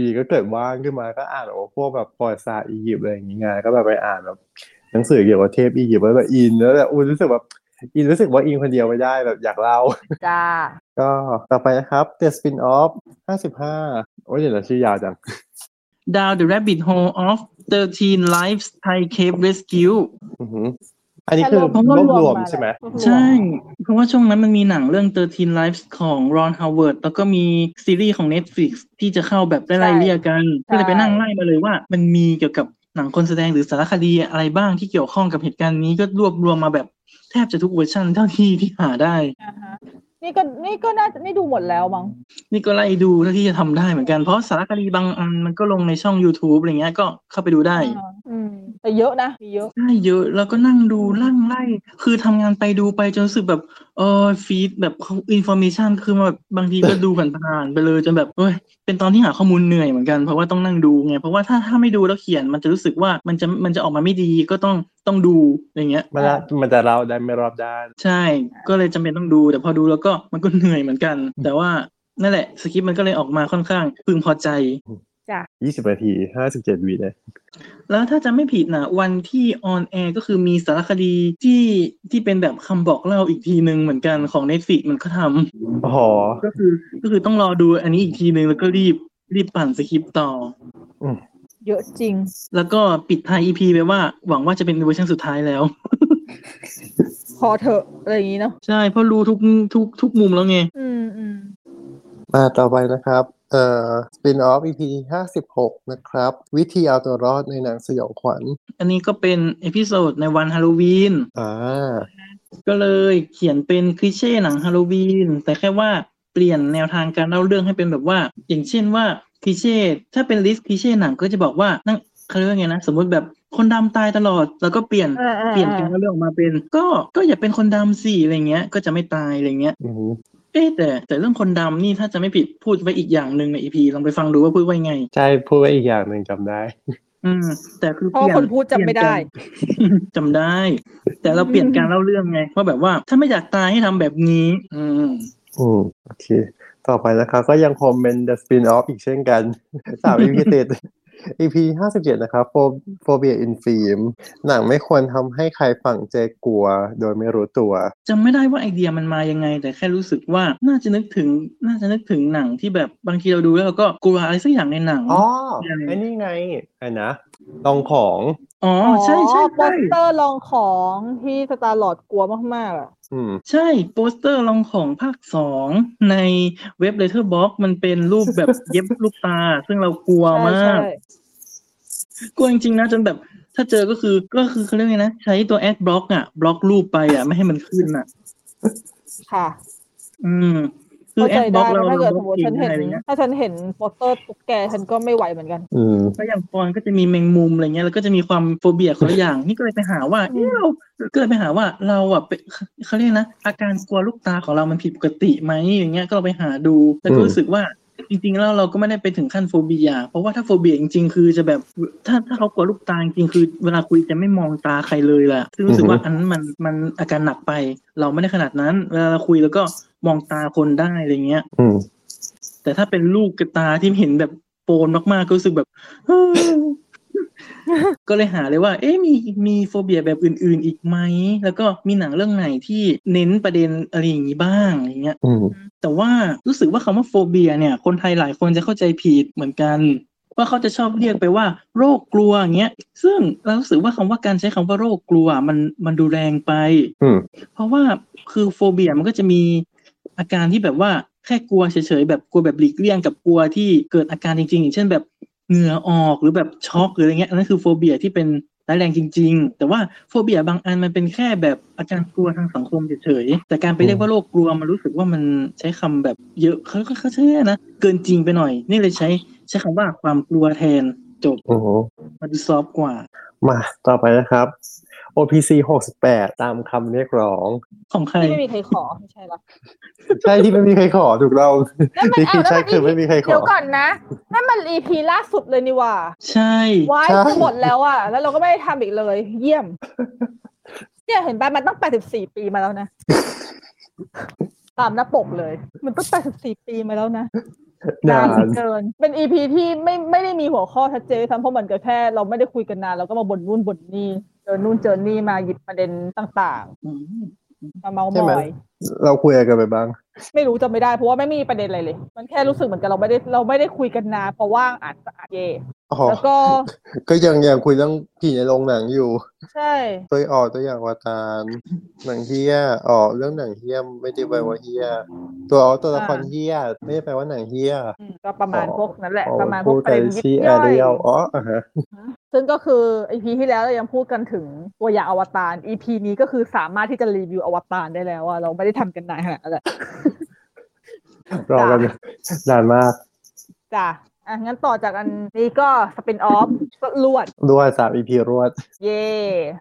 B: ดีๆก็เกิดว่างขึ้นมาก็อ่านแบบว่าพวกแบบประวัติศาสตร์อียิปต์อะไรอย่างงี้ไงก็แบบไปอ่านแบบหนังสือเกี่ยวกับเทพอียิปต์แล้วแบบอินแล้วแบบอุ้ยรู้สึกแบบอินรู้สึกว่าอินคนเดียวไม่ได้แบบอยากเล่า
D: จ้า
B: ก็ต่อไปนะครับ The Spin-off 55 โอ้ยเดี๋ยวนะชื่อยาวจัง
C: Down the Rabbit Hole of 13 Lives Thai Cave Rescue
B: อือหืออันนี้คือ
D: แค่
B: ร
D: รว
B: วบบ
D: ร
B: รว
D: ว
B: ม
D: ม
B: ใช่ไหม
D: มาแหละ
C: ใช่ เพราะว่าช่วงนั้นมันมีหนังเรื่อง 13 Lives ของ Ron Howard แล้วก็มีซีรีส์ของ Netflix ที่จะเข้าแบบไล่ๆเรียกกัน
D: ใช่
C: ก็เลยไปนั่งไล่มาเลยว่า มันมีเกี่ยวกับหนังคนแสดงหรือสารคดีอะไรบ้างที่เกี่ยวข้องกับเหตุการณ์นี้ก็รวบรวมมาแบบแทบจะทุกเวอร์ชันเท่าที่ที่หาได้
D: นี่ก็นี่ก็น่าจะนี่ดูหมดแล้วมั้ง
C: นี่ก็ไล่ดูเท่าที่จะทำได้เหมือนกัน เพราะสารคดีบางอันมันก็ลงในช่อง YouTube อะไรเงี้ยก็เข้าไปดูได้
D: อ่าอืม แต่เยอะนะมีเยอะ
C: ได้เยอะแล้วก็นั่งดูลั่งไล่ คือทำงานไปดูไปจนรู้สึกแบบเออฟีดแบบอินโฟมิชันคือมาแบบบางทีก็ดูผ่านๆไปเลยจนแบบเอ้ยเป็นตอนที่หาข้อมูลเหนื่อยเหมือนกันเพราะว่าต้องนั่งดูไงเพราะว่าถ้าถ้าไม่ดูแล้วเขียนมันจะรู้สึกว่ามันจะมันจะออกมาไม่ดีก็ต้องต้องดูอย่างเงี้ย
B: มันละมันจะเราได้ไม่รอบด้าน
C: ใช่ก็เลยจำเป็นต้องดูแต่พอดูแล้วก็มันก็เหนื่อยเหมือนกัน แต่ว่านั่นแหละสคริปต์มันก็เลยออกมาค่อนข้างพึงพอใจ
B: 20 นาที 57วินะ
C: แล้วถ้าจะไม่ผิดนะวันที่ออนแอร์ก็คือมีสารคดีที่ที่เป็นแบบคำบอกเล่าอีกทีหนึ่งเหมือนกันของ Netflix มันก็ทำ
B: โอ้โห
C: ก็คือก็คือต้องรอดูอันนี้อีกทีหนึ่งแล้วก็รีบรีบปั่นสคริปต์ต่อ
D: เยอะจริง
C: แล้วก็ปิดท้าย EP ไปว่าหวังว่าจะเป็นเวอร์ชันสุดท้ายแล้ว
D: พอเถอะอะไรอย่างนี้เนาะ
C: ใช่เพราะรู้ทุกทุกทุกมุมแล้วไง
D: อืมอืม
B: มาต่อไปนะครับ เอ่อ spin off EP 56 นะครับ วิธีเอาตัวรอดในหนังสยองขวัญ
C: อันนี้ก็เป็นเอพิโซดในวันฮาโลวีน
B: อ่า
C: ก็เลยเขียนเป็นคลิเช่หนังฮาโลวีนแต่แค่ว่าเปลี่ยนแนวทางการเล่าเรื่องให้เป็นแบบว่า อย่างเช่นว่าคลิเช่ถ้าเป็นลิสต์คลิเช่หนังก็จะบอกว่านั่งเขาเรียกว่าไงนะสมมติแบบคนดำตายตลอดแล้วก็เปลี่ยน
D: อ่าอ่า
C: เปลี่ยนการเล่าเรื่องออกมาเป็น ก็ก็อย่าเป็นคนดำสิอะไรเงี้ย ก็จะไม่ตายอะไรเงี้ย
B: อืม
C: เอ๊ะแต่แต่เรื่องคนดำนี่ถ้าจะไม่ผิดพูดไว้อีกอย่างหนึ่งในอีพีลองไปฟังดูว่าพูดไว้ไง
B: ใช่พูดไว้อีกอย่างหนึ่งจำได้
C: อืมแต่คือ
D: เพราะ
C: เปลี่ย
D: คนพูดจำไม่ได้
C: เปลี่ยนกัน จำได้ แต่เราเปลี่ยนการเล่าเรื่องไงว่าแบบว่าถ้าไม่อยากตายให้ทำแบบนี้ อืม
B: อืมโอเค ต่อไปนะครับก็ยังคงเป็น The Spin Off อีกเช่นกัน สาม EP ติด EP ห้าสิบเจ็ดนะครับโฟเบียอินฟิล์มหนังไม่ควรทำให้ใครฝั่งเจกลัว โดยไม่รู้ตัว
C: จำไม่ได้ว่าไอเดียมันมายังไง แต่แค่รู้สึกว่าน่าจะนึกถึงน่าจะนึกถึงหนังที่แบบบางทีเราดูแล้วเราก็กลัวอะไรสักอย่างในหนัง
B: อ๋อ
C: ยังไง
B: ไอ้นี่ไงไอ้นะลองของ
C: อ๋อใช่ใช่
D: โป
C: ใช่
D: สเตอร์ลองของที่สตาร์ลอดกลัวมากๆอ่ะ
B: อืม
C: ใช่โปสเตอร์ลองของภาคสองในเว็บ Letterbox มันเป็นรูปแบบ เย็บลูกตา ซึ่งเรากลัว
D: ใช่
C: มาก
D: ใช่
C: กลัวจริงๆนะจนแบบ ถ้าเจอก็คือก็คือเขาเรียกไงนะ ใช้ตัวแอดบล็อกอ่ะบล็อกรูปไปอ่ะไม่ให้มันขึ้นอ่ะ
D: ค่ะ
C: อืม คือ
D: เข้า
C: แอ
D: ใจ
C: ดบล็
D: ได้
C: อกเรา
D: ถ้าเกิด
C: เราบ
D: ส
C: ล็
D: ม
C: อ
D: มติ
C: ก
D: ฉั
C: เก่ง
D: น
C: ได้
D: เห็น
C: อะไรเงี้ย
D: ถ้าฉันเห็นโปสเตอร์ตุ๊กแกฉันก็ไม่ไหวเหมือนกัน
B: อืม
C: ก็อย่างฟอนก็จะมีแมงมุมอะไรเงี้ยแล้วก็จะมีความโฟเบียคนละอย่าง นี่ก็เลยไปหาว่า
D: อื
C: เอ๊ะ
D: ม
C: เราก็เลยไปหาว่าเราอ่ะเป็นเขาเรียกนะ อาการกลัวลูกตาของเรามันผิดปกติไหมอย่างเงี้ยก็เราไปหาดูแล้วก็
B: อืม
C: รู้สึกว่าจริงๆแล้วเราก็ไม่ได้ไปถึงขั้นโฟเบีย เพราะว่าถ้าโฟเบียจริงๆคือจะแบบถ้าถ้าเขากลัวลูกตาจริงๆคือเวลาคุยจะไม่มองตาใครเลยแหละซึ่งรู้สึกว่าอันนั้นมันมันอาการหนักไป เราไม่ได้ขนาดนั้น เวลาเราคุยแล้วก็มองตาคนได้อะไรเงี้ย
B: อืม
C: แต่ถ้าเป็นลูกกระตาที่เห็นแบบโปนมากๆก็รู้สึกแบบ ก็เลยหาเลยว่า เอ๊ะมีมีโฟเบียแบบอื่น ๆ อีกไหม แล้วก็มีหนังเรื่องไหนที่เน้นประเด็นอะไรอย่างนี้บ้างอย่างเงี้ย
B: อืม
C: แต่ว่ารู้สึกว่าคำว่าโฟเบียเนี่ย คนไทยหลายคนจะเข้าใจผิดเหมือนกัน ว่าเขาจะชอบเรียกไปว่า โรคกลัวอย่างเงี้ย ซึ่งเรารู้สึกว่าคำว่าการใช้คำว่าโรคกลัวมันมันดูแรงไป
B: อืม
C: เพราะว่าคือโฟเบียมันก็จะมีอาการที่แบบว่าแค่กลัวเฉยๆแบบกลัวแบบหลีกเลี่ยงกับกลัวที่เกิดอาการจริงๆ อย่างเช่นแบบเหงื่อออกหรือแบบช็อกหรืออะไรเงี้ยอันนั่นคือโฟเบียที่เป็นร้ายแรงจริง ๆ แต่ว่าโฟเบียบางอันมันเป็นแค่แบบอาการกลัวทางสังคมเฉยๆแต่การไปเรียกว่าโรคกลัวมันรู้สึกว่ามันใช้คำแบบเยอะเขาเขาเขาใช้นะเกินจริงไปหน่อย นี่เลยใช้ใช้คำว่าความกลัวแทนจบ
B: โอ้โห
C: มันดูซอฟต์กว่า
B: มาต่อไปนะครับ OPC 68 ตามคำเรียกร้อง
C: ของใคร
D: ที่ไม่มีใครขอไม่ใช่หรอ
B: ใช่ที่ไม่มีใครขอถูกเรา
D: นั่นมัน
B: ที่
D: เอา
B: คือ
D: แล้วมัน
B: ใช่คือไม่มีใครขอ
D: เดี๋ยวก่อนนะนั่นมัน EP ล่าสุดเลยนี่หว่า
C: ใช่
D: วาย
B: ใช่
D: จะหมดแล้วอ่ะ แล้วเราก็ไม่ได้ทำอีกเลย เยี่ยม เนี่ยเห็นป่ะมันต้อง 84 ปีมาแล้วนะ ตามหน้าปกเลย มันต้อง 84 ปีมาแล้วนะ
B: นาน
D: าน
B: น
D: เกิน เป็นอีพีที่ไม่ไม่ได้มีหัวข้อชัดเจนด้วยซ้ำเพราะมันก็แค่เราไม่ได้คุยกันนานเราก็มาบ่นนู่นบ่นนี่เจอนู่นเจอนี่มาหยิบประเด็นต่างๆ มาเมาท์
B: ใช่
D: ม
B: ไหม
D: อย
B: เราคุยอะไรกันไปบ้าง
D: ไม่รู้จะไม่ได้เพราะว่าไม่มีประเด็นอะไรเลย มันแค่รู้สึกเหมือนกันเราไม่ได้เราไม่ได้คุยกันนานเพราะว่างอัดก็อัดเย
B: อ๋อ
D: แล้วก็
B: ก็ยังยังคุยเรื่องผีในโรงหนังอยู่
D: ใช่
B: ตัวออกตัวอย่างวาตารหนังเฮียออกเรื่องหนังเฮียไม่ได้แปลว่าเฮียตัวออกตัวละครเฮียไม่ได้แปลว่าหนังเฮีย
D: อืมก็ประมาณพวกนั้นแหละ
B: ออก
D: ประมาณพ
B: พู
D: วก
B: ด
D: ป
B: กั
D: ระ
B: น
D: เด็นยิบ
B: ชี้แอ
D: ย่อ
B: เรียล
D: ย
B: อ๋ออ่ะฮะ
D: ซึ่งก็คืออีพีที่แล้วเรายังพูดกันถึงตัวอย่างอวตารอีพีนี้ก็คือสามารถที่จะรีวิวอวตารได้แล้วอะเราไม่ได้ทำกันนานขนาดนั้นแหละ
B: รอกันนานมาก
D: จ้ะอ่ะงั้นต่อจากอันนี้ก็สปินออฟก็ลวด
B: รวดสามอีพีรวด
D: เย่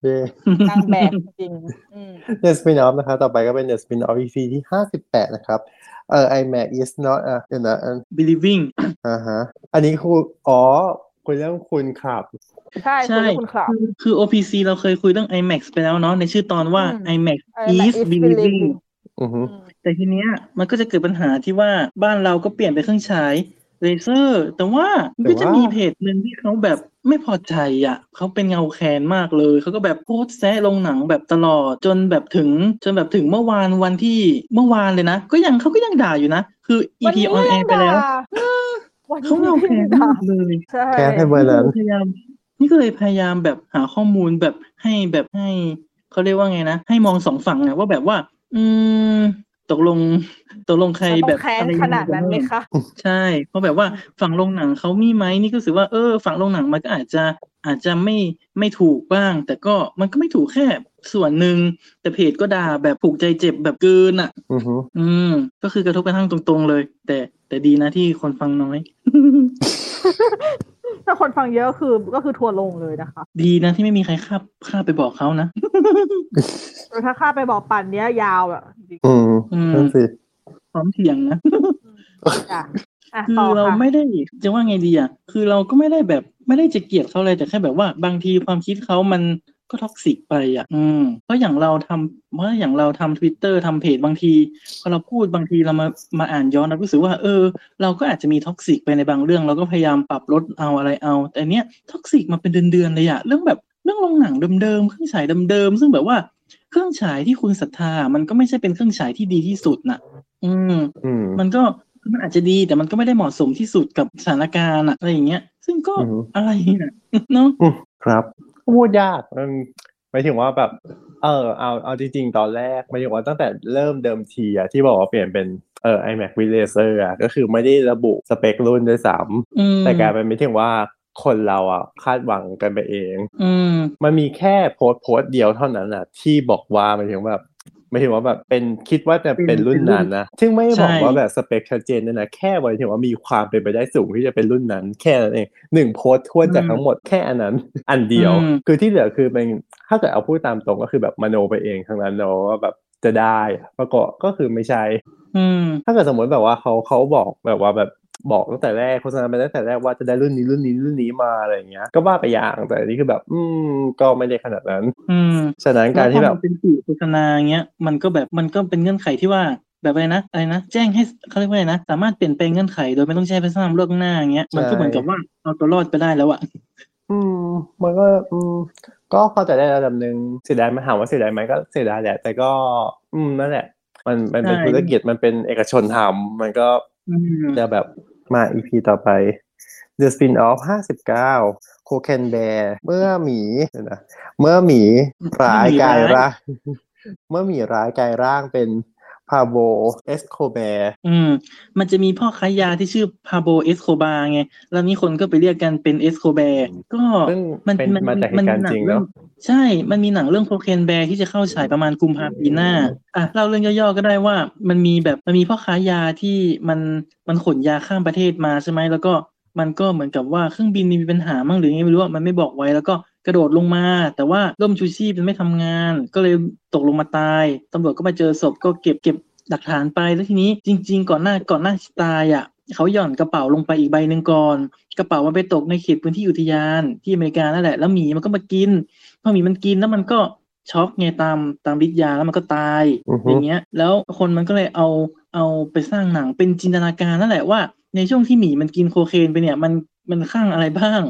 B: เย้
D: นางแบบ จริงอืม
B: เนสปินออฟนะครับต่อไปก็เป็นเนสปินออฟอีพีที่ห้าสิบแปดนะครับเออไอแม็กอีสเนาะอ่ะเดี๋ยวนะอัน
C: believing
B: อ่าฮะอันนี้คืออ๋อคุณเรื่องคุณขับ
D: ใช่
C: ใช่
D: คุณลูกคุณขลับ
C: คือคือ OPC เราเคยคุยเรื่อง IMAX ไปแล้วเนาะในชื่อตอนว่า
D: อืม
C: IMAX
D: เออ Max is
C: is believing
D: believing
B: อือฮึ
D: อืม
C: แต่ทีเนี้ยมันก็จะเกิดปัญหาที่ว่าบ้านเราก็เปลี่ยนไปเครื่องฉายเลเซอร์ แต่ว่ามันก็
B: แต่ว่า
C: จะมีเพจหนึ่งที่เขาแบบไม่พอใจอ่ะเขาเป็นเงาแคนมากเลย เขาก็แบบโพสต์แซะลงหนังแบบตลอดจนแบบถึงจนแบบถึงเมื่อวานวันที่เมื่อวานเลยนะ ก็ยังเขาก็ยังด่าอยู่นะ คือ EP on air ไปแล้ว
D: วันนี้
C: เขาเงาแคน
D: ด่าม
C: ากเลย
D: ใช่
B: แค่ให้เบอร์นั้น
C: พยายามนี่ก็เลยพยายามแบบหาข้อมูลแบบให้แบบให้เขาเรียกว่าไงนะ ให้มองสองฝั่งนะว่าแบบว่า อืม ตกลงตกลงใคร
D: มันต้
C: แบ
D: อบ งแค้น
C: อะไรยัง
D: ข
C: ไง
D: นาดนั้นไหม
C: กัแ
D: คะ
C: ใช่เพราะแบบว่าฝั่งโรงหนังเขามีไหมนี่ก็รู้สึกว่าเออฝั่งโรงหนังมันก็อาจจะอาจจะไม่ไม่ถูกบ้าง แต่ก็มันก็ไม่ถูกแค่ส่วนหนึ่งแต่เพจก็ด่าแบบผูกใจเจ็บแบบเกินอ่ะ
B: อือฮึ
C: อืม ก็คือกระทบกระทั่งตรง ๆ เลย แต่แต่ดีนะที่คนฟังน้อย
D: ถ้าคนฟังเยอะคือก็คือทัวร์ลงเลยนะคะ
C: ดีนะที่ไม่มีใครข้าบข้าบไปบอกเขานะ
D: แล้วถ้าข้าไปบอกปั่นเนี้ยยาวอ่ะจริง
B: อืม
C: อืม
B: นั่นสิ
C: พร้อมเถียงนะ
D: ๆจ้ะอ่ะ
C: คื
D: ต่อ
C: อเรา
D: ค่ะ
C: ไม่ได้จะว่าไงดีอ่ะ คือเราก็ไม่ได้แบบไม่ได้จะเกลียดเขาเลยแต่แค่แบบว่าบางทีความคิดเขามันก็ท็อกซิกไปอ่ะ อืม เพราะอย่างเราทำเพราะอย่างเราทำทวิตเตอร์ทำเพจบางทีพอเราพูดบางทีเรามามาอ่านย้อนเราก็รู้สึกว่า เออ เราก็อาจจะมีท็อกซิกไปในบางเรื่อง เราก็พยายามปรับลดเอาอะไรเอา แต่เนี้ยท็อกซิกมาเป็นเดือนๆเลยอ่ะเรื่องแบบเรื่องโรงหนังเดิมๆเครื่องฉายเดิมๆซึ่งแบบว่าเครื่องฉายที่คุณศรัทธา มันก็ไม่ใช่เป็นเครื่องฉายที่ดีที่สุดน่ะ อืม
B: อืม
C: มันก็มันอาจจะดีแต่มันก็ไม่ได้เหมาะสมที่สุดกับสถานการณ์อะอะไรอย่างเงี้ย ซึ่งก็
B: อือฮึ
C: อะไรนะ เนาะ
B: อืมครับพูดยากมันหมายถึงว่าแบบ เออเอาเอาจริง ๆ ตอนแรกหมายถึงว่าตั้งแต่เริ่มเดิมทีอะที่บอกว่าเปลี่ยนเป็นเออ iMac with Laser อะก็คือไม่ได้ระบุสเปครุ่นด้วยซ้
C: อืม
B: ำแต่กลายเป็นหมายถึงว่าคนเราอะคาดหวังกันไปเอง
C: อืม
B: มันมีแค่โพสต์โพสต์เดียวเท่านั้นอะที่บอกว่าหมายถึงแบบหมายถึงว่าแบบเป็นคิดว่าจะเป็นรุ่นนั้นนะซึ่งไม่ได้บอก
C: ใช่
B: ว่าแบบสเปคชัดเจนด้วยนะแค่หมายถึงว่ามีความเป็นไปได้สูงที่จะเป็นรุ่นนั้น แค่นั้นเองหนึ่งโพสต์ทวนจากทั้งหมดแค่อันนั้น อันเดียว
C: อืม
B: คือที่เหลือคือเป็นถ้าเกิดเอาพูดตามตรงก็คือแบบมโนไปเองทั้งนั้นเนาะว่าแบบจะได้ประกอบก็คือไม่ใช่
C: อืม
B: ถ้าเกิดสมมติแบบว่าเขาเขาบอกแบบว่าแบบบอกตั้งแต่แรกโฆษณาไปตั้งแต่แรกว่าจะได้รุ่นนี้รุ่นนี้รุ่นนี้มาอะไรอย่างเงี้ยก็ว่าไปอย่างแต่อันนี่คือแบบ อืมก็ไม่ได้ขนาดนั้น
C: อืม
B: ฉะนั้นการที่แบบ
C: ล้วพอมันเป็นสื่อโฆษณาอย่างเงี้ยมันก็แบบมันก็เป็นเงื่อนไขที่ว่าแบบอะไรนะอะไรนะแจ้งให้เขาเรียกว่าอะไรนะสามารถเปลี่ยนแปลงเงื่อนไขโดยไม่ต้องแจ้งไปสร้างเรื่องหน้าอย่างเงี้ยมันก็เหมือนกับว่าเอาตัวรอดไปได้แล้วอะ
B: อืมมันก็อืมก็เข้าใจได้ระดับหนึ่งเสียดายไหมถามว่าเสียดายไหมก็เสียดายแหละ แต่ก็อืมนั่นแหละ มันมันเป็นธุรกิจมันเป็นเอกชนทำมันก็
C: อืม
B: จะแบบมา EP ต่อไป The Spin-off 59 c o c a n Bear เมื่อหมีเดี๋ยวนะเมื่อหมีร้ายกาย ร่าง เมื่อหมีร้ายกายร่างเป็นพาโบเอสโคเบร์
C: อืมมันจะมีพ่อค้ายาที่ชื่อพาโบเอสโคบาไง แล้วนี่คนก็ไปเรียกกันเป็นเอสโคแบร์ก็
B: ซึ่ง
C: มัน
B: เป็นมาจากเหตุการณ์จริงเนาะ
C: ใช่ มันมีหนังเรื่องโคเคนแบร์ที่จะเข้าฉายประมาณกุมภาพันธ์ปีหน้า อ่ะเล่าเรื่องย่อๆก็ได้ว่ามันมีแบบมันมีพ่อค้ายาที่มันมันขนยาข้ามประเทศมาใช่ไหมแล้วก็มันก็เหมือนกับว่าเครื่องบินมีปัญหามั่งหรือไงไม่รู้ว่ามันไม่บอกไว้แล้วก็กระโดดลงมา แต่ว่าร่มชูชีพมันไม่ทำงาน ก็เลยตกลงมาตายตำรวจก็มาเจอศพก็เก็บเก็บ หลักฐานไปแล้วทีนี้จริง ๆ ก่อนหน้าก่อนหน้าที่ตายอ่ะเขาหย่อนกระเป๋าลงไปอีกใบหนึ่งก่อน กระเป๋ามันไปตกในเขตพื้นที่อุทยานที่อเมริกานั่นแหละแล้วหมีมันก็มากินพอหมีมันกินแล้วมันก็ช็อกไงตามตามฤทธิ์ยาแล้วมันก็ตาย
B: อือฮึ
C: อย่างเงี้ย แล้วคนมันก็เลยเอาเอาไปสร้างหนังเป็นจินตนาการนั่นแหละว่า ในช่วงที่หมีมันกินโคเคนไปเนี่ยมันมันข้างอะไรบ้าง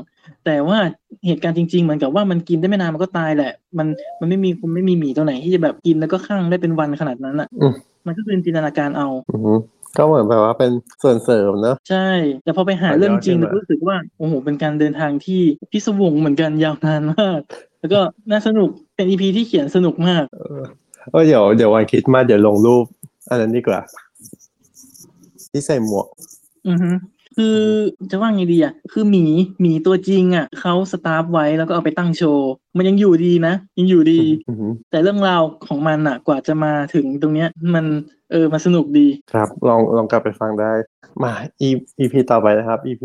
C: แต่ว่าเหตุการณ์จริง ๆ เหมือนกับว่ามันกินได้ไม่นานมันก็ตายแหละ มันมันไม่มีมันไม่มีหมีตัวไหนที่จะแบบกินแล้วก็ข้างได้เป็นวันขนาดนั้นอ่ะ มันก็คือจินตนาการเอา
B: อือฮึก็เหมือนแบบว่าเป็นส่วนเสริมเนาะ
C: ใช่ แต่พอไปหาเรื่องจริง
B: ขอย้อนขึ้นมา
C: เรารู้สึกว่าโอ้โหเป็นการเดินทางที่พิศวงเหมือนกันยาวนานมาก แล้วก็น่าสนุกเป็นอีพีที่เขียนสนุกมาก
B: เออเดี๋ยวเดี๋ยววันคริดมาสเดี๋ยวลงรูป อันนั้นดีกว่า ที่ใส่หมวก
C: อือฮึ คือจะว่าไงดีอ่ะ คือหมีหมีตัวจริงอ่ะเขาสตาร์ฟไว้แล้วก็เอาไปตั้งโชว์ มันยังอยู่ดีนะ ยังอยู่ดี
B: อืม
C: แต่เรื่องราวของมันอ่ะ กว่าจะมาถึงตรงเนี้ย มันเออมันสนุกดี
B: ครับลองลองกลับไปฟังได้ มา E- EP ต่อไปนะครับ EP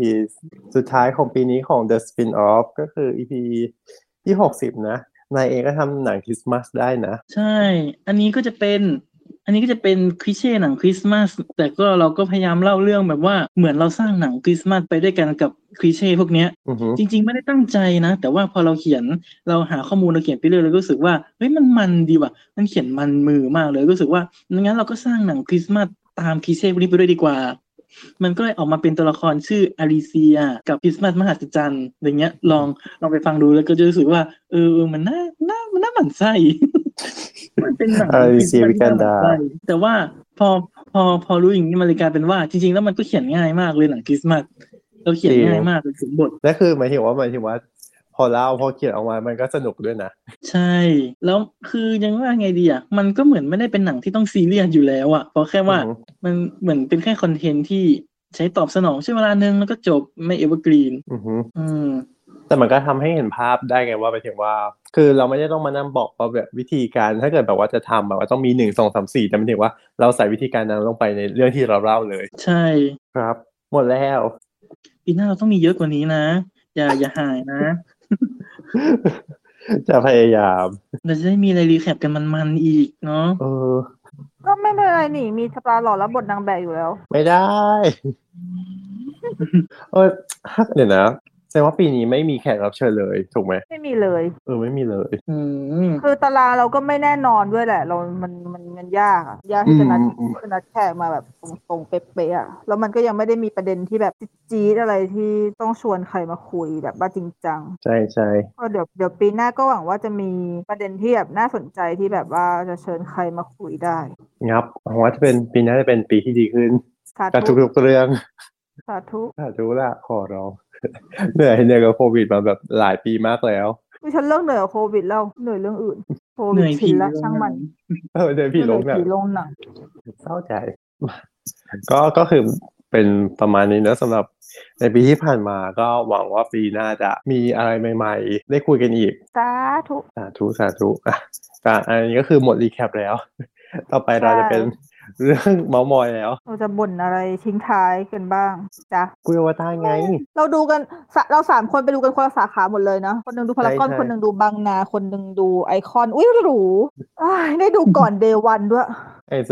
B: สุดท้ายของปีนี้ของ The Spin Off ก็คือ EP ที่หกสิบนะนายเองก็ทำหนังคริสต์มาสได้นะ
C: ใช่ อันนี้ก็จะเป็น อันนี้ก็จะเป็นคลิเช่หนังคริสต์มาส แต่ก็เราก็พยายามเล่าเรื่องแบบว่าเหมือนเราสร้างหนังคริสต์มาสไปด้วยกันกับคลิเช่พวกเนี้ย
B: อือหือ
C: จริง ๆ ไม่ได้ตั้งใจนะ แต่ว่าพอเราเขียนเราหาข้อมูลเราเขียนไปเรื่อยเราก็รู้สึกว่าเฮ้ยมันมันดีว่ะ มันเขียนมันมือมากเลยรู้สึกว่างั้นเราก็สร้างหนังคริสต์มาสตามคลีเช่พวกนี้ไปด้วยดีกว่า มันก็เลยออกมาเป็นตัวละครชื่ออาริเซีย กับคริสต์มาสมหัศจรรย์อย่างเงี้ยลองลองไปฟังดูแล้วก็จะรู้สึกว่าเออเออมันน่าน่ามันน่าหมั่นไส้ มันเป็นหนัง
B: Alicia Vikander
C: ใช่แต่ว่าพอพอพอรู้อย่างนี้มันเลยกลายเป็นว่า จริง ๆ แล้วมันก็เขียนง่ายมากเลยหนังคริสต์มาสเราเขียนง่ายมากเลยสมบท
B: นั่นคือหมายถึงว่าหมายถึงว่า พอเล่าพอเขียนออกมามันก็สนุกด้วยนะ
C: ใช่ แล้วคือยังว่าไงดีอ่ะ มันก็เหมือนไม่ได้เป็นหนังที่ต้องซีเรียสอยู่แล้วอ่ะเพราะแค่ว่า
B: อือฮึ
C: มันเหมือนเป็นแค่คอนเทนต์ที่ใช้ตอบสนองช่วงเวลานึงแล้วก็จบไม่เอเวอร์กรีน
B: อือหือ
C: อืม
B: แต่มันก็ทำให้เห็นภาพได้ไงว่าไปถึงว่า คือเราไม่ได้ต้องมานั่งบอกว่าแบบวิธีการถ้าเกิดแบบว่าจะทำแบบว่าต้องมีหนึ่งสองสามสี่แต่หมันถึงว่าเราใส่วิธีการนั้นลงไปในเรื่องที่เราเล่าเลย
C: ใช่
B: ครับ หมดแล้ว
C: ปีหน้าเราต้องมีเยอะกว่านี้นะ อย่าอย่าหายนะ
B: จะพยายาม
C: เราจะได้มีอะไรรีแคปกันมันๆอีกเนาะ
B: เออ
D: ก็ไม่เป็นไรนี่มีสปาหล่อแล้วบทนางแบบอยู่แล้ว
B: ไม่ได้ เออเดี๋ยวนะแสดงว่าปีนี้ไม่มีแขกรับเชิญเลย ถูกไหม
D: ไม่มีเลย
B: เออไม่มีเลย
C: อืม
D: คือตารางเราก็ไม่แน่นอนด้วยแหละ เรามันมันมันยากอะยากที่จะนัด
B: อืมอืม
D: คือนัดแขกมาแบบตรงๆเป๊ะๆอะแล้วมันก็ยังไม่ได้มีประเด็นที่แบบจี๊ดๆอะไรที่ต้องชวนใครมาคุยแบบว่าจริงจัง
B: ใช่ใช่
D: ก็เดี๋ยวเดี๋ยวปีหน้าก็หวังว่าจะมีประเด็นที่แบบน่าสนใจที่แบบว่าจะเชิญใครมาคุยได้
B: งับหวังว่าจะเป็นปีหน้าจะเป็นปีที่ดี ขึ้น
D: สา
B: กับ
D: ธุ
B: ทุกๆเรื่อง
D: สาธุ
B: สาธุละขอร้อง เหนื่อยเหนื่อยกับโควิดมาแบบหลายปีมากแล้ว
D: ไม่ฉันเลิกเหนื่อยกับโควิดแล้วเหนื่อยเรื่องอื่นโค
C: เห
D: วิด
C: นื่อย
D: ชิ
C: ผี
D: นแล้วช่างมัน
B: เออเดินพี่ลง
D: เห
B: ห
D: นื่
B: นั
D: อย
B: ง
D: ผีลงหนัง
B: เศร้าใจ ก็ก็คือเป็นประมาณนี้นะสำหรับในปีที่ผ่านมาก็หวังว่าปีหน้าจะมีอะไรใหม่ ๆ ได้คุยกันอีก
D: สาธุ
B: สาธุสาธุอ่ะอ่ะอันนี้ก็คือหมดรีแคปแล้ว ต่อไปเรา
D: ใช่
B: จะเป็น เรื่องเมามอยแล้ว
D: เราจะบ่นอะไรทิ้งท้ายกันบ้างจ้ะ
B: กุยอวตารไง
D: เราดูกันสะเราสามคนไปดูกันคนละสาขาหมดเลยเนาะคนหนึ่งดูพารากอน
B: ใช่ใช่
D: คนหนึ่งดูบางนา คนหนึ่งดูไอคอนอุ้ยหรูอ้ายได้ดูก่อนเดวันด้วย
B: ไอโซ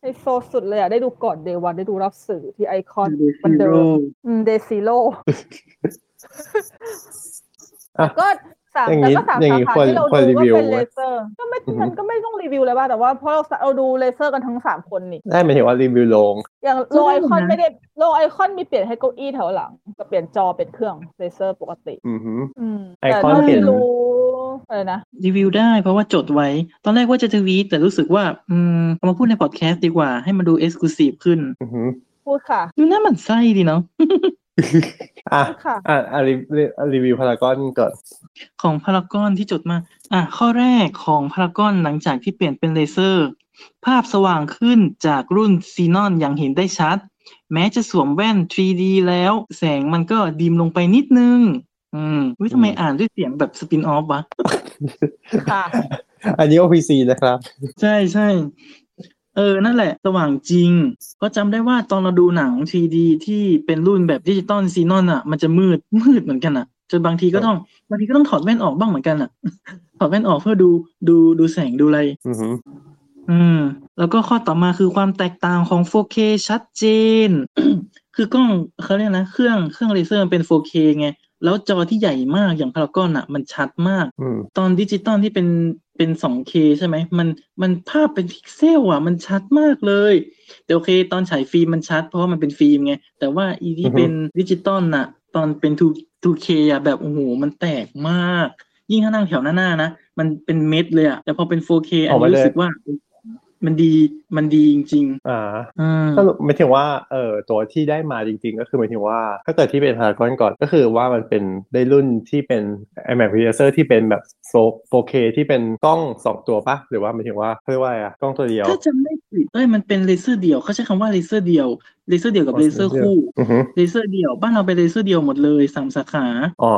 D: ไอโซสุดเลยอะได้ดูก่อนเดวันได้ดูรับสื่อที่ไอคอน
C: เป็น
D: เหมือนเดิ
C: โร่
D: ม อืมเดซิโล
B: อ่ะ
D: ก็สาม
B: อย่า
D: แต่
B: งนี้
D: ก็สาม
B: อย่าง
D: สาขา
B: นี้ควร
D: ที่เรา
B: ควร
D: ดู
B: รี
D: ก็
B: วิว
D: เป็น
B: ไหม
D: เลเซอร์ก็ไม่
B: อือฮึ
D: มันก็ไม่ต้องรีวิวแล้วป่ะแต่ว่าเพราะเราเราดูเลเซอร์กันทั้งสามคนนี่
B: ได้หมายถึงว่ารีวิวลง
D: อย่างโลไอคอนไม่ได้โลไอคอนมีเปลี่ยนให้เก้าอี้แถวหลังกับเปลี่ยนจอเป็นเครื่องเลเซอร์ปกติ
B: อือหือ
D: อืม
B: ไอ
D: แต่
B: คอน
D: เรา
B: เปลี่ยน
D: รู้อะไรนะ
C: รีวิวได้เพราะว่าจดไว้ ตอนแรกว่าจะทวีตแต่รู้สึกว่า อืมเอามาพูดในพอดแคสต์ดีกว่าให้มันดูเอ็กซ์คลูซีฟขึ้น
B: อือหือ
D: พูดค่ะ
C: ดูหน้าหมันไส้ดีเนาะ
B: อ่ะ
D: พูดค่ะ
B: อ่ะอ่ะรีรีรีวิวพารากอนก่อน
C: ของพารากอนที่จดมา อ่ะ ข้อแรกของพารากอนหลังจากที่เปลี่ยนเป็นเลเซอร์ ภาพสว่างขึ้นจากรุ่นซีนอนอย่างเห็นได้ชัด แม้จะสวมแว่น 3D แล้ว แสงมันก็ดิมลงไปนิดนึง อืมวิทำไมอ่านด้วยเสียงแบบสปินออฟวะ
D: ค่ะ
B: อันนี้ OPC นะครับ
C: ใช่ใช่ เออ นั่นแหละ สว่างจริง ก็จำได้ว่าตอนเราดูหนัง 3D ที่เป็นรุ่นแบบดิจิตอลซีนอนอ่ะ มันจะมืดมืดเหมือนกันอ่ะ จนบางทีก็ต้องบางทีก็ต้องถอดแว่นออกบ้างเหมือนกันอ่ะ ถอดแว่นออกเพื่อดูดูดูแสงดูอะไร
B: อือหือ
C: อืม แล้วก็ข้อต่อมาคือความแตกต่างของ 4K ชัดเจน คือกล้องเขาเรียกนะ เครื่องเครื่องเลเซอร์มันเป็น 4K ไง แล้วจอที่ใหญ่มากอย่างพารากอนอ่ะ มันชัดมาก
B: อืม
C: ตอนดิจิตอลที่เป็นเป็น 2K ใช่ไหม มันมันภาพเป็นพิกเซลอ่ะ มันชัดมากเลย แต่โอเค ตอนฉายฟิล์มมันชัด เพราะว่ามันเป็นฟิล์มไง แต่ว่าอีที่เป็นดิจิตอลน่ะ ตอนเป็น 2- 2K อ่ะแบบโอ้โหมันแตกมาก ยิ่งถ้านั่งแถวหน้าๆนะ มันเป็นเม็ดเลยอ่ะ แต่พอเป็น 4K อันนี้รู้สึกว่า มันดีมันดีจริง
B: อ่า
C: ๆอืม
B: สรุปหมายถึงว่าเออตัวที่ได้มาจริง ๆ ก็คือหมายถึงว่า ถ้าเกิดที่เป็นพารากอนก่อนก็คือว่ามันเป็นได้รุ่นที่เป็น iMac Processor ที่เป็นแบบโซ 4K ที่เป็นกล้องสองตัวปะหรือว่าหมายถึงว่าเขาเรียกว่าอะไรอะกล้องตัวเดียว
C: ถ้าจำไม่ผิดเอ้ยมันเป็นเลเซอร์เดียวเขาใช้คำว่าเลเซอร์เดียว เลเซอร์เดี่ยวกับเลเซอร์คู่
B: อือฮึ
C: เลเซอร์เดี่ยวบ้านเราเป็นเลเซอร์เดี่ยวหมดเลยสามสาขา
B: อ๋อ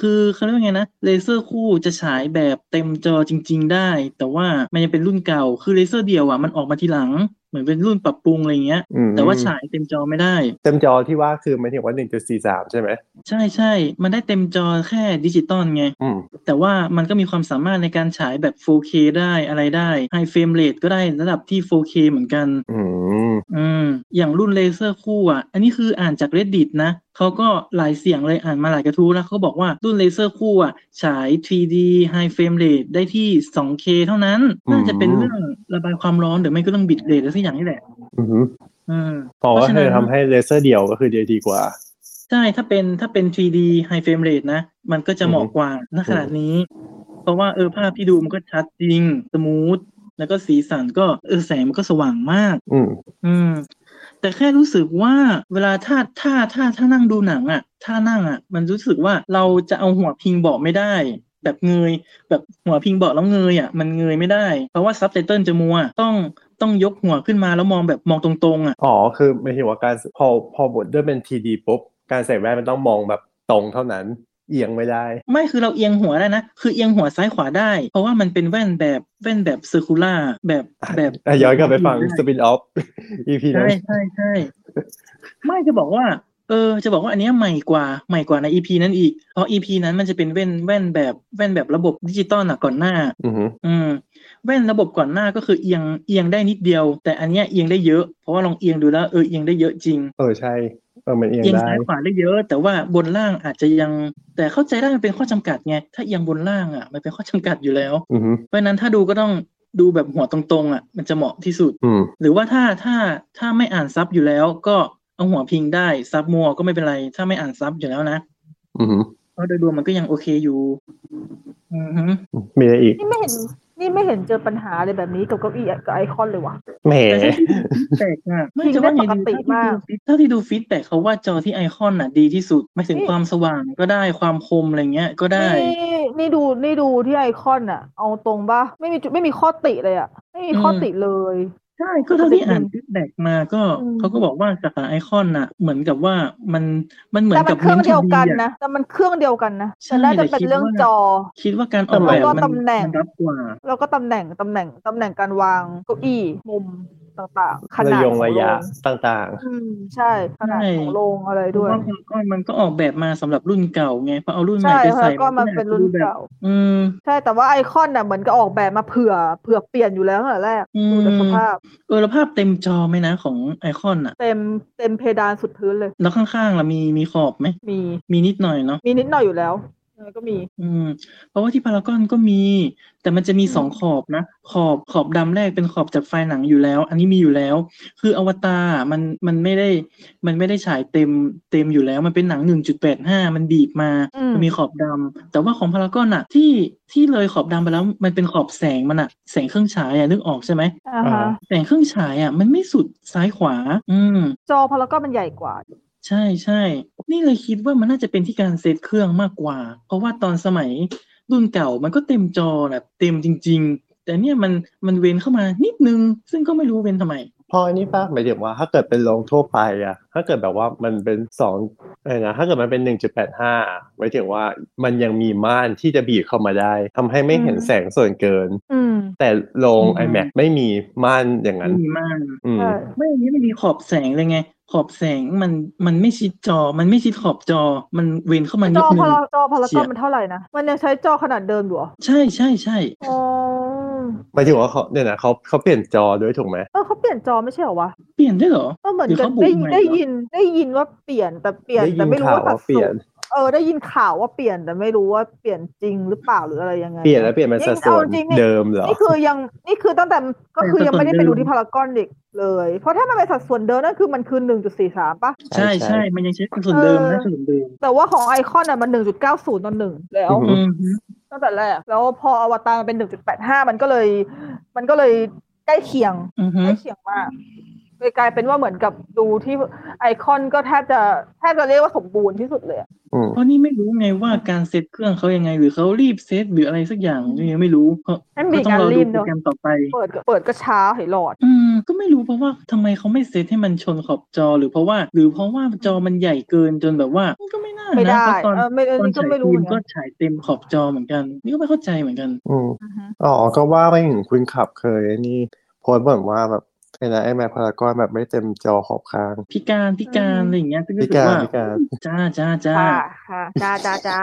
C: คือเขาเรียกว่าไงนะเลเซอร์คู่จะฉายแบบเต็มจอจริง ๆ ได้ แต่ว่ามันยังเป็นรุ่นเก่าคือเลเซอร์เดียวอ่ะมันออกมาทีหลัง เหมือนเป็นรุ่นปรับปรุงอะไรเงี้ย
B: อืม
C: แต่ว่าฉายเต็มจอไม่ได้
B: เต็มจอที่ว่าคือหมายถึงว่าหนึ่งจุดสี่สามใช่ไหม
C: ใช่ใช่มันได้เต็มจอแค่ดิจิตอลไง
B: อืม
C: แต่ว่ามันก็มีความสามารถในการฉายแบบ 4K ได้อะไรได้ไฮเฟรมเรทก็ได้ระดับที่ 4K เหมือนกัน
B: อืม
C: อืมอย่างรุ่นเลเซอร์คู่อ่ะ อันนี้คืออ่านจาก reddit นะเขาก็หลายเสียงเลยอ่านมาหลายกระทู้แล้วเขาบอกว่ารุ่นเลเซอร์คู่อ่ะ ฉาย 3D high frame rate ได้ที่ 2K เท่านั้น น่าจะเป็นเรื่องระบายความร้อนหรือไม่ก็เรื่องบิดเรทอะไรสักอย่างนี่แหละ
B: อืม
C: อืม
B: อ๋อ
C: เพ
B: ก็
C: ราะฉะนั้
B: คือน ทำให้เลเซอร์เดียวก็คือเดียวดีกว่า
C: ใช่ถ้าเป็นถ้าเป็น 3D high frame rate นะ มันก็จะเหมาะกว่าณขณะนี้ เพราะว่าเออภาพที่ดูมันก็ชัดจริง สมูท แล้วก็สีสันก็เออแสงมันก็สว่างมาก
B: อืม
C: อืม แต่แค่รู้สึกว่าเวลาถ้าถ้าถ้าถ้านั่งดูหนังอะ่ะถ้านั่งอะ่ะ มันรู้สึกว่าเราจะเอาหัวพิงเบาะไม่ได้ แบบเงย แบบหัวพิงเบาะแล้วเงยอะ่ะมันเงยไม่ได้ เพราะว่าซับไตเติลจะมัวต้องต้องยกหัวขึ้นมาแล้วมองแบบมองตรงๆอ่ะ
B: อ๋อ คือหมายถึงว่าการพอพอบทด้วยเป็นทีดีปุ๊บ การใส่แว่นมันต้องมองแบบตรงเท่านั้น เอียงไม่ได้
C: ไม่คือเราเอียงหัวได้นะ คือเอียงหัวซ้ายขวาได้ เพราะว่ามันเป็นแว่นแบบแว่นแบบเซอร์คูล่าแบบแบบ
B: อ่ะย้อนกลับไปฟังสปินออฟ EP นั้
C: ใช่
B: น
C: ใช่ใช่ไม่จะบอกว่า เออ จะบอกว่าอันเนี้ยใหม่กว่าใหม่กว่าใน EP นั้นอีก เพราะ EP นั้นมันจะเป็นแว่นแว่นแบบแว่นแบบระบบดิจิตอลน่ะก่อนหน้า
B: อืม
C: อืมแว่นระบบก่อนหน้าก็คือเอียงเอียงได้นิดเดียว แต่อันเนี้ยเอียงได้เยอะเพราะว่าลองเอียงดูแล้วเออเอียงได้เยอะจริง
B: เออใช่ เออมันเอียง
C: เอียง
B: ได้
C: ซ้ายขวาได้เยอะ แต่ว่าบนล่างอาจจะยัง แต่เข้าใจได้มันเป็นข้อจำกัดไง ถ้าเอียงบนล่างอ่ะมันเป็นข้อจำกัดอยู่แล้ว
B: อืม
C: เพราะฉะนั้นถ้าดูก็ต้องดูแบบหัวตรงๆอ่ะมันจะเหมาะที่สุด
B: อืม
C: หรือว่าถ้าถ้าถ้าไม่อ่านซับอยู่แล้ว ก็เอาหัวพิงได้ซับมัวก็ไม่เป็นไร ถ้าไม่อ่านซับอยู่แล้วนะ
B: อืม
C: เพราะโดยรวมมันก็ยังโอเคอยู่ อือฮึ
B: มีอะไรอีก
D: นี่ไม่เห็นนี่ไม่เห็นเจอปัญหาอะไรแบบนี้กับเก้าอี้กับไอคอนเลยวะ
B: แหม
C: แต่ถ้าที่ดูฟีดแบกอ่ะไม่จะว่าไง
D: พิงได้ปกติ
C: ดี
D: มาก
C: เท่าที่ดูฟีดแบกเขาว่าจอที่ไอคอนน่ะดีที่สุดหมายถึงความสว่างก็ได้ความคมอะไรเงี้ยก็ได้
D: นี่นี่ดูนี่ดูที่ไอคอนอะเอาตรงปะไม่มีจุดไม่มีข้อติเลยอะไม่มีข้อ
C: อืม
D: ติเลย
C: ใช่ก็เท่าที่อ่านฟีดแบ็กมาก็
D: อืม
C: เขาก็บอกว่าสาขาไอคอนน่ะ เหมือนกับว่ามันมันเหมือ
D: แต่
C: น
D: มั
C: กัน บ
D: เครื่อง
C: มิ้นท์
D: เดียวกัน
C: ทีวีอะ
D: นะแต่มันเครื่องเดียวกันนะ
C: ใช่
D: แต่น่าจะ
C: แต่
D: เป็น
C: คิด
D: เรื่อง
C: ว่า
D: จอ
C: คิดว่าการออกแบบ
D: แล้วก็
C: มัน
D: ตำแหน่ง
C: มันรับกว่า
D: แล้วก็ตำแหน่งตำแหน่งตำแหน่งการวางเก้าอี้มุมต่างๆ ข
B: ระ
D: นาด
B: ย
D: ข
B: ง
D: อง
B: ระ
D: โร
B: ยะ
D: ง
B: ต่าง
D: อืมใช่ขนาด
C: ใช่
D: ของโรงอะไร
C: เพ
D: ด้ว
C: ราะ
D: ย
C: ว่าพารากอนมันก็ออกแบบมาสำหรับรุ่นเก่าไงพอเอารุ่นใหม่
D: ใช่
C: ไป
D: แล้
C: ใส่
D: วก็มันเป็นรุ่น
C: ก็อาจจะดูแบบ
D: เก่า
C: อืม
D: ใช่แต่ว่าไอคอนน่ะเหมือนก็ออกแบบมาเผื่อเผื่อเปลี่ยนอยู่แล้วตั้งแต่แรก
C: อืม
D: ดูแต่สภาพ
C: เออแล้วภาพเต็มจอไหมนะของไอคอนน่ะ
D: เต็มเต็มเพดานสุดพื้นเลย
C: แล้วข้างๆล่ะมีมีขอบไหม
D: มี
C: มีนิดหน่อยเนาะ
D: มีนิดหน่อยอยู่แล้วยังไงก็มี
C: อืม เพราะว่าที่พารากอนก็มี แต่มันจะมีสองขอบนะ ขอบขอบดำแรกเป็นขอบจากไฟล์หนังอยู่แล้ว อันนี้มีอยู่แล้ว คืออวตารมันมันไม่ได้ มันไม่ได้ฉายเต็มเต็มอยู่แล้วมันเป็นหนัง 1.85 มันบีบมา
D: อืม
C: นมีขอบดำแต่ว่าของพารากอนอะที่ที่เลยขอบดำไปแล้วมันเป็นขอบแสงมันอะแสงเครื่องฉายอะนึกออกใช่ไหม
D: อ่าฮะ
C: แสงเครื่องฉายอะมันไม่สุดซ้ายขวา อืม
D: จอพารากอนมันใหญ่กว่า
C: ใช่ใช่นี่เลยคิดว่ามันน่าจะเป็นที่การเซตเครื่องมากกว่า เพราะว่าตอนสมัยรุ่นเก่ามันก็เต็มจอแบบเต็มจริง ๆ แต่เนี่ยมันมันเว้นเข้ามานิดนึง ซึ่งก็ไม่รู้เว้นทำไม
B: ๆ พออันนี้ป้าหมายถึงว่าถ้าเกิดเป็นโรงทั่วไปอะถ้าเกิดแบบว่ามันเป็นสองอะไรนะถ้าเกิดมันเป็นหนึ่งจุดแปดห้าหมายถึงว่ามันยังมีม่านที่จะบีบเข้ามาได้ทำให้ไม่เห็น
D: อืม
B: แสงส่วนเกิน
D: อืม
B: แต่โรง
C: อืม
B: iMac ไม่มีม่านอย่างนั้น
C: ไม่มีมาก
B: อืม
D: ใช่
C: ไม่อันนี้มันมีขอบแสงเลยไง ขอบแสงมันมันไม่ชิดจอ มันไม่ชิดขอบจอ มันเว้นเข้ามา
D: จ
C: นิด
D: อ
C: นึ
D: พาง ราจอพาราก
C: เฉี
D: อย น
C: ด
D: มันเท่าไหร่นะมันยังใช้จอขนาดเดิมอยู่เหรอ
C: ใช่ใช่ใช่
D: อ๋อ
B: หมายถึงว่าเขาเนี่ยนะเขาเขาเปลี่ยนจอด้วยถูกไหม
D: เออเขาเปลี่ยนจอไม่ใช่เหรอวะ
C: เปลี่ยนได้วยเหรอ
D: ก็เหมือน
C: หรือ
D: กัน
C: เขาบุก
D: ได้
C: ใหม่เหรอ
D: ได้ยินได้ยินว่าเปลี่ยนแต่เปลี่ยน
B: ได้ยิ
D: แต่ไม่รู้
B: ข่าว
D: ว่าสั
B: ว่า
D: ด
B: เปลี่
D: ส่
B: ย
D: วน นเออได้ยินข่าวว่าเปลี่ยนแต่ไม่รู้ว่าเปลี่ยนจริงหรือเปล่าหรืออะไรยังไง
B: เปลี่ยนแล้วเปลี่ยนเป็นสัดส่วน
D: จริงๆนี่
B: เดิมเหรอ
D: นี่คือยังนี่คือตั้งแต่ก็คือ
C: แต่
D: ยังไม่ได้
C: ส่วน
D: ไป
C: เดิม
D: ดูที่พารากอนอีกเลย เพราะถ้ามันเป็นสัดส่วนเดิมนั่นคือมันคือหนึ่งจุดสี่สามปะ
B: ใช่ใช่
C: ใช่ใช่มันยังใช้ส่วนเดิม
D: เออ
C: นะส่วนเดิม
D: แต่ว่าของไอคอนอ่ะมันหนึ่งจุดเก้าศูนย์ตอนหนึ่งแล้ว
B: อือฮึ
C: อืมฮึ
D: ตั้งแต่แรกแล้วพออวตารมันเป็นหนึ่งจุดแปดห้ามันก็เลย มันก็เลยใกล้เคียง
C: อือฮึ
D: ใกล้เคียงมาก เลยกลายเป็นว่าเหมือนกับดูที่ไอคอนก็แทบจะแทบจะเรียกว่าสมบูรณ์ที่สุดเลยอะ
B: อืม
C: เพราะนี่ไม่รู้ไงว่าการเซตเครื่องเขายังไง หรือเขารีบเซตหรืออะไรสักอย่างยังไม่รู้เพราะ
D: นั่น
C: ก็
D: มี
C: ต้อง
D: การ
C: รอดู
D: รีบ
C: โปร
D: เนาะ
C: แกรมต่อไป
D: เปิดก็เปิดก็ช้าเหยหลอด
C: อืมก็ไม่รู้เพราะว่าทำไมเขาไม่เซตให้มันชนขอบจอหรือเพราะว่า หรือเพราะว่าจอมันใหญ่เกินจนแบบว่ามันก็ไม่น่า
D: ไม่
C: นะ
D: ได้
C: เพราะตอน
D: เออไม่เออ
C: ตอน
D: นี่ก็
C: ฉาย
D: ไม่รู้
C: ฟิ
D: เหมื
C: ล์ม
D: อน
C: ก็
D: กัน
C: ฉายเต็มขอบจอเหมือนกัน นี่ก็ไม่เข้าใจเหมือนกัน
B: อืม
D: อือฮึ
B: อ๋อ ก็ว่าไปถึงคุณขับเคยนี่โพสต์บอกว่าแบบไอ้นะไอ้แมพารากอนแบบไม่เต็มจอขอบค้าง
C: พิการพิการ
D: อืม
C: อะไรอย่างเงี้ยก็รู้
B: พิ
C: สึก
B: การ
C: ว่า
B: พิการ
C: จ้าจ้าจ้า
D: ค่ะค่ะจ้าจ้าจ้า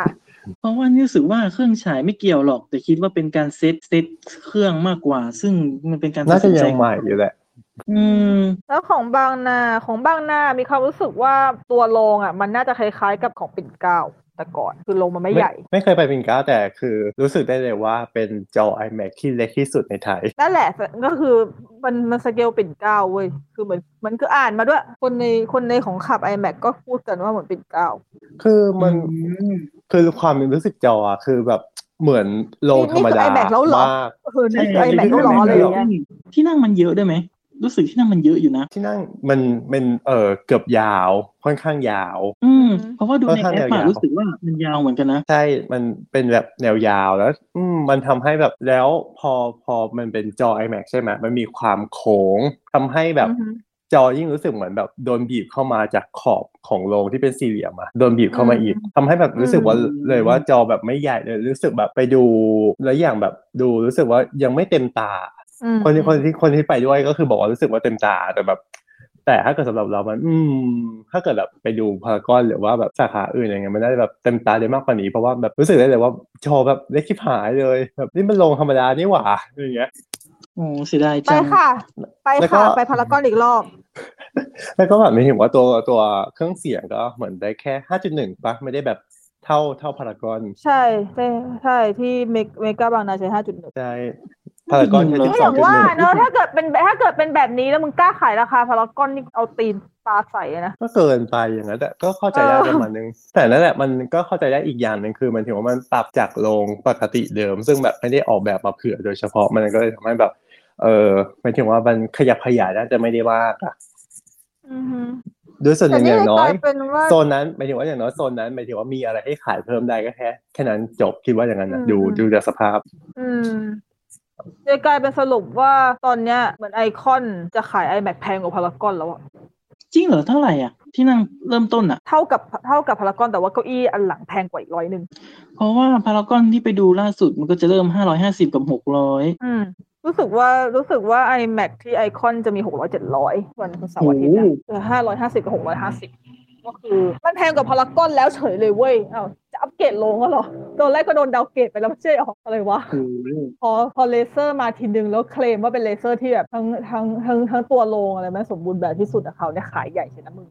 C: เพราะว่านี่รู้สึกว่าเครื่องฉายไม่เกี่ยวหรอก แต่คิดว่าเป็นการเซตเซตเครื่องมากกว่า ซึ่งมันเป็นการ
B: น่าจะ
C: ตัด
B: ยัง
C: สิใจ
B: ใหม่อยู่แหละ
C: อืม
D: แล้วของบางนาของบางนา มีความรู้สึกว่าตัวโรงอ่ะ มันน่าจะคล้ายๆกับของปิ่นเกล้าแต่ก่อนคือโรงมันไม่ใหญ่
B: ไม่เคยไปปิ่นเกล้าแต่คือรู้สึกได้เลยว่าเป็นจอ iMac ที่เล็กที่สุดในไทย
D: นั่นแหละก็คือมันมันสเกลปิ่นเกล้าเว้ยคือเหมือนมันคืออ่านมาด้วย คนในคนในของขับ iMac ก็พูดกันว่าเหมือนปิ่นเกล้า
B: คือมัน
C: อืม
B: คือความรู้สึกจออะคือแบบเหมือนโลง
D: นี่
B: ธรรมดา
D: นี่คือ iMac แล้วเหรอ
B: มาก
D: เออนี่
C: ใช่
D: คือ iMac ก็ล้อ
B: ใช่
D: อะไรอย่างเงี้ย
C: ที่นั่งมันเยอะได้วยไหม รู้สึกที่นั่งมันเยอะอยู่นะ
B: ที่นั่งมันเป็นเออเกือบยาวค่อนข้างยาว
C: อืม เพราะว่าดู
B: ค่อ
C: ใน
B: นข้าง
C: แอปอะ
B: ยาว
C: รู้สึกว่ามันยาวเหมือนกันนะ
B: ใช่ มันเป็นแบบแนวยาวแล้ว อืมมันทำให้แบบแล้วพอพอมันเป็นจอ iMac ใช่ไหมมันมีความโค้งทำให้แบบ
D: อือฮึ
B: จอยิ่งรู้สึกเหมือนแบบโดนบีบเข้ามาจากขอบของโรงที่เป็นสี่เหลี่ยมอะโดนบีบเข้ามาอีกทำให้แบบรู้สึกว่า
C: อืม
B: เลยว่าจอแบบไม่ใหญ่เลยรู้สึกแบบไปดูแล้วอย่างแบบดูรู้สึกว่ายังไม่เต็มตา
D: อืม
B: คนที่คนที่คนที่ไปด้วยก็คือบอกว่ารู้สึกว่าเต็มตาแต่แบบ แต่ถ้าเกิดสำหรับเรามัน อืม ถ้าเกิดแบบไปดูพารากอนหรือว่าแบบสาขาอื่นอะไรเงี้ยมันได้แบบเต็มตาได้มากกว่านี้เพราะว่าแบบรู้สึกได้เลยว่าจอแบบเล็กขี้หายเลยแบบนี่มันลงธรรมดานี่หว่าอะไรเงี้ย
C: โอ้เสียดาย
D: ไป
C: จัง
D: ค่ะ ไป
B: แล้วก็
D: ค่ะ ไปพารากอนอีกรอบ
B: แล้วก็แบบไม่เห็นว่าตัวตัวเครื่องเสียงก็เหมือนได้แค่ 5.1ปะไม่ได้แบบเท่าเท่าพารากอน
D: ใช่ใช่ใช่ที่เมกเมกาบางนาใช้ห้าจุดหนึ่ง
B: ใช่พารากอนแค่
C: ไม่
B: สิ
D: ก็
B: บ
D: อ
B: สอง
D: ย่าง
B: จุด
D: ว่า
B: หนึ่ง
D: เนอะถ้าเกิดเป็นถ้าเกิดเป็นแบบนี้แล้วมึงกล้าขายราคาพารากอนนี่เอาตีนปลาใส่เลยนะ
B: ก็เกินไปอย่างนั้นแต่ก็เข้าใจได้
D: เออ
B: ประมาณนึง แต่นั่นแหละมันก็เข้าใจได้อีกอย่างหนึ่งคือมันถือว่ามันปรับจากโรงปกติเดิม ซึ่งแบบไม่ได้ออกแบบมาเผื่อโดยเฉพาะมันก็เลยทำให้แบบ เออหมายถึงว่ามันขยับขยายน่าจะไม่ได้มากอะ
D: อือฮึ
B: โด้วยส่วนห
D: แต่
B: นึ่งอ
D: นี่
B: ย่างน้
D: ก
B: อ
D: ลาย ยเป็นว่า
B: โซนนั้นหมายถึงว่าอย่างน้อยโซนนั้นหมายถึงว่ามีอะไรให้ขายเพิ่มได้ก็แค่แค่นั้นจบคิดว่าอย่างนั้นนะดู
D: อืม
B: ดูจากสภาพ
D: อืมเลยกลายเป็นสรุปว่าตอนเนี้ยเหมือนไอคอนจะขาย iMac แพงกว่าพารากอนแล้วอะ
C: จริงเหรอเท่าไหร่อ่ะ ที่นั่งเริ่มต้นอ่ะ
D: เท่ากับเท่ากับพารากอนแต่ว่าเก้าอี้อันหลังแพงกว่าอีกร้อยหนึ่ง
C: เพราะว่าพารากอนที่ไปดูล่าสุดมันก็จะเริ่ม 550 กับ 600
D: อืม รู้สึกว่ารู้สึกว่า iMac ที่ไอคอนจะมีหกร้อยเจ็ดร้อยวันเสาร์อาทิตย์นะห้าร้อยห้าสิบกับหกร้อยห้าสิบก็คือมันแพงกว่าพารากอนแล้วเฉยเลยเว้ยอ้าวจะอัปเกรดลงก็เหรอตอนแรกก็โดนดาวน์เกรดไปแล้วไม่ใช่เหรออะไรวะ
C: โอ้โห
D: พอพอเลเซอร์มาทีนึงแล้วเคลมว่าเป็นเลเซอร์ที่แบบทั้งทั้งทั้งทั้งตัวโรงอะไรไหมสมบูรณ์แบบที่สุดอะเขาเนี่ยขายใหญ่ใช่นะมึง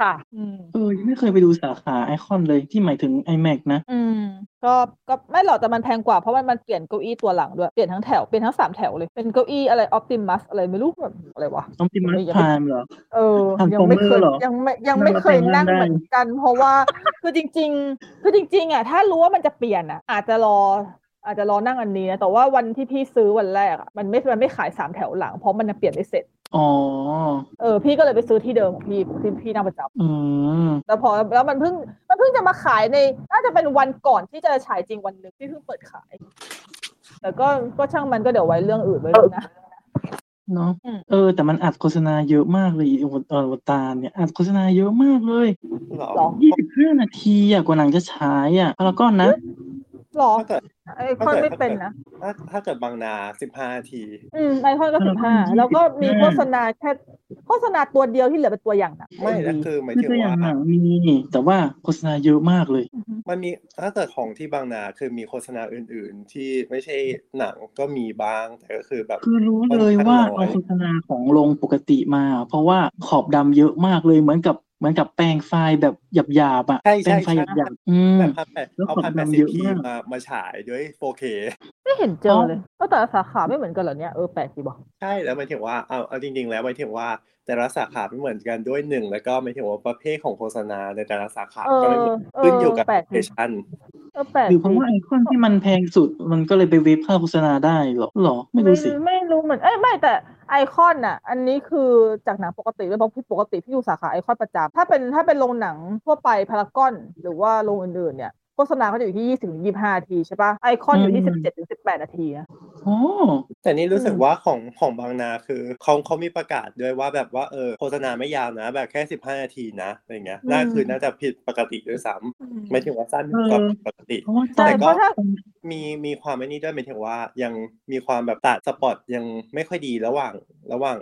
D: ค่ะ อืม
C: เออยังไม่เคยไปดูสาขาไอคอนเลยที่หมายถึง iMac นะ
D: อืม ก็ก็ไม่หรอกแต่มันแพงกว่าเพราะมันมันเปลี่ยนเก้าอี้ตัวหลังด้วย เปลี่ยนทั้งแถว เปลี่ยนทั้งสามแถวเลย เป็นเก้าอี้อะไรออ t ติมัสอะไรไม่รู้แบบอะไรวะ
C: ต้องติมัส
D: ไม่อยาก
C: พามเหรอ
D: เออ
C: Transformer
D: ยังไม่เคย
C: เหรอ
D: ยังไม่ยังไม่เคยนั่งเหมือนกัน เพราะว่าคือจริง ๆ คือจริง ๆ อ่ะ ถ้ารู้ว่ามันจะเปลี่ยนอ่ะ อาจจะรอ อาจจะรอนั่งอันนี้นะแต่ว่าวันที่พี่ซื้อวันแรกอะมันไม่มันไม่ขายสามแถวหลังเพราะมันยังเปลี่ยนไม่เสร็จ
C: อ๋อ
D: เออพี่ก็เลยไปซื้อที่เดิมของพี่พี่พี่นั่งประจ
C: อืม
D: ำแล้วพอแล้วมันเพิ่งมันเพิ่งจะมาขายในน่าจะเป็นวันก่อนที่จะฉายจริงวันหนึ่งที่เพิ่งเปิดขาย แต่ก็ก็ช่างมันก็เดี๋ยวไว้เรื่องอื่นไว้ด้วยนะ
C: เนาะ
D: อืม
C: เออ แต่มันอัดโฆษณาเยอะมากเลยอีโอเออวตารเนี่ยอัดโฆษณาเยอะมากเลย
D: หรอ
C: ยี่สิบห้านาทีอะกว่าหนังจะฉายอะพารากอนนะ
D: หรอ
B: ถ้าเกิด
D: ไอคอนไม่เป็นนะ
B: ถ้าถ้าเกิดบางนาสิบห้าที
D: อืมไอคอนก็สิบห้าแล้วก็มีโฆษณาแค่โฆษณาตัวเดียวที่เหลือเป็นตัวอย่างนะ
B: ไม่
C: อืม
B: นะคือหมาย
C: ไม่
B: ถึง
C: ใช่อ
B: ว่า
C: ย่างหนังมีแต่ว่าโฆษณาเยอะมากเลย
B: มันมีถ้าเกิดของที่บางนาคือมีโฆษณาอื่น ๆ ที่ไม่ใช่หนังก็มีบ้างแต่ก็คือแบบ
C: คือรู้เลยว่า
B: ค่อนข้างน้อย
C: เอาโฆษณาของโรงปกติมา เพราะว่าขอบดำเยอะมากเลยเหมือนกับเหมือนกับแปรงไฟล์แบบหยาบๆอ่ะ
B: ใช่ใช่
C: แปรงไฟล์
B: ใช่
C: หยาบๆอืม
B: แบบพันแปด
C: แล้ว
B: เอา
C: ของ
B: พันแป
C: มั
B: ด
C: น
B: สิบ
C: เยอะ
B: ที
C: มาก
B: มามาฉายด้วย 4K
D: ไม่เห็นเจอเลยก็แต่ละสาขาไม่เหมือนกันเหรอเนี่ยเออแปลกดีบอก
B: ใช่แล้วหมายถึงว่าเอาเอาจริง ๆ แล้วหมายถึงว่าแต่ละสาขาไม่เหมือนกันด้วยหนึ่งแล้วก็หมายถึงว่าประเภทของโฆษณาในแต่ละสาขา
D: เออ
B: ก็ไม่เหมือน
D: เอ
B: ขึ้น
D: อ
B: อยู่กับ
D: แปลก
B: เท
D: ดี
B: ชัน
D: เออแปลก
C: หรือเพราะ
D: ดี
C: ว่าไอคอนที่มันแพงสุดมันก็เลยไปเวฟค่าโฆษณาได้เหรอหรอไม่รู้สิ
D: ไม่รู้เหมือนเอ้ยไม่แต่ ไอคอนน่ะ อันนี้คือจากหนังปกติด้วยเพราะพี่ปกติพี่อยู่สาขาไอคอนประจำถ้าเป็นถ้าเป็นโรงหนังทั่วไปพารากอน หรือว่าโรงอื่นๆเนี่ยโฆษณาเขาจะอยู่ที่ 20ถึง25นาทีใช่ปะไอคอนอยู่ที่
C: อืม
D: 17ถึง18นาทีนะ
C: โอ้
B: แต่นี่รู้สึก
D: อืม
B: ว่าของของบางนาคือเขาเขามีประกาศด้วยว่าแบบว่าเออโฆษณาไม่ยาวนะ แบบแค่สิบห้านาทีนะอะไรเงี้ยน่าคือน่าจะผิดปกติด้วยซ้ำไม่ถึงว่าสั้นกว่าปกติ
C: เพราะว่า
D: ใช่
C: ตาย
B: แต่
D: เพ
B: ก็
D: ราะถ้า
B: มีมีความไม่นี่ด้วยหมายถึงว่ายังมีความแบบตัดสปอตยังไม่ค่อยดีระหว่างระหว่าง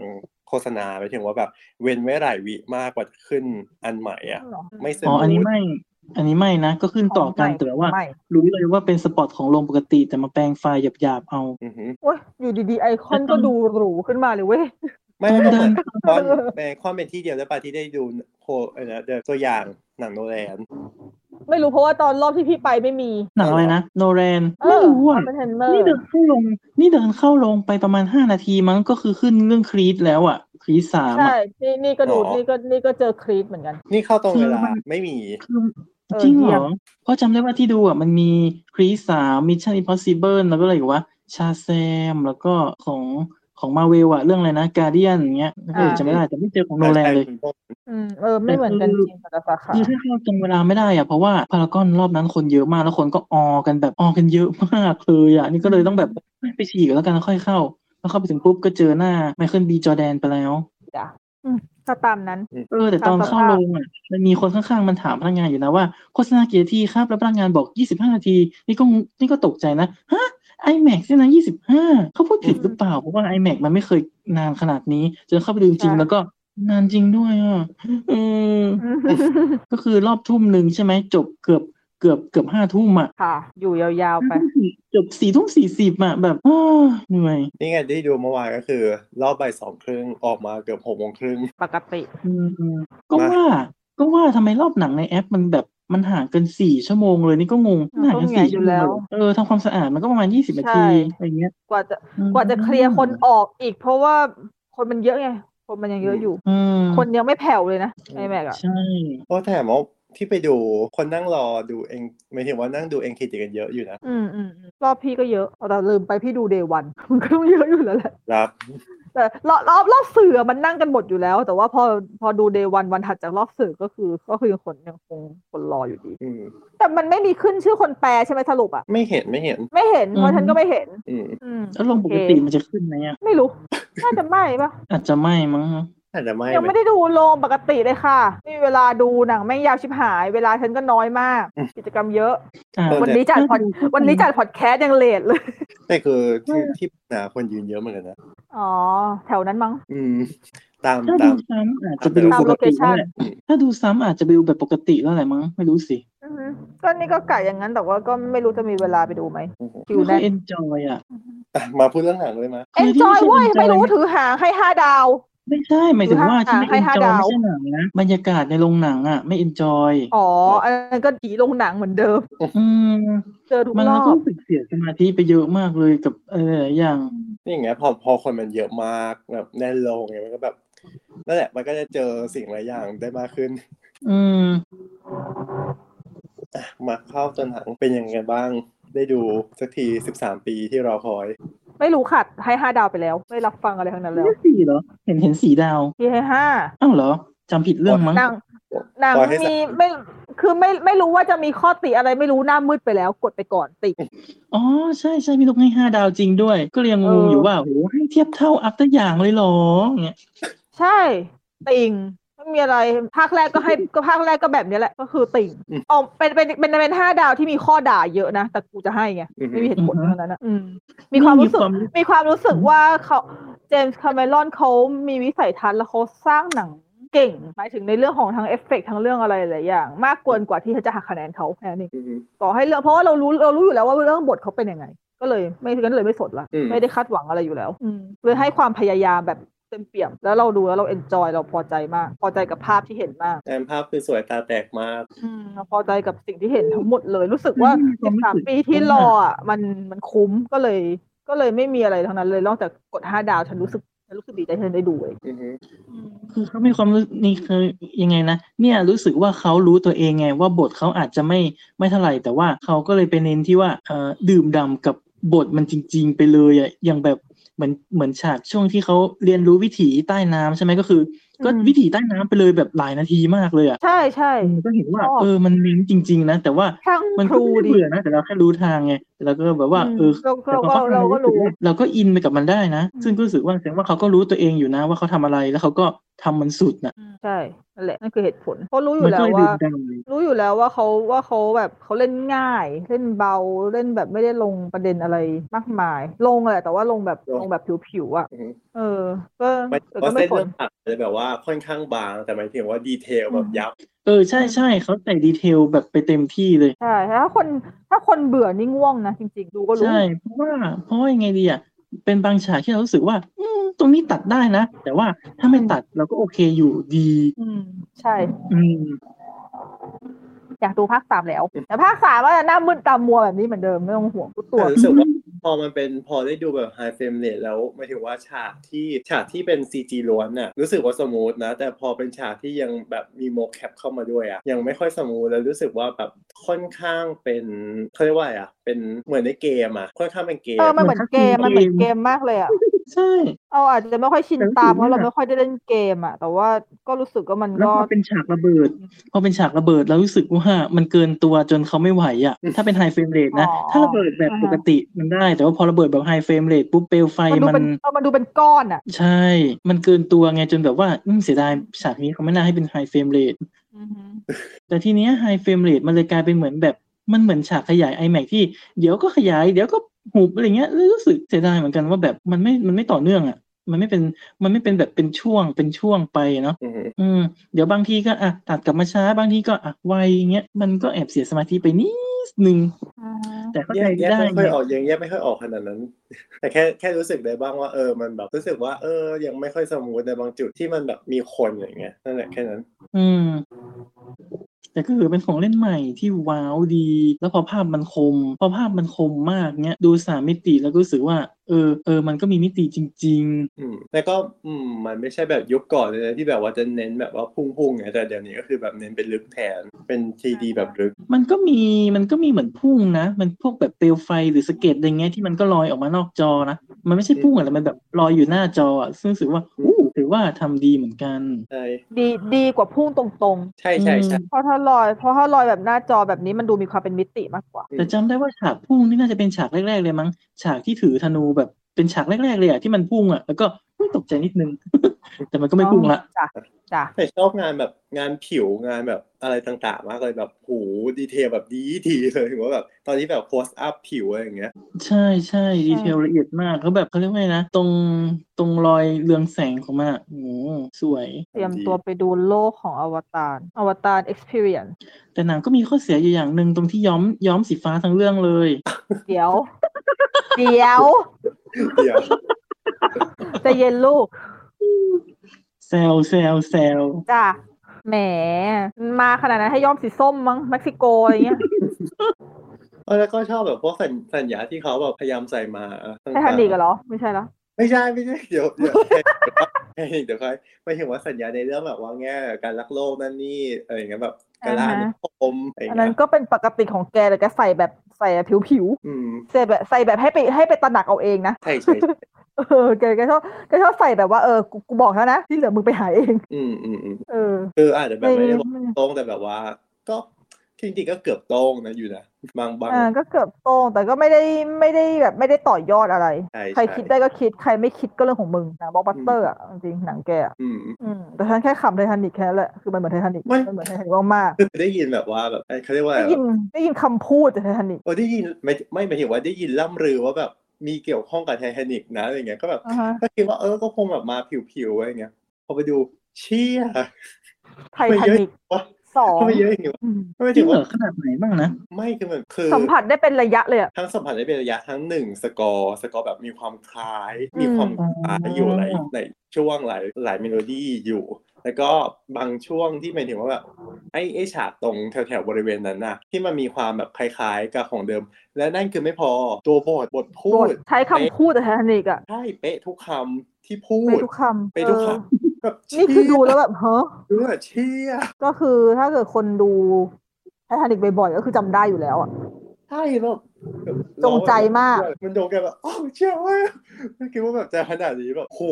B: โฆษณาหมายถึงว่าแบบเว้นไว้หลายวิมากกว่าขึ้นอันใหม่อ่ะ ไม่ส
C: อ๋ออันนี้ไม่ อันนี้ไม่นะ ก็ขึ้นต่อกันแต่ว่า รู้เลยว่าเป็นสปอตของโรงปกติ แต่มาแปลงไฟล์หยาบๆเอา
B: อือหือ
D: โอ้ยอยู่ดีๆ ไอคอนก็ดูหรูขึ้นมาเลยเว้ย
B: ไม่ไม่ไม่ต
D: ต้อ
B: อ
D: ง
B: น
D: เดิน
B: แบงคอนเป็นที่เดียวด้วยปะที่ได้ดูโคเอ่อนะเดี๋ยวตัวอย่างหนังโนแลน
D: ไม่รู้เพราะว่าตอนรอบที่พี่ไปไม่มี
C: หนังอะไรนะโนแรน
D: เอ
C: ไม่
D: อ
C: รู้อ่ะ
D: เป็นเทนเนอร์
C: นี่เดินเข้าลง นี่เดินเข้าลงไปประมาณห้านาทีมั้งก็คือขึ้นเรื่องครีดแล้วอ่ะ ครีดสาม
D: ใช่
C: อ่ะ
D: นี่นี่ก็ดู
B: หรอ
D: นี่ก็นี่ก็เจอครีดเหมือนกัน
B: นี่เข้าตรงเวลา
C: คือมัน
B: ไม่มี
C: คือ
D: เออ
C: จริงเหร
D: เยี่ย
C: อ
D: ม
C: เพราะจำได้ว่าที่ดูอ่ะ มันมีครีดสามมิชชั่นอิมพอสิเบิลแล้วก็อะไรอีกว่าชาแซม แล้วก็ของของมาเวลอ่ะ เรื่องอะไรนะกา a เดียนอย่างเงี้ยเออจำไม่ได้แต่ไม่เจอของโนแลนเลย
B: แต่แต่
D: อืมเออไม่เหมือนกันจริงแต่ละสาขา
C: คือถ้าเข้าจำเวลาไม่ได้อะเพราะว่าพารากอนรอบนั้นคนเยอะมากแล้วคนก็ออกันแบบออกันเยอะมากเลยอะนี่ก็เลยต้องแบบไปฉี่กอนแล้วกันแล้วค่อยเข้า แล้วเข้าไปถึงปุ๊บก็เจอหน้าไมเคิลบีจอแดนไปแล้ว
D: จ้ะอืมก็ตามนั้น
C: เออแต่ตอนเข้าลงอะมันมีคนข้างๆมันถามพนักงานอยู่นะว่าโฆษณากี่นาทีครับแล้วพนักงานบอก 25 นาที นี่ก็งงนี่ก็ตกใจนะฮะไอแม็กซ์นะ25เขาพูดผิดหรือเปล่าเพราะว่าไอแม็กมันไม่เคยนานขนาดนี้จนเข้าไปดูจริงๆแล้วก็นานจริงด้วยอ่ะอืม ก็คือรอบทุ่มหนึ่งใช่ไหมจบเกือบเกือบเกือบห้าทุ่มอ่ะ
D: ค่ะ อยู่ยาวๆไป
C: จบสี่ทุ่มสี่สิบอ่ะแบบ อ้าวเหนื่อย
B: นี่ไงที่ดูเมื่อวานก็คือ รอบบ่ายสองครึ่งออกมาเกือบหกโมงครึ่ง
D: ปกติ
C: อืมก็ว่า ก็ว่าทำไมรอบหนังในแอปมันแบบมันห่างกันสี่ชั่วโมงเลยนี่ก็งง
D: มัน
C: ห่างกัน
D: ก็
C: สี่
D: ไงอยู่
C: ชั่วโม
D: แล้
C: ง
D: ว
C: เออทำความสะอาดมันก็ประมาณยี่สิบนาที
D: ใช่
C: อะไรเงี้ย
D: กว่าจะ
C: อืม
D: กว่าจะเคลียร์คนออกอีก เพราะว่าคนมันเยอะไงคนมันยังเยอะอยู่
C: อืม
D: คนยังไม่แผ่วเลยนะ
B: อืม
D: ไอแม็กอะ
C: ใช่
B: เพราะแถมว่าที่ไปดูคนนั่งรอดูเองหมายถึงว่านั่งดูเองคิดกันเยอะอยู่นะ
D: อืมอืมอืมรอบพี่ก็เยอะเอาแต่ลืมไปพี่ดูเดวัน มันก็ต้องเยอะอยู่แล้วแหละ
B: ครับ
D: แต่รอบรอบรอบสื่ออะมันนั่งกันหมดอยู่แล้ว แต่ว่าพอพอดูเดวันวันถัดจากรอบสื่อก็คือก็คือคนยังคงคนรออยู่ดี
B: อืม
D: แต่มันไม่มีขึ้นชื่อคนแปลใช่ไหมสรุปอะ
B: ไม่เห็นไม่เห็น
D: ไม่เห็นเพราะฉันก็ไม่เห็น
B: อืม
D: อืม
C: แล้วลงปกติมันจะขึ้นไหมอ่ะ
D: ไม่รู้ น่าจะไม่ปะ
C: อาจจะไม่มั้ง
B: อาจจะไม่
D: ยังไม่ได้ดูโรงปกติเลยค่ะมีเวลาดูหนังแม่งยาวชิบหาย เวลาฉันก็น้อยมาก กิจกรรมเยอะ
C: อ่ะ
D: วันนี้จัดพอดวันนี้จัดพอดแคสต์ยังเลทเลย
B: แต่คือที่ที่หนาคนยืนเยอะเหมือนกันนะ
D: อ๋อ แถวนั้นมั้ง
B: อืม ตาม
C: ถ้า
B: ตาม
C: ดูซ้ำอาจจะไปดูปกติแล้วแหละ
B: ตามโลเคชั่น
C: ถ้าดูซ้ำอาจจะไปดูแบบปกติแล้วแหละมั้งไม่รู้สิ
D: อือฮึก็นี่ก็กะอย่างนั้นแต่ว่าก็ไม่รู้จะมีเวลาไปดูไหมคิว
C: ไม่ค่
D: แน่
C: อน ยเอนจอยอ่ะ
B: อ่ะมาพูดเรื่องหนังเลยมา
D: เอนจอยเว้ยไม่รู้ถือหางให้ห้าดาว
C: ไม่ใช่หมายถึงว่าที่ไม่
D: ให้
C: เอน
D: ห้า
C: จอย
D: ดาว
C: ไม่ใช่หนังนะบรรยากาศในโรงหนังอ่ะ ไม่เอนจอย
D: อ๋อ อันนั้นก็ผีลงหนังเหมือนเดิม
C: อืม
D: เจอทุก
C: มัน
D: รอ
C: ก็
D: บ
C: รู้สึกเสียสมาธิไปเยอะมากเลยกับเออหลายอย่าง
B: นี่อย่างเงี้ยพอพอคนมันเยอะมากแบบแน่นลงอย่างเงี้ยมันก็แบบนั่นแหละมันก็จะเจอสิ่งหลายอย่างได้มากขึ้น
C: อืม
B: มาเข้าตัวหนังเป็นยังไงบ้าง ได้ดูสักทีสิบสามปีที่รอคอย
D: ไม่รู้ขัดให้ห้าดาวไปแล้ว ไม่รับฟังอะไรทั้งนั้นแล้ว
C: เรื่องสี่เหรอ เห็นเห็นสีดาว
D: พี่ให้ห้า
C: อ้าวเหรอจำผิดเรื่องมั้ง
D: หนังหนัง
B: ปล่อยให้
D: มี
B: สาม
D: ไม่คือไม่ไม่รู้ว่าจะมีข้อติอะไรไม่รู้หน้ามืดไปแล้ว กดไปก่อนติ
C: อ๋อใช่ใช่พี่นกให้ห้าดาวจริงด้วย ก็เลยยังงง
D: เออ
C: อ
D: อ
C: ยู่ว่าโหให้เทียบเท่าอัพตัวอย่างเลยเหรออย่างเงี้ย
D: ใช่ติ่งไม่มีอะไรภาคแรกก็ให้ ก็ภาคแรกก็แบบเนี้ยแหละก็คือติ่ง
B: อืม
D: อ๋อเป็นเป็นเป็นเป็นห้าดาวที่มีข้อด่าเยอะนะ แต่กูจะให้ไง
B: อือฮึ
D: ไม่มีเหตุผลทั้งนั้นนะอืมมีความรู้สึก
C: มี
D: มีความรู้สึกว่าเขาเจมส์คาเมรอนเขามีวิสัยทัศน์และเขาสร้างหนังเก่งหมายถึงในเรื่องของทั้งเอฟเฟกต์ทั้งเรื่องอะไรหลายอย่าง มากเกินกว่าที่จะหักคะแนนเขาแค่นั้นเอง
B: อืม
D: ต่อให้เรื่องเพราะว่าเรารู้เรารู้อยู่แล้วว่าเรื่องบทเขาเป็นยังไง ก็เลยไม่งั้นเลยไม่สนละ
B: อืม
D: ไม่ได้คาดหวังอะไรอยู่แล้วอืมเลยให้ความพยายามแบบเต็มเปี่ยม แล้วเราดูแล้วเราเอนจอยเราพอใจมาก พอใจกับภาพที่เห็นมาก
B: แอมภาพคือสวยตาแตกมาก
D: อืมพอใจกับสิ่งที่เห็นทั้งหมดเลย รู้สึกว่า
C: อืมความรู้สึก
D: 13ปีที่รออ่ะมันมันคุ้มก็เลย ก็เลยไม่มีอะไรทั้งนั้นเลยนอกจากกดห้าดาวฉันรู้สึกฉันรู้สึกดีใจที่ฉันได้ดูเลย
B: อือฮึ
C: คือเขามีความรู้นี่คือยังไงนะเนี่ยรู้สึกว่าเขารู้ตัวเองไง ว่าบทเขาอาจจะไม่ไม่เท่าไหร่ แต่ว่าเขาก็เลยไปเน้นที่ว่าเอ่อดื่มด่ำกับบทมันจริง ๆ ไปเลยอะอย่างแบบ เหมือนเหมือนฉากช่วงที่เขาเรียนรู้วิถีใต้น้ำใช่ไหมก็คือ ก็
D: อืม
C: วิถีใต้น้ำไปเลยแบบหลายนาทีมากเลยอ่ะ
D: ใช่ใช่
C: ก็เห็นว่า
D: ชอบ
C: เออมันลิงก์จริง ๆ นะ แต่ว่า
D: ช่าง
C: มัน
D: ค
C: ก็
D: รู
C: ไม่ได้
D: ดี
C: เบื่อนะแต่เราแค่รู้ทางไงแล้วก็แบบว่า
D: อืม
C: เออ
D: เราก็
C: แต่พอข
D: เราก็
C: ทำ
D: รู้
C: แล้วสึว่เราก็อินไปกับมันได้นะ
D: อืม
C: ซึ่งก็รู้สึกว่าแสดงว่าเขาก็รู้ตัวเองอยู่นะว่าเขาทำอะไรแล้วเขาก็ทำมันสุดนะ
D: อืมใช่นั่นแหละนั่นคือเหตุผลเพราะรู้อ
C: มั
D: ยู่
C: น
D: แล้
C: ก็
D: ว
C: เลยดึ
D: ว่า
C: งดัง
D: รู้อยู่แล้วว่าเขาว่าเขาแบบเขาเล่นง่าย เล่นเบาเล่นแบบไม่ได้ลงประเด็นอะไรมากมาย ลงแหละแต่ว่าลงแบบ
B: ลง
D: ลงแบบผิวๆอ่ะ
B: อือฮึ
D: เออ ก็
B: หมายถึง
D: เออก็ไม่คว
B: ว่าเส้น
D: ร
B: เรื่องหลักอาจจะแบบว่าค่อนข้างบาง แต่หมายถึงว่าดีเทลแบบ
D: อืม
B: ยับ
C: เออใช่ใช่เขาใส่ดีเทลแบบไปเต็มที่เลย
D: ใช่ถ้าคนถ้าคนเบื่อนี่ง่วงนะจริงๆ ดูก็รู้
C: ใช่ เพราะว่าเพราะว่ายังไงดีอ่ะเป็นบางฉากที่เรารู้สึกว่า อืมตรงนี้ตัดได้นะ แต่ว่าถ้าไม่ตัดเราก็โอเคอยู่ดี
D: อืม ใช่
C: อืม
D: อยากดูภาคสามแล้ว แต่ภาคสามว่าจะหน้ามืดตามัวแบบนี้เหมือนเดิมไม่ต้องห่วงทุกตัว
B: แต่รู้สึกว่าพอมันเป็นพอได้ดูแบบไฮเฟรมเรทแล้วหมายถึงว่าฉากที่ฉากที่เป็น CG ล้วนน่ะรู้สึกว่าสมูทนะ แต่พอเป็นฉากที่ยังแบบมีโมแคปเข้ามาด้วยอะยังไม่ค่อยสมูทแล้วรู้สึกว่าแบบค่อนข้างเป็นเขาเรียกว่าอะไรอะเป็นเหมือนในเกมอะค่อนข้างเป็นเกม
D: เออ มันเหมือนเกม มันเหมือนเกมมากเลยอ่ะ
C: ใช่
D: เอาอาจจะไม่ค่อยชิน
C: แต่รู้สึก
D: ตามเพราะ
C: ว่า
D: เราไม่ค่อยได้เล่นเกมอ่ะ แต่ว่าก็รู้สึกว่ามัน
C: แล้ว
D: ก็
C: พอเป็นฉากระเบิด พอเป็นฉากระเบิดเรารู้สึกว่ามันเกินตัวจนเขาไม่ไหวอ่ะ ถ้าเป็นไฮเฟรมเรทนะ
D: อ๋อ
C: ถ้าระเบิดแบบ
D: อ่าฮะ
C: ปกติมันได้ แต่ว่าพอระเบิดแบบไฮเฟรมเรทปุ๊บเปลวไฟ
D: มันดู
C: มั
D: เป็น
C: น
D: เออมันดูเป็นก้อนอ่ะ
C: ใช่ มันเกินตัวไงจนแบบว่าอืมเสียดายฉากนี้เขาไม่น่าให้เป็นไฮเฟรมเรท แต่ทีเนี้ยไฮเฟรมเรทมันเลยกลายเป็นเหมือนแบบมันเหมือนฉากขยาย iMac ที่เดี๋ยวก็ขยาย เดี๋ยวก็หุบอะไรเงี้ยรู้สึกเสียดายเหมือนกันว่าแบบมันไม่มันไม่ต่อเนื่องอ่ะ มันไม่เป็นมันไม่เป็นแบบเป็นช่วงเป็นช่วงไปเนาะ
B: อือหือ
C: อืมเดี๋ยวบางทีก็อ่ะตัดกลับมาช้าบางทีก็อ่ะไวเงี้ยมันก็แอบเสียสมาธิไปนิดนึง แต่เข้า
B: แย
C: ใจ
B: กแยก
C: ได้
B: ไม่ค่
C: ไง
B: อยออกยังแยกไม่ค่อยออกขนาดนั้น แต่แค่แค่รู้สึกได้บ้างว่าเออมันแบบรู้สึกว่าเออยังไม่ค่อยสมูทในบางจุดที่มันแบบมีคนอย่างเงี้ยนั่นแหละแค่นั้น
C: อืม แต่ก็คือเป็นของเล่นใหม่ที่ว้าวดี แล้วพอภาพมันคม พอภาพมันคมมากเนี้ยดูสามมิติแล้วก็รู้สึกว่า เออเออมันก็มีมิติจริง ๆ
B: อืมแล้วก็อืมมันไม่ใช่แบบยุคก่อนเลยนะที่แบบว่าจะเน้นแบบว่าพุ่งๆไงแต่เดี๋ยวนี้ก็คือแบบเน้นเป็นลึกแทนเป็นทีดีแบบลึก
C: มันก็มีมันก็มีเหมือนพุ่งนะ มันพวกแบบเปลวไฟหรือสะเก็ดอะไรเงี้ยที่มันก็ลอยออกมานอกจอนะ มันไม่ใช่พุ่งอะไรมันแบบลอยอยู่หน้าจออะซึ่งรู้สึกว่าอู้ถือว่าทำดีเหมือนกัน
B: ใช่
D: ดีดีกว่าพุ่งตรง
B: ใช่ใช่ใช่
D: ๆ เพราะถ้าลอยเพราะถ้าลอยแบบหน้าจอแบบนี้มันดูมีความเป็นมิติมากกว่า
B: อืม
C: แต่จำได้ว่าฉากพุ่งนี่น่าจะเป็นฉากแรกๆเลยมั้ง ฉากที่ถือธนูแบบเป็นฉากแรกๆเลยอะที่มันพุ่งอะแล้วก็อุ๊ยตกใจนิดนึง แต่มันก็ไม่พุ่งละ
D: จ้ะจ้ะ
B: แต่ชอบงานแบบงานผิวงานแบบอะไรต่างๆ มากเลยแบบโหดีเทลแบบดีดีเลยถึงว่าแบบตอนที่แบบโพสอัพผิวอะไรอย่างเงี้ย
C: ใช่ใช่ดีเทลละเอียดมากเขาแบบเขาเรียกว่าไงนะ ตรงตรงรอยเรืองแสงของมันอะโอ้โหสวย
D: เตรียมตัวไปดูโลกของอวตารอวตาร experience
C: แต่หนังก็มีข้อเสียอยู่อย่างหนึ่งตรงที่ย้อมย้อมสีฟ้าทั้งเรื่องเลย
D: เดี๋ยว เดี๋ยว
B: เดี๋ยว
D: ใจะเย็นลูก
C: แซลแซลแซล
D: จ้ะแหม มาขนาดนั้นให้ย้อมสีส้มมั้งเม็กซิโกอะไรเงี้ย
B: เออแล้วก็ชอบแบบพวกสัญสัญญาที่เขาแบบพยายามใส่มา
D: ไททานิกเหรอ ไม่ใช่เหรอ
B: ไม่ใช่ไม่ใช่เดี๋ยวเดี๋ยว เดี๋ยวค่อยไม่ถึงว่าสัญญาในเรื่องแบบว่าแง่การรักโลกนั่นนี่อะไรอย่างเงี้ยแบบการละอาณานิคมอะไรอย่าง
D: อัน
B: เงี้
D: นั้น
B: ย
D: ก็เป็นปกติของแกแต่แกใส่แบบใส่แบบผิว
B: อืม
D: ๆใส่แบบใส่แบบให้ไปให้ไปตระหนักเอาเองนะ
B: ใช่ใช่ใช่
D: เออแกแกชอบแกชอบใส่แบบว่าเออกูกูบอกแล้วนะที่เหลือมึงไปหาเอง
B: อืมอืมอืม
D: เออ
B: คืออาจจะแบบไม่ได้บอก
D: ไม่
B: ตรงแต่แบบว่า ก็จริงๆก็เกือบตรงนะอยู่นะบางบาง
D: อ่าก็เกือบตรงแต่ก็ไม่ได้ไม่ได้แบบไม่ได้ต่อยอดอะไร
B: ใช่
D: ใคร
B: ใช่
D: คิดได้ก็คิดใครไม่คิดก็เรื่องของมึงหนังบล็อกบัสเตอร์อ่ะจริงๆหนังแกอะ
B: อืม
D: อืมแต่ฉันแค่ขำไททานิกแค่นั้นแหละคือมันเหมือนไททานิก
B: ไม่
D: มันเหมือนไททานิกมาก
B: คือได้ยินแบบว่าแบบไอ้เขาเรียกว่า
D: ๆ
B: อะ
D: ได้
B: ไร
D: ยินได้ยินคำพูดจากไททานิก
B: โอ้ได้ยินไม่ไม่หมายถึงว่าได้ยินล่ำลือว่าแบบมีเกี่ยวข้องกับไททานิกนะอะไรเงี้ยก็แบบ
D: อ่าฮะ
B: ก็คิดว่าเออก็คงแบบมาผิวๆอะไรเงี้ยพอไปดูเชี่ย
D: ไททานิก
B: วะ
D: สอง
B: ทำไมเยอะอย่างงี้วะ
D: อืม
B: ไม่ถึ
C: จริง
B: ง
C: เหร
B: ว่า
C: อขนาดไหนบ้างนะ
B: ไม่คือมันคือ
D: สัมผัสได้เป็นระยะเลยอะ
B: ทั้งสัมผัสได้เป็นระยะทั้งหนึ่งสกอร์สกอร์แบบมีความคล้าย มีความ
C: อืม
B: คล้ายอยู่หลายหลายช่วงหลายหลายเมโลดี้อยู่ แล้วก็บางช่วงที่หมายถึงว่าแบบไอ้ไอ้ฉากตรงแถวแถวๆบริเวณนั้นน่ะ ที่มันมีความแบบคล้ายๆกับของเดิม และนั่นคือไม่พอตัวบทบทพู
D: บท
B: ด
D: ใช้คำพูดแต่ไททานิกอะ
B: ใช่เป๊ะทุกคำที่พู
D: ไป
B: ด
D: ทุกคำ
B: เป๊ะทุก
D: เอ
B: ค
D: อ
B: ำแบบ
D: นี่คือดูแล้ว
B: เชี่ย
D: แบบเฮ้อ
B: เออเชี่ย
D: ก็คือถ้าเกิดคนดูไททานิกบ่อยๆก็คือจำได้อยู่แล้วอะ
B: ใช่แบบแบบ
D: จงใจมาก
B: มันโดนแกแบบอ้าวเชี่ยเว้ยไม่คิดว่าแบบจะขนาดนี้แบบโห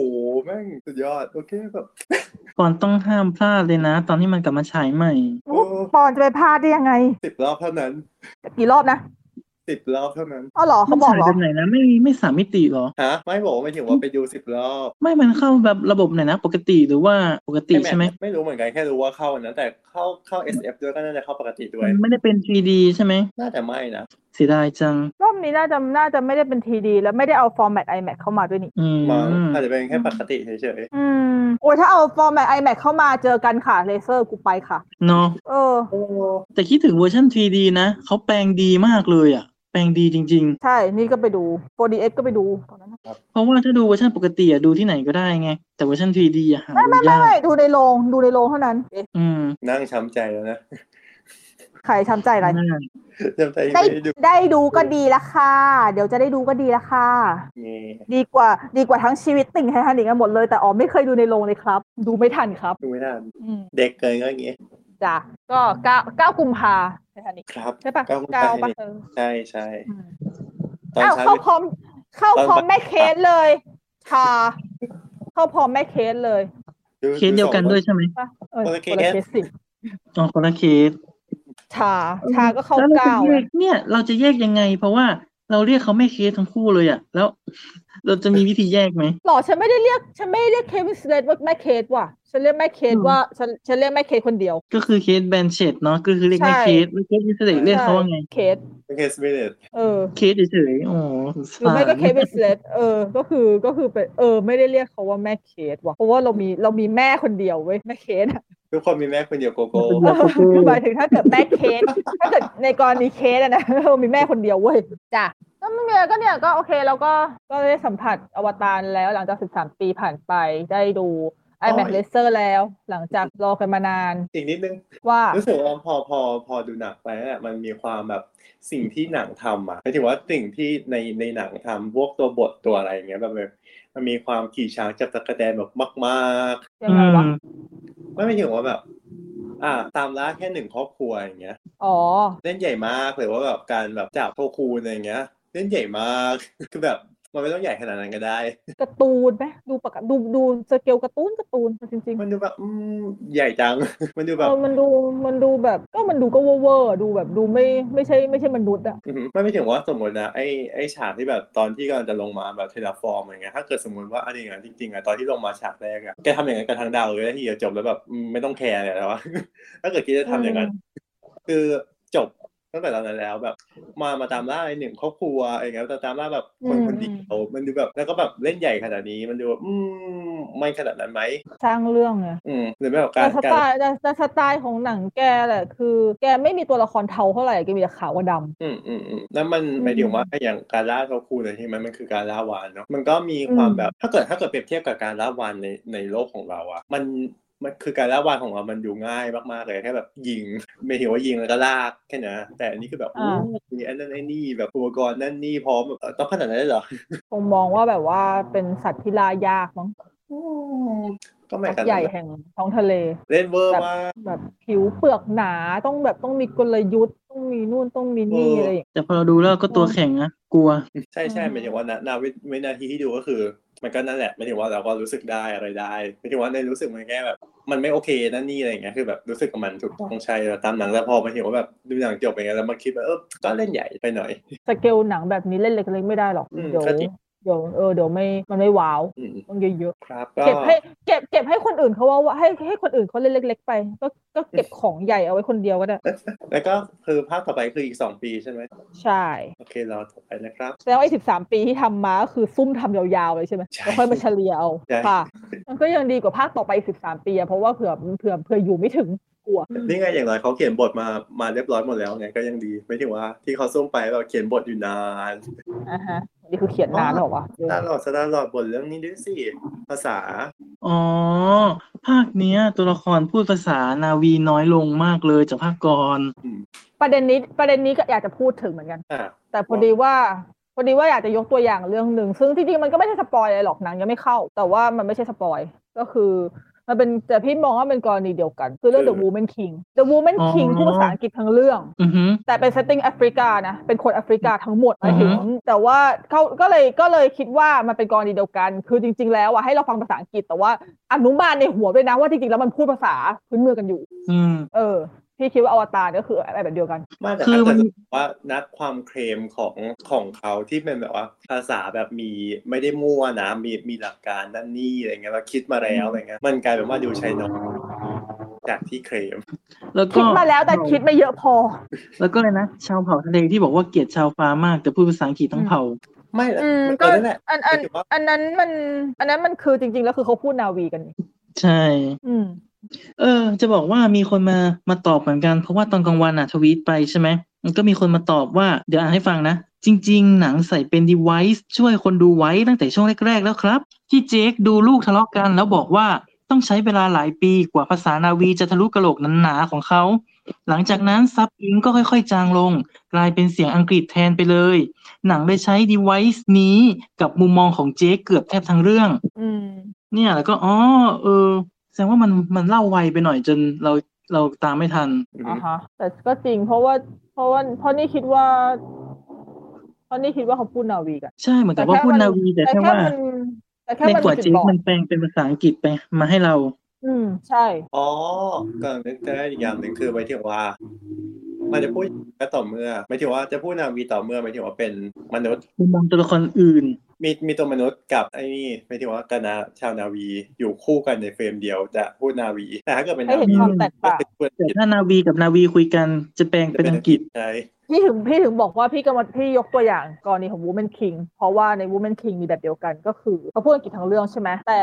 B: แม่งสุดยอดโอเคแบบ
C: ก่อนต้องห้ามพลาดเลยนะ ตอนที่มันกลับมาฉายใหม่
B: โอ้
D: ปอนจะไปพลาดได้ยังไง
B: สิบรอบเท่านั้น
D: กี่รอบนะ
B: สิบรอบเท่านั้น
D: อ๋อเหรอเขาบอกเหรอ
C: มันฉยแบบไหนนะไม่ไม่สามมิติเหรอ
B: ฮะไม่บอกว่าไม่ถึงว่าไปดูสิบรอบ
C: ไม่มันเข้าแบบระบบไหนนะ ปกติหรือว่าปกติใช่ไหม
B: ไม่รู้เหมือนกันแค่รู้ว่าเข้านะแต่เข้าเข้า SF ด้วยก็น่าจะเข้าปกติด้วย
C: มันไม่ได้เป็น 3D ใช่ไหม
B: น่าจะไม่นะ
C: เสียดายจัง
D: รอบนี้น่าจะน่าจะไม่ได้เป็นทีดี แล้วไม่ได้เอาฟอร์แมต iMac เข้ามาด้วยนี่
C: อืม
B: มั้งอาจจะเป็นแค่ปกติเฉย
D: อืม โอ้ยถ้าเอาฟอร์แมต iMac เข้ามาเจอกันค่ะเลเซอร์กูไปค่ะ
C: เนาะ
D: เออ
B: ๆโอ้
C: แต่คิดถึงเวอร์ชัน 3D นะเขาแปลงดีมากเลยอะแปลงดีจริง
D: ใช่ นี่ก็ไปดู 4DX ก็ไปดูตอนนั้นนะ
C: ๆ เพราะว่าถ้าดูเวอร์ชันปกติอะดูที่ไหนก็ได้ไง แต่เวอร์ชัน 3D อะหาดู
D: ไม่ไม่
C: ยาก
D: ไม่ดูในโรงดูในโรงเท่านั้นเอ๊ะ
C: อืม
B: นั่งช้ำใจแล้วนะ
D: ใครช้ำใจอะไร
C: น่า
B: ช้ำใจยัง
D: ได้
B: ไม่ได้ดู
D: ได้ดูก็ดีละค่ะ เดี๋ยวจะได้ดูก็ดีละค่ะ
B: เงี้
D: ดีกว่าดีกว่าทั้งชีวิตติ่งให้ทันอีกกันหมดเลย แต่อ๋อไม่เคยดูในโรงเลยครับ ดูไม่ทันครับ
B: ดูไม่ทัน
D: อืม
B: เด็กเกินก็อย่างงี้
D: จ้ะก็เก้าเก้ากุมภาพันธ์ทันอีก
B: ครับ
D: ใช่ปะ
B: ก้าว
D: เก้า
B: ไป
D: ปะเออ
B: ใช่ใช่
D: อืม
B: ตอน
D: อ้าว
B: เช้า
D: เข้าพร้อม เข้าพร้อม
B: ตอนบ่าย
D: แม่เคสเลยชาเข้าพร้อมแม่เคสเลย
C: เคสเดียวกันด้วยใช่ไหม
D: ปะเออ
B: คนละเคส
D: คนละเคสสิ
C: อ๋อคนละเคส
D: ชาชาก็เข้า
C: แล้วรจะ
D: เก้า
C: แยเนี่ยเราจะแยกยังไง เพราะว่าเราเรียกเขาไม่เคสทั้งคู่เลยอะแล้ว เราจะมีวิธีแยกไหม
D: หรอฉันไม่ได้เรียก ฉันไม่ได้เรียกเควินสเลตว่าแม่เคสว่ะฉันเรียกแม่เคส
C: อืม
D: ว่าฉันฉันเรียกแม่เคสคนเดียว
C: ก็คือเคสแบนเชดเนาะก็คือเรียกไม่
D: ใช่
C: เคสแล้วเคสวิเศษเรียกเขาว่าไง
D: เคส
B: เคสมิเนต
D: เออ
C: เคสเฉยๆอ๋อสง
D: หรือ
C: สา
D: ไม่ก็
C: ร
D: เควินสเลตเออ ก็คือ ก็คือเป็น เออ ไม่ได้เรียกเขาว่าแม่เคสว่ะ เพราะว่าเรามี เรามีแม่คนเดียวเว้ย แม่เคสอะ
B: ทุกคนมีแม่คนเดียวโกโก้
D: เออคือหมายถึงถ้าเกิดแม่เคส ถ้าเกิดในกรณีเคสอะนะ เรามีแม่คนเดียวเว้ย จ้ะ ก็ไม่มีอะไรก็เนี่ย ก็โอเค แล้วก็ ก็ได้สัมผัสอวตารแล้วหลังจาก 13 ปีผ่านไป ได้ดูไอแมทเลเซอร์แล้ว หลังจากรอกันมานาน
B: อีกนิดนึง
D: ว่า
B: รู้สึกว่าพอพอพอดูหนังไปนั่นแหละมันมีความแบบสิ่งที่หนังทำอ่ะหมายถึงว่าสิ่งที่ในในหนังทำพวกตัวบทตัวอะไรอย่างเงี้ยแบบมันมีความขี่ช้างจับตะกแตนแบบมากๆ
D: ยังไงวะ
C: อืม
B: ไม่ไม่ถึงว่าแบบ อ่า ตามล่าแค่หนึ่งครอบครัวอย่างเงี้ย
D: อ๋อ
B: เล่นใหญ่มากหรือว่าแบบการแบบจับโทคูนอะไรอย่างเงี้ย เล่นใหญ่มาก คือแบบมันไม่ต้องใหญ่ขนาดนั้นก็ได้
D: การ์ตูนไหมดูปกติดู ดูสเกลการ์ตูนการ์ตูนจริงๆ
B: มันดูแบบ อืมใหญ่จัง มันดูแบบ
D: เออมันดูมันดูแบบก็มันดูก็เวอร์เวอร์อะดูแบบดูไม่ไม่ใช่ไม่ใช่มนุษย์อะ
B: อื้อหือไม่ไม่ถึงว่าสมมตินะไอไอฉากที่แบบตอนที่กำลังจะลงมาแบบเทเลฟอร์มอะไรเงี้ยถ้าเกิดสมมติว่าอันนี้อย่างนั้นจริงๆอ่ะตอนที่ลงมาฉากแรกอ่ะแกทำอย่างนั้นกับทางดาวเลยแล้วทีเดียวจบแล้วแบบอืมไม่ต้องแคร์เลยแล้วว่า ถ้าเกิดคิดจะทำอย่างนั้น คือจบตั้งแต่ตอนนั้นแล้วแบบ มามาตามล่าไอหนึ่งครอบครัวอะไรเงี้ยแต่ตามล่าแบบคนคนเดียวมันดูแบบแล้วก็แบบเล่นใหญ่ขนาดนี้ มันดูแบบอืมไม่ขนาดนั้นไหม
D: สร้างเรื่องไง
B: อืมหรือไม่แบบกา
D: แต่ส
B: รกา
D: ไต
B: ร
D: ล์แต่แต่สไตล์ของหนังแกแหละคือ แกไม่มีตัวละครเทาเท่าไหร่แกมีแต่ขาวกับดำ
B: อืมอืมอืมแล้วมันหมายถึงว่าอย่างการล่าครอบครัวเลยใช่ไหมมันคือการล่าวานเนาะมันก็มีความ
D: อืม
B: แบบ ถ้าเกิดถ้าเกิดเปรียบเทียบกับการล่าวานในในโลกของเราอะมันมันคือการล่าวานของเรามันดูง่ายมากๆเลยแค่แบบยิงไม่เห็นว่ายิงแล้วก็ลากแค่นั้นนะแต่อันนี้คือแบบอู้มีอันนั้นไอ้นี่แบบอุปกรณ์นั่นนี่พร้อมแบบเอ่อต้องขนาดนั้นเลยเหรอ
D: คงมองว่าแบบว่าเป็นสัตว์ที่ล่ายากมั้ง
B: อืมก็ไม่
D: สัต
B: กัน
D: ว์ใหญ่แห่งท้องทะเล
B: เล่นเวอร์มาก
D: แบบผิวเปลือกหนาต้องแบบต้องมีกลยุทธ์ต้องมีนู่นต้องมีนี่
B: เอออ
D: อะไรอย่างเงี้ย
C: แต่พอเราดูแล้วก็ตัวแข็งอะกลัว
B: ใช่ใช่
D: อืม
B: หมายถึงว่านานาวิวินาทีที่ดูก็คือ มันก็นั่นแหละหมายถึงว่าเราก็รู้สึกได้อะไรได้หมายถึงว่าในรู้สึกมันแค่แบบ มันไม่โอเคนั่นนี่อะไรอย่างเงี้ยคือแบบรู้สึกกับมันถูกต้องใช่แล้วตามหนังแล้วพอมาเห็นว่าแบบดูหนังจบไปอย่างเงี้ยแล้วมาคิดว่าเออก็เล่นใหญ่ไปหน่อย
D: สเกลหนังแบบนี้เล่นเล็กๆไม่ได้หรอก
B: อืม
D: เดี๋ยว
B: ก็จริง
D: เดี๋ยวเออเดี๋ยวไม่มันไม่ว้าว
B: อืม
D: ต้องเยอะๆ
B: ครับก็
D: เก็บให้เก็บเก็บให้คนอื่นเขาว่าว่าให้ให้คนอื่นเขาเล่นเล็ก ๆ ไป ก็ก็เก็บของใหญ่เอาไว้คนเดียวก็ได้
B: แล้วก็คือภาคต่อไปคืออีก 2 ปีใช่ไหม
D: ใช่
B: โอเครอต่อไปนะครับ
D: แล้วไอ้สิบสามปีที่ทำมาก็คือซุ่มทำยาวๆเลยใช่ไหม
B: ใช่
D: แล้วค่อยมาเฉลี่ยเอา
B: ใช่
D: ค่ะ มันก็ยังดีกว่าภาคต่อไปสิบสามปีอะเพราะว่าเผื่อเผื่อเผื่ออยู่ไม่ถึงกลัว
B: นี่ไงอย่างไรเขาเขียนบทมามาเรียบร้อยหมดแล้วไงก็ยังดีหมายถึงว่าที่เขาส่งไปเราเขียนบทอยู่นาน
D: อ่าฮะนี่คือเขียนนานแล้วเหรอวะเออ
B: ตลอดตลอดบทเรื่องนี้ด้วยสิ ภาษา
C: อ๋อ ภาคเนี้ย ตัวละครพูดภาษานาวีน้อยลงมากเลยจากภาคก่อน
D: ประเด็นนี้ประเด็นนี้ก็อยากจะพูดถึงเหมือนกัน
B: อ่ะ
D: แต่พอดีว่าพอดีว่าอยากจะยกตัวอย่างเรื่องหนึ่งซึ่งจริงๆมันก็ไม่ใช่สปอยอะไรหรอกหนังยังไม่เข้า แต่ว่ามันไม่ใช่สปอยก็คือ มันเป็นแต่พี่มองว่าเป็นกรณีเดียวกัน คือเรื่อง The
B: คือ
D: Woman King The Woman
C: อ๋อ
D: King พูดภาษาอังกฤษทั้งเรื่อง
C: อือฮึ
D: แต่เป็น setting แอฟริกานะ เป็นคนแอฟริกาทั้งหมดห
C: อื
D: มาย
C: อฮึ
D: ถึงแต่ว่าเขาก็เลยก็เลยคิดว่ามันเป็นกรณีเดียวกัน คือจริง ๆ แล้วอะให้เราฟังภาษาอังกฤษ แต่ว่าอนุมานในหัวด้วยนะว่าจริงๆแล้วมันพูดภาษาพื้นเมืองกันอยู่
C: อืม
D: เออ พี่คิดว่าอวตารก็คืออะไรแบบเดียวกัน
B: ไมากแต่
C: คื
B: คืออ
C: มั
B: มัน นว่านักความเคลมของของเขาที่เป็นแบบว่าภาษาแบบมีไม่ได้มั่วนะมีมีหลักการนั่นนี่อะไรเงี้ยเราคิดมาแล้วอะไรเงี้ยมันกลายเป็นว่าดูใช้น้อยจากที่เคลม
C: แล้วก็
D: คิดมาแล้วแต่คิดไม่เยอะพอ
C: แล้วก็เลยนะ ชาวเผ่าทะเลที่บอกว่าเกลียดชาวฟ้ามาก แต่พูดภาษาอังกฤษทั้งเผ่า
B: ไม่ละ
D: อืม
B: มัน
D: ก็
B: ก็นั่นแหละ
D: อันอัน
B: หมายถึงว่า
D: อันนั้นมัน อันนั้นมันคือจริง ๆ แล้วคือเขาพูดนาวีกันนี่
C: ใช่
D: อืม
C: เออ จะบอกว่ามีคนมามาตอบเหมือนกัน เพราะว่าตอนกลางวันอ่ะทวีตไปใช่ไหมมันก็มีคนมาตอบว่า เดี๋ยวอ่านให้ฟังนะ จริง ๆ หนังใส่เป็นดีไว c ์ช่วยคนดูไว้ตั้งแต่ช่วงแรก ๆ แล้วครับ ที่เจคดูลูกทะเลาะกันแล้วบอกว่าต้องใช้เวลาหลายปีกว่าภาษานาวีจะทะลุกระโหลกหนาๆของเขา หลังจากนั้นซับอิงก็ค่อยๆ จางลง กลายเป็นเสียงอังกฤษแทนไปเลย หนังเลยใช้ดีไว c ์นี้กับมุมมองของเจคเกือบแทบทั้งเรื่อง
D: อืม
C: เนี่ยแล้วก็อ๋อเออ แสดงว่ามันมันเล่าไวไปหน่อยจนเราเราตามไม่ทัน
B: อื
D: อ่าม ฮะแต่ก็จริงเพราะว่าเพราะว่าเพราะนี่คิดว่าเพราะนี่คิดว่าเขาพูดนาวีกัน
C: ใช่เหมือนกับ
D: แต่
C: ว่า
D: แค่
C: พูด
D: มัน
C: นาวีแต่
D: แต่
C: แค่
D: แค่
C: ว่า
D: มันแต่แค่
C: ใน
D: มัน
C: กว่า
D: มีจุ
C: เจ๊
D: ดบอด
C: มันแปลงเป็นภาษาอังกฤษไปมาให้เรา
D: อืมใช่
B: อ๋อก่อนนึกได้อีกอย่างหนึ่งคือหมายถึงว่า มันจะพูดก็ต่อเมื่อหมายถึงว่าจะพูดนาวีต่อเมื่อหมายถึงว่าเป็นมนุษย์
C: มุมมองตัวละครอื่น
B: มีมีตัวมนุษย์กับไอ้นี่หมายถึงว่ากับนาชาวนาวีอยู่คู่กันในเฟรมเดียวจะพูดนาวีแต่ถ้าเกิดเป็นนา
D: ให้เห็น
B: วี
D: ความแตกต่าง
B: จะพูด
C: แต่ถ้านาวีกับนาวีคุยกันจะแปลงเป็นอังกฤษ
B: ใช่
D: พี่ถึงพี่ถึงบอกว่าพี่กำลังพี่ยกตัวอย่างกรณีของ Woman King เพราะว่าใน Woman King มีแบบเดียวกันก็คือเขาพูดอังกฤษทั้งเรื่องใช่ไหมแต่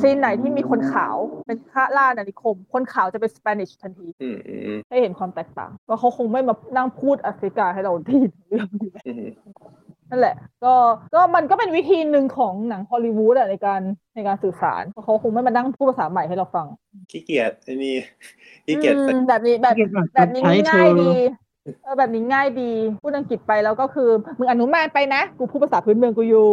D: ซีนไหนที่มีคนขาวเป็นข้าล่านานิคม คนขาวจะเป็นสเปนิชทันที
B: อืมอืมอืม
D: ให้เห็นความแตกต่างว่าเขาคงไม่มานั่งพูดแอฟริกาให้เราได้ยินเรื่องอยู่แล้ว
B: อืม
D: นั่นแหละ ก็ ก็มันก็เป็นวิธีหนึ่งของหนังฮอลลีวูดอะในการในการสื่อสารเพราะเขาคงไม่มานั่งพูดภาษาใหม่ให้เราฟัง
B: ขี้เกียจไอ้นี่ขี้เกียจ
D: อืมแบบนี้แบบ แบบนี้
C: ใช้เธอ
D: ง่ายดี เออแบบนี้ง่ายดี พูดอังกฤษไปแล้วก็คือ มึงอนุมานไปนะ กูพูดภาษาพื้นเมืองกูอยู่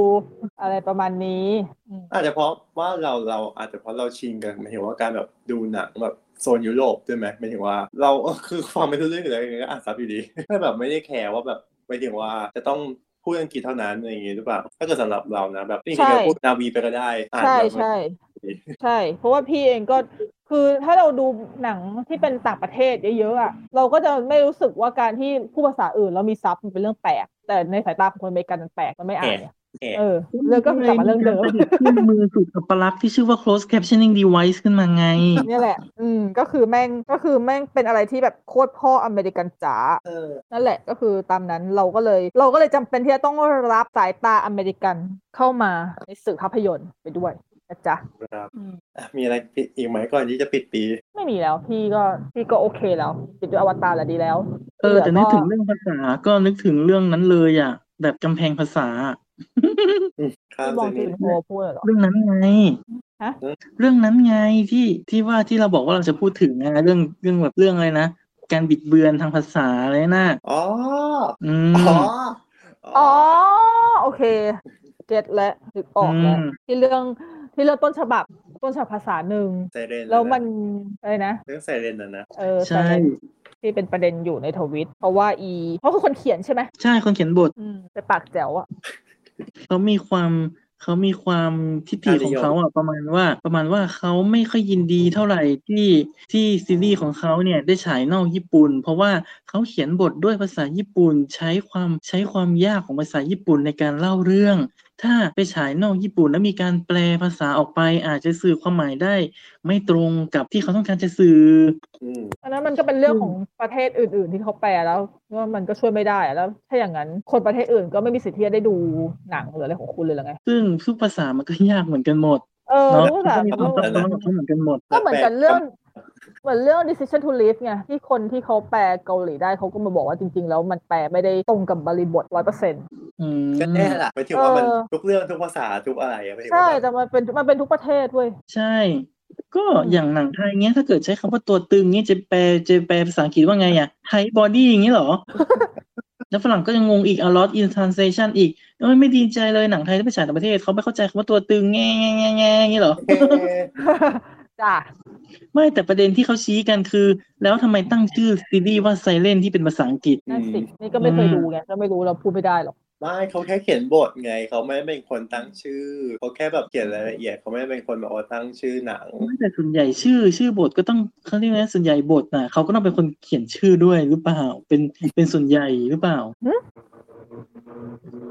D: อะไรประมาณนี้อืม
B: อาจจะเพราะว่าเราเราอาจจะเพราะเราชินกันหมายถึงว่าการแบบดูหนังแบบโซนยุโรปใช่ไหมหมายถึงว่า เราคือความไม่รู้เรื่องอะไรอย่างเงี้ยอ่านซับอยู่ดี ถ้าแบบไม่ได้แคร์ว่าแบบหมายถึงว่าจะต้องพูดอังกฤษเท่านั้นอะไรอย่างเงี้ยหรือเปล่าถ้าเกิดสำหรับเรานะแบบนี่คือพูดนาวีไปก็ได้อ่าน
D: ใช่
B: แบบ
D: ใช่ ใช่ เพราะว่าพี่เองก็คือถ้าเราดูหนังที่เป็นต่างประเทศเยอะๆอะเราก็จะไม่รู้สึกว่าการที่พูดภาษาอื่นแล้วมีซับมันเป็นเรื่องแปลก แต่ในสายตาของคนอเมริกันมันแปลกมันไม่อายอะ
B: แปลก
D: เออเรื่องก็กลับมาเรื่องเดิม
C: ประดิษฐ์เครื่องมือสุดอัปลักษณ์ที่ชื่อว่า close captioning device ขึ้นมาไง
D: เนี่ยแหละ อืม ก็คือแม่ง ก็คือแม่งเป็นอะไรที่แบบโคตรพ่ออเมริกันจ๋า
B: เออ
D: นั่นแหละ ก็คือตามนั้นเราก็เลย เราก็เลยจำเป็นที่จะต้องรับสายตาอเมริกันเข้ามาในสื่อภาพยนตร์ไปด้วยนะจ๊ะ
B: ครับ
D: อืม
B: อ่ะมีอะไรปิดอีกไหมก่อนที่จะปิดปี
D: ไม่มีแล้วพี่ก็พี่ก็โอเคแล้ว ปิดด้วยอวตารแล้วดีแล้ว
C: เออ แต่นึกถึง
D: เหลือ
C: เรื่องภาษาก็นึกถึงเรื่องนั้นเลยอ่ะ แบบกำแพงภาษา
B: ข้า
D: ก็
B: ม
D: พี่บอง
B: เส้
D: จิน
B: นนี้
D: โฮพูดเหรอ
C: เรื่องนั้นไง
D: ฮะ
C: เรื่องนั้นไงที่ที่ว่าที่เราบอกว่าเราจะพูดถึงไงเรื่องเรื่องแบบเรื่องอะไรนะ การบิดเบือนทางภาษาอะไรนะ
B: อ๋อ
C: อื
B: อ๋
C: ม
B: อ
D: อ๋อ โอเค เก็ตแล้วนึกออกแล้ว
C: อืม
D: ที่เรื่องที่เรื่องต้นฉบับต้นฉบับภาษาหนึ่ง
B: ไซเรน
D: แล้วมันอะไรนะ
B: เรื่องไซเรนนะนะ
D: เออ
C: ใช่
D: แต่ที่เป็นประเด็นอยู่ในทวิต เพราะว่าอีเพราะคือคนเขียนใช่ไหม
C: ใช่คนเขียนบท
D: อืมแต่ปากแจ๋วอะ
C: เขามีความเขามีความทิฏฐิของเขาอ่ะประมาณว่า ประมาณว่าเขาไม่ค่อยยินดีเท่าไหร่ที่ที่ซีรีส์ของเขาเนี่ยได้ฉายนอกญี่ปุ่น เพราะว่าเขาเขียนบทด้วยภาษาญี่ปุ่น ใช้ความใช้ความยากของภาษาญี่ปุ่นในการเล่าเรื่อง ถ้าไปฉายนอกญี่ปุ่นแล้วมีการแปลภาษาออกไป อาจจะสื่อความหมายได้ ไม่ตรงกับที่เขาต้องการจะสื่อ
B: อืม
D: อันนั้นมันก็เป็นเรื่อง
C: อืม
D: ของประเทศอื่น ๆ ที่เขาแปลแล้วว่ามันก็ช่วยไม่ได้อะแล้ว ถ้าอย่างนั้นคนประเทศอื่นก็ไม่มีสิทธิ์ที่จะได้ดูหนังหรืออะไรของคุณเลยเหรอไง
C: ซึ่งทุกภาษามันก็ยากเหมือนกันหมด
D: เออ
C: เนาะ
D: ก็
C: มัน
D: แบบ
C: ก็มีความซับซ้อนของเขาเหมือนกันหมด
D: ก็เหมือนกันเรื่องเหมือนเรื่อง decision to live ไงที่คนที่เขาแปลเกาหลีได้เขาก็มาบอกว่าจริง ๆ แล้วมันแปลไม่ได้ตรงกับบริบทร้อยเปอร์เซ็นต์
C: อืม
B: ก็แน่ล่ะหมายถึงว่ามัน
D: เออ
B: ทุกเรื่องทุกภาษาทุกอะไรอะหมายถึง
D: ใช่
B: ว่าแบบ
D: แต่มันเป็นมันเป็นทุกประเทศเว้ย
C: ใช่ ก็
D: อืม
C: อย่างหนังไทยเงี้ยถ้าเกิดใช้คำว่าตัวตึงเงี้ยจะแปลจะแปลภาษาอังกฤษว่าไงอ่ะไทบอดี้อย่างเงี้ยเห รอ แล้วฝรั่งก็ยังงงอีก a lot in translation อีกแล้วมันไม่ดีใจเลยหนังไทยที่ไปฉายต่างประเทศเขาไม่เข้าใจคำว่าตัวตึงแง่แง่แง่แง่อย่างเงี้ยเหรอ
B: เอ๊ะ
D: จ้ะ
C: ไม่แต่ประเด็นที่เขาชี้กันคือ แล้วทำไมตั้งชื่อซีรีส์ว่าไซเลนที่เป็นภาษาอังกฤษ
D: นั่นสินี่ก็ไม่เคยดูไงก็ไม่รู้เราพูดไม่ได้หรอก
E: ไม่เขาแค่เขียนบทไง เขาไม่ได้เป็นคนตั้งชื่อเขาแค่แบบเขียนรายละเอียดเขาไม่ได้เป็นคนแบบว่าตั้งชื่อหนัง
C: แต่ส่วนใหญ่ชื่อชื่อบทก็ต้องเขาเรียกว่าส่วนใหญ่บทนะเขาก็ต้องเป็นคนเขียนชื่อด้วยหรือเปล่า เป็นเป็นส่วนใหญ่หรือเปล่า
D: หึ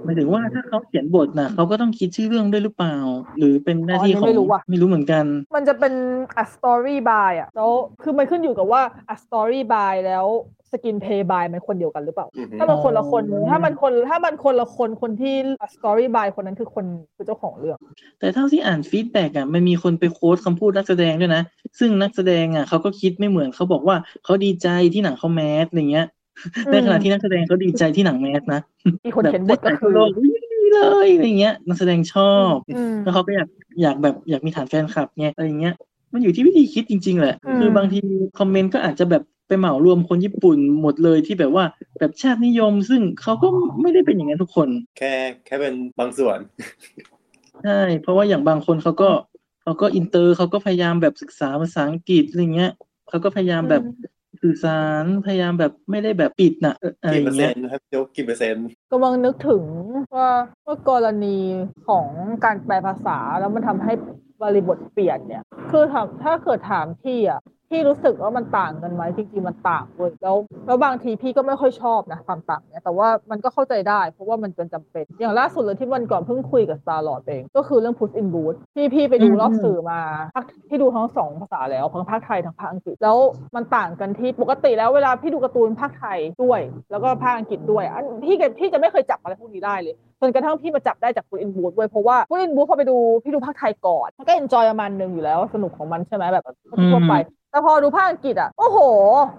C: หมายถึงว่าถ้าเขาเขียนบทนะเขาก็ต้องคิดชื่อเรื่องด้วยหรือเปล่า หรือเป็นหน้าที่ขอ
D: อ๋
C: ง
D: ออันนี้ไม่รู้ว่ะ
C: ไม่รู้เหมือนกัน
D: มันจะเป็น a story by อ่ะแล้วคือมันขึ้นอยู่กับว่า a story by แล้วสกินเพย์บายมันคนเดียวกันหรือเปล่า
E: อือฮึ
D: ถ้ามันคนละคน
C: อ๋อ
D: ถ้ามันคนถ้ามันคนละคนคนที่ a story by คนนั้นคือคนคือเจ้าของเรื่อง
C: แต่เท่าที่อ่านฟีดแบ็กอ่ะมันมีคนไปโค้ดคำพูดนักแสดงด้วยนะ ซึ่งนักแสดงอ่ะเขาก็คิดไม่เหมือนเขาบอกว่าเขาดีใจที่หนังเขาแมสอะไรเงี้ย
D: อืม
C: ในขณะที่นักแสดงเขาดีใจที่หนังแมสนะ
D: อีกคนเขียนบทก็
C: แบบได้
D: คือ
C: โลกอุ๊ยดีเลยอะไรเงี้ยนักแสดงชอบ
D: อืม
C: แล้วเขาก็อยากอยากแบบอยากมีฐานแฟนคลับไงอะไรเงี้ย มันอยู่ที่วิธีคิดจริง ๆ แหละ
D: อืม
C: คือบางทีคอมเมนต์ก็อาจจะแบบไปเหมารวมคนญี่ปุ่นหมดเลยที่แบบว่าแบบชาตินิยม ซึ่งเขาก็ไม่ได้เป็นอย่างนั้นทุกคน
E: แค่แค่เป็นบางส่วน
C: ใช่ เพราะว่าอย่างบางคนเขาก็เขาก็อินเตอร์เขาก็พยายามแบบศึกษาภาษาอังกฤษอะไรเงี้ยเขาก็พยายามแบบสื่อสารพยายามแบบไม่ได้แบบปิดนะเอ่ออะไร
E: กี่เปอร์เซ็
C: เงี้
E: น
C: ย
E: ต์ครับยกกี่เปอร์เซ็นต์
D: กำลังนึกถึงว่าว่ากรณีของการแปลภาษาแล้วมันทำให้บริบทเปลี่ยนเนี่ย คือถามถ้าเกิดถามพี่อ่ะพี่รู้สึกว่ามันต่างกันไหมจริงๆมันต่างเว้ยแล้วแล้วบางทีพี่ก็ไม่ค่อยชอบนะความต่างเนี่ยแต่ว่ามันก็เข้าใจได้ เพราะว่ามันเป็นจำเป็น อย่างล่าสุดเลยที่วันก่อนเพิ่งคุยกับสตาร์ลอดเองก็คือเรื่อง Puss in Boots ที่พี่ไปดูรอบสื่อมาภาคพี่ดูทั้งสองภาษาแล้วทั้งภาคไทยทั้งภาคอังกฤษแล้วมันต่างกันที่ปกติแล้วเวลาพี่ดูการ์ตูนภาคไทยด้วย แล้วก็ภาคอังกฤษด้วยอันพี่กับพี่จะไม่เคยจับอะไรพวกนี้ได้เลย จนกระทั่งพี่มาจับได้จากคุณอินบูดด้วยเพราะว่าคุณอินบูดพอไปดูพี่ดูภาคไทยก่อนมันก็เอนจอยประมาณหนึ่งอยู่แล้วสนุกของมันใช่ไหมแบบทั่วไป แต่พอดูภาคอังกฤษอ่ะโอ้โห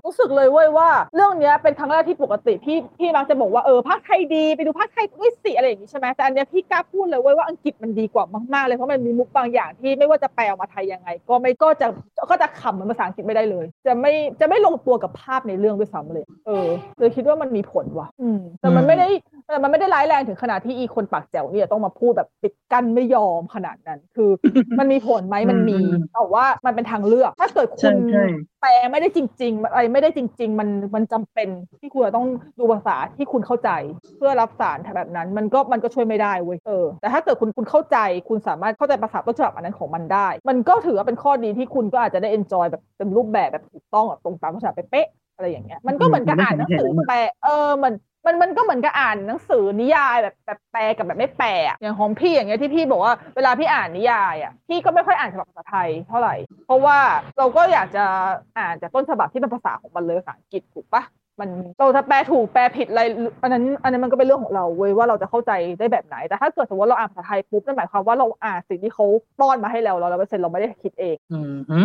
D: รู้สึกเลยเว้ยว่า เรื่องเนี้ยเป็นครั้งแรกที่ปกติพี่พี่มักจะบอกว่าเออภาคไทยดีไปดูภาคไทยด้วยสิอะไรอย่างนี้ใช่ไหมแต่อันเนี้ยพี่กล้าพูดเลยเว้ยว่าอังกฤษมันดีกว่ามากๆเลยเพราะมันมีมุกบางอย่างที่ไม่ว่าจะแปลออกมาไทยยังไง ก็ไม่ก็จะก็จะขำเหมือนภาษาอังกฤษไม่ได้เลย จะไม่จะไม่ลงตัวกับภาพในเรื่องด้วยซ้ำเลย เออเลยคิดว่ามันมีผลว่ะอืมแต่มันไม่ได้ แต่มันไม่ได้ร้ายแรงถึงขนาดที่อีคนปากแจ๋วเนี่ยต้องมาพูดแบบปิดกั้นไม่ยอมขนาดนั้น คือ มันมีผลไหมมันมี
C: อืม
D: แต่ว่ามันเป็นทางเลือก ถ้าเกิดคุ
C: ใช่
D: ณ
C: ใช่
D: แปลไม่ได้จริง ๆ อะไรไม่ได้จริง ๆ มันมันจำเป็นที่คุณจะต้องดูภาษาที่คุณเข้าใจ เพื่อรับสารแบบนั้น มันก็มันก็ช่วยไม่ได้เว้ยเออแต่ถ้าเกิดคุณคุณเข้าใจ คุณสามารถเข้าใจภาษาต้นฉบับอันนั้นของมันได้ มันก็ถือว่าเป็นข้อดีที่คุณก็อาจจะได้ enjoy แบบเต็มรูปแบบแบบถูกต้องแบบตรงตามภาษาเป๊ะๆอะไรอย่างเงี้ยมันก็เหมือนกับอ่านหนังสือแปลเออมัน มันมันก็เหมือนกับอ่านหนังสือนิยายแบบแบบแปลกับแบบไม่แปลอะอย่างของพี่อย่างเงี้ยที่พี่บอกว่าเวลาพี่อ่านนิยายอ่ะพี่ก็ไม่ค่อยอ่านฉบับภาษาไทยเท่าไหร่ เพราะว่าเราก็อยากจะอ่านจากต้นฉบับที่เป็นภาษาของมันเลยภาษาอังกฤษถูกปะมันเราถ้าแปลถูกแปลผิดอะไรอันนั้นอันนั้นมันก็เป็นเรื่องของเราเว้ยว่าเราจะเข้าใจได้แบบไหนแต่ถ้าเกิดสมมติเราอ่านภาษาไทยปุ๊บนั่นหมายความว่าเราอ่านสิ่งที่เขาป้อนมาให้เราเราร้อยเปอร์เซ็นต์เราไม่ได้คิดเอง
C: อืมฮึ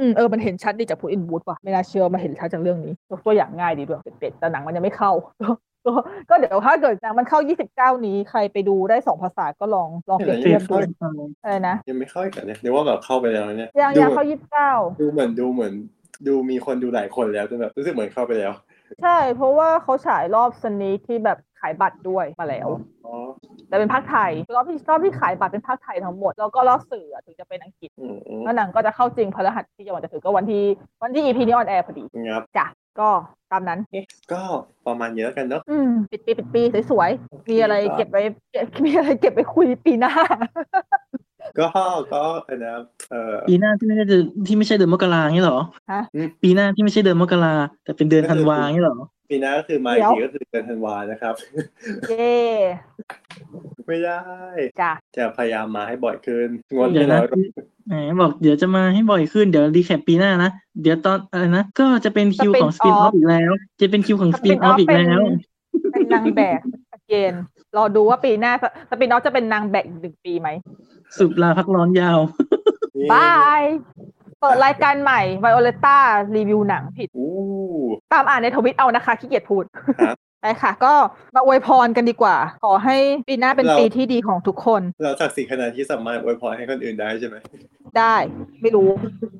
D: อืมเออมันเห็นชัดดีจากพูดอินบูดว่ะไม่น่าเชื่อมาเห็นชัดจากเรื่องนี้ยกตัวอย่างง่ายดีด้วยเป็ดๆแต่หนังมันยังไม่เข้า ก็ก็เดี๋ยวถ้าเกิดหนังมันเข้า 29 นี้ใครไปดูได้สองภาษาก็ลองลองเปรียบ
C: เ
D: เทียบดู
C: อ
D: อะไรนะ
E: ยังไม่เข้าอีกเหรอเนี่ยนึกว่าแบบเข้าไปแล้วเนี่ย
D: ยัง
E: ดู
D: ยังเข้า
E: ดูเหมือนดูเหมือน ดูมีคนดูหลายคนแล้วจนแบบรู้สึกเหมือนเข้าไปแล้ว
D: 29 ใช่ เพราะว่าเขาฉายรอบสนีคที่แบบขายบัตรด้วยมาแล้ว
E: อ๋อ
D: แต่เป็นภาคไทยรอบที่รอบที่ขายบัตรเป็นภาคไทยทั้งหมด แล้วก็รอบสื่ออะถึงจะเป็นอังกฤษ
E: อืมอืม
D: แล้วหนังก็จะเข้าจริงพฤหัสที่จะวันจะถึงก็วันที่วันที่ EP นี้ออนแอร์พอดี
E: งับ
D: จ้ะก็ตามนั้น
E: เอ๊ะก็ประมาณเยอะกันเนาะ
D: อืมปิดปีปิดปีสวยๆมีอะไรเก็บไว้เก็บ มีอะไรเก็บไว้คุยปีหน้า
E: ก็ก็อันนะเอ่อ
C: ปีหน้าที่ไม่ใช่เดือนที่ไม่ใช่เดือนมกราเงี้ยเหรอ
D: ฮะ
C: ปีหน้าที่ไม่ใช่เดือนมกราแต่เป็นเดือนธันวาเงี้ยเหรอ
E: ปีหน้าก็คือมาอีกทีก็คือเดือนธันวา นะครับ
D: เย่
E: ไม่ได้
D: จ้ะ
E: จะพยายามมาให้บ่อยขึ้นงด
C: เดี๋ยว
E: น้
C: นะ
E: อยลง
C: แหมบอกเดี๋ยวจะมาให้บ่อยขึ้นเดี๋ยวรีแคปปีหน้านะ เดี๋ยวตอนอะไรนะ ก็จะเป็นคิวของสปินออ
D: Spin-off
C: ฟอีกแล้ว จะเป็นคิวของสปินออ
D: Spin-off
C: ฟอีกแล้ว
D: เป็นเป็นนางแบกเกนรอดูว่าปีหน้าสปินออฟจะเป็นนางแบกอีกหนึ่งปีไหม
C: สุดลาพักร้อนยาว
E: นี่
D: บาย เปิดรายการใหม่ Violetta รีวิวหนังผิด
E: อู้
D: ตามอ่านในทวิตเอานะคะขี้เกียจพูด
E: ครับ
D: ไปค่ะ ก็มาอวยพรกันดีกว่า ขอให้ปีหน้าเป็น
E: เรา
D: ปีที่ดีของทุกคน
E: เราจากสี่คะแนนที่สามารถอวยพรให้คนอื่นได้ใช่ไหม
D: ได้ ไม่รู้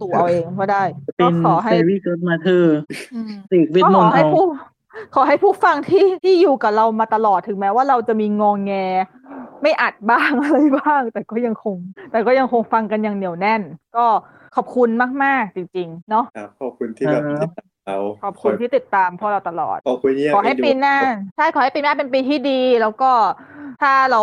D: ตู่เอาเองว่าได้
C: เป็
D: ก็
C: น
D: ขอให้
C: เซรีเกิร์มาเธอ
D: อืม
C: ติดเวท
D: ก็
C: ม
D: ข
C: น
D: อ
C: ต์
D: ให้
C: เอา
D: ผู้ขอให้ผู้ฟังที่ที่อยู่กับเรามาตลอดถึงแม้ว่าเราจะมีงองแง ไม่อัดบ้าง อะไรบ้าง แต่ก็ยังคง แต่ก็ยังคงฟังกันอย่างเหนียวแน่น ก็ขอบคุณมาก ๆ จริง ๆ เนาะ
B: ครับขอบคุณที่แบบ
C: ครั
B: ติ
C: บ
B: ดตามเรา
D: ขอบคุณที่ติดตามพวกเราตลอด
B: ขอบคุณที่ยัง
D: ขอให้
B: ไม่ดู
D: ปีหน้าใช่ขอให้ปีหน้าเป็นปีที่ดี แล้วก็ถ้าเรา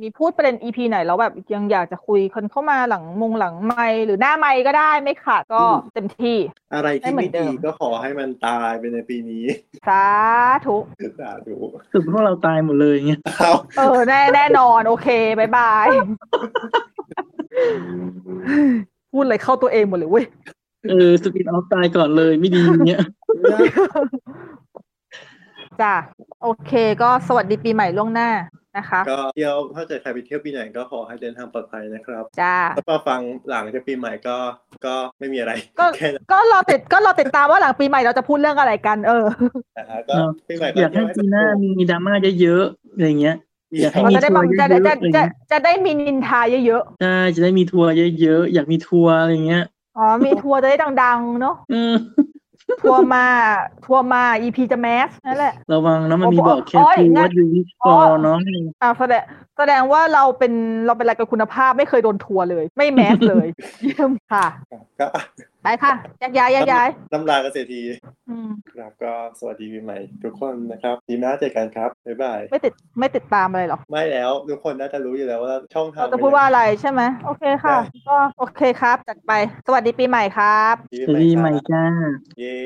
D: มีพูดประเด็น EP ไหนแล้วแบบยังอยากจะคุยคนเข้ามาหลังมงหลังไมค์หรือหน้าไมค์ก็ได้ไม่ขาดก็เต็มที่
B: อะไรที่
D: ให้
B: ไม่
D: เหมือนเดิ
B: ดี
D: ม
B: ก็ขอให้มันตายไปในปีนี้
D: สาธุ
B: สาธุ
C: ถึงพวกเราตายหมดเลยอย่างเงี้ย
B: เอา
D: เออแน่แน่นอนโอเคบายบาย พูดอะไรเข้าตัวเองหมดเลยเว้ย
C: เออสปินออฟตายก่อนเลยไม่ดีอย่างเงี้ย
D: จ้ะโอเคก็สวัสดีปีใหม่ล่วงหน้านะคะ
B: ก็เที่ยวถ้าเกิดใครไปเที่ยวปีไหนก็ขอให้เดินทางปลอดภัยนะครับ
D: จ้า
B: ถ้ามาฟังหลังจากปีใหม่ก็ก็ไม่มีอะไร
D: ก็
B: แค่นั้น
D: ก็รอติดก็รอติดตามว่าหลังปีใหม่เราจะพูดเรื่องอะไรกัน เออ
B: นะฮะก็
C: เนอะ
B: ปีใหม่ก็
C: อยากให้ปีหน้ามีดราม่าเยอะๆอะไรเงี้ย อยากให้
B: ให้
D: เรา
B: มี
D: จะได้
C: ทัวร์
D: จะได้จะจะจะ
C: เยอะๆอะไรเงี้ย
D: ได้มีนินทาเยอะ
C: ใช่จะได้มีทัวร์เยอะๆอยากมีทัวร์อะไรเงี้ย
D: ๆอ๋อมี ทัวร์จะได้ดังๆเนาะ
C: เออ
D: ทัวร์มาทัวร์มา EP จะแมสนั่นแหละ
C: ระวังนะมันมีบอกแค่
D: โอ้ย
C: ทัว
D: งั้
C: ร์
D: น
C: ดูวิส
D: อ๋
C: กอ
D: อ
C: เนาะ
D: อ่าแสดงแสดงว่าเราเป็นเราเป็นรายการคุณภาพไม่เคยโดนทัวร์เลย ไม่แมสเลย เยี่ยมค่ะ
B: ก็
D: ไปค่ะแยกย้ายแยกย้าย
B: น้ำลากันเสียที
D: อืม
B: ครับก็สวัสดีปีใหม่ทุกคนนะครับปีหน้าเจอกันครับบ๊ายบาย
D: ไม่ติดไม่ติดตามอะไรหรอก
B: ไม่แล้วทุกคนน่าจะรู้อยู่แล้วว่าช่องทาง
D: เราจะพูดว่าอะไรใช่ไหมโอเคค่ะ ก็โอเคครับ จัดไป สวัสดีปีใหม่ครับ
B: ปี
C: สวัสดี
B: ให
C: ให
B: ม่ค
C: ม่
B: รับ
C: จ้า
B: เย้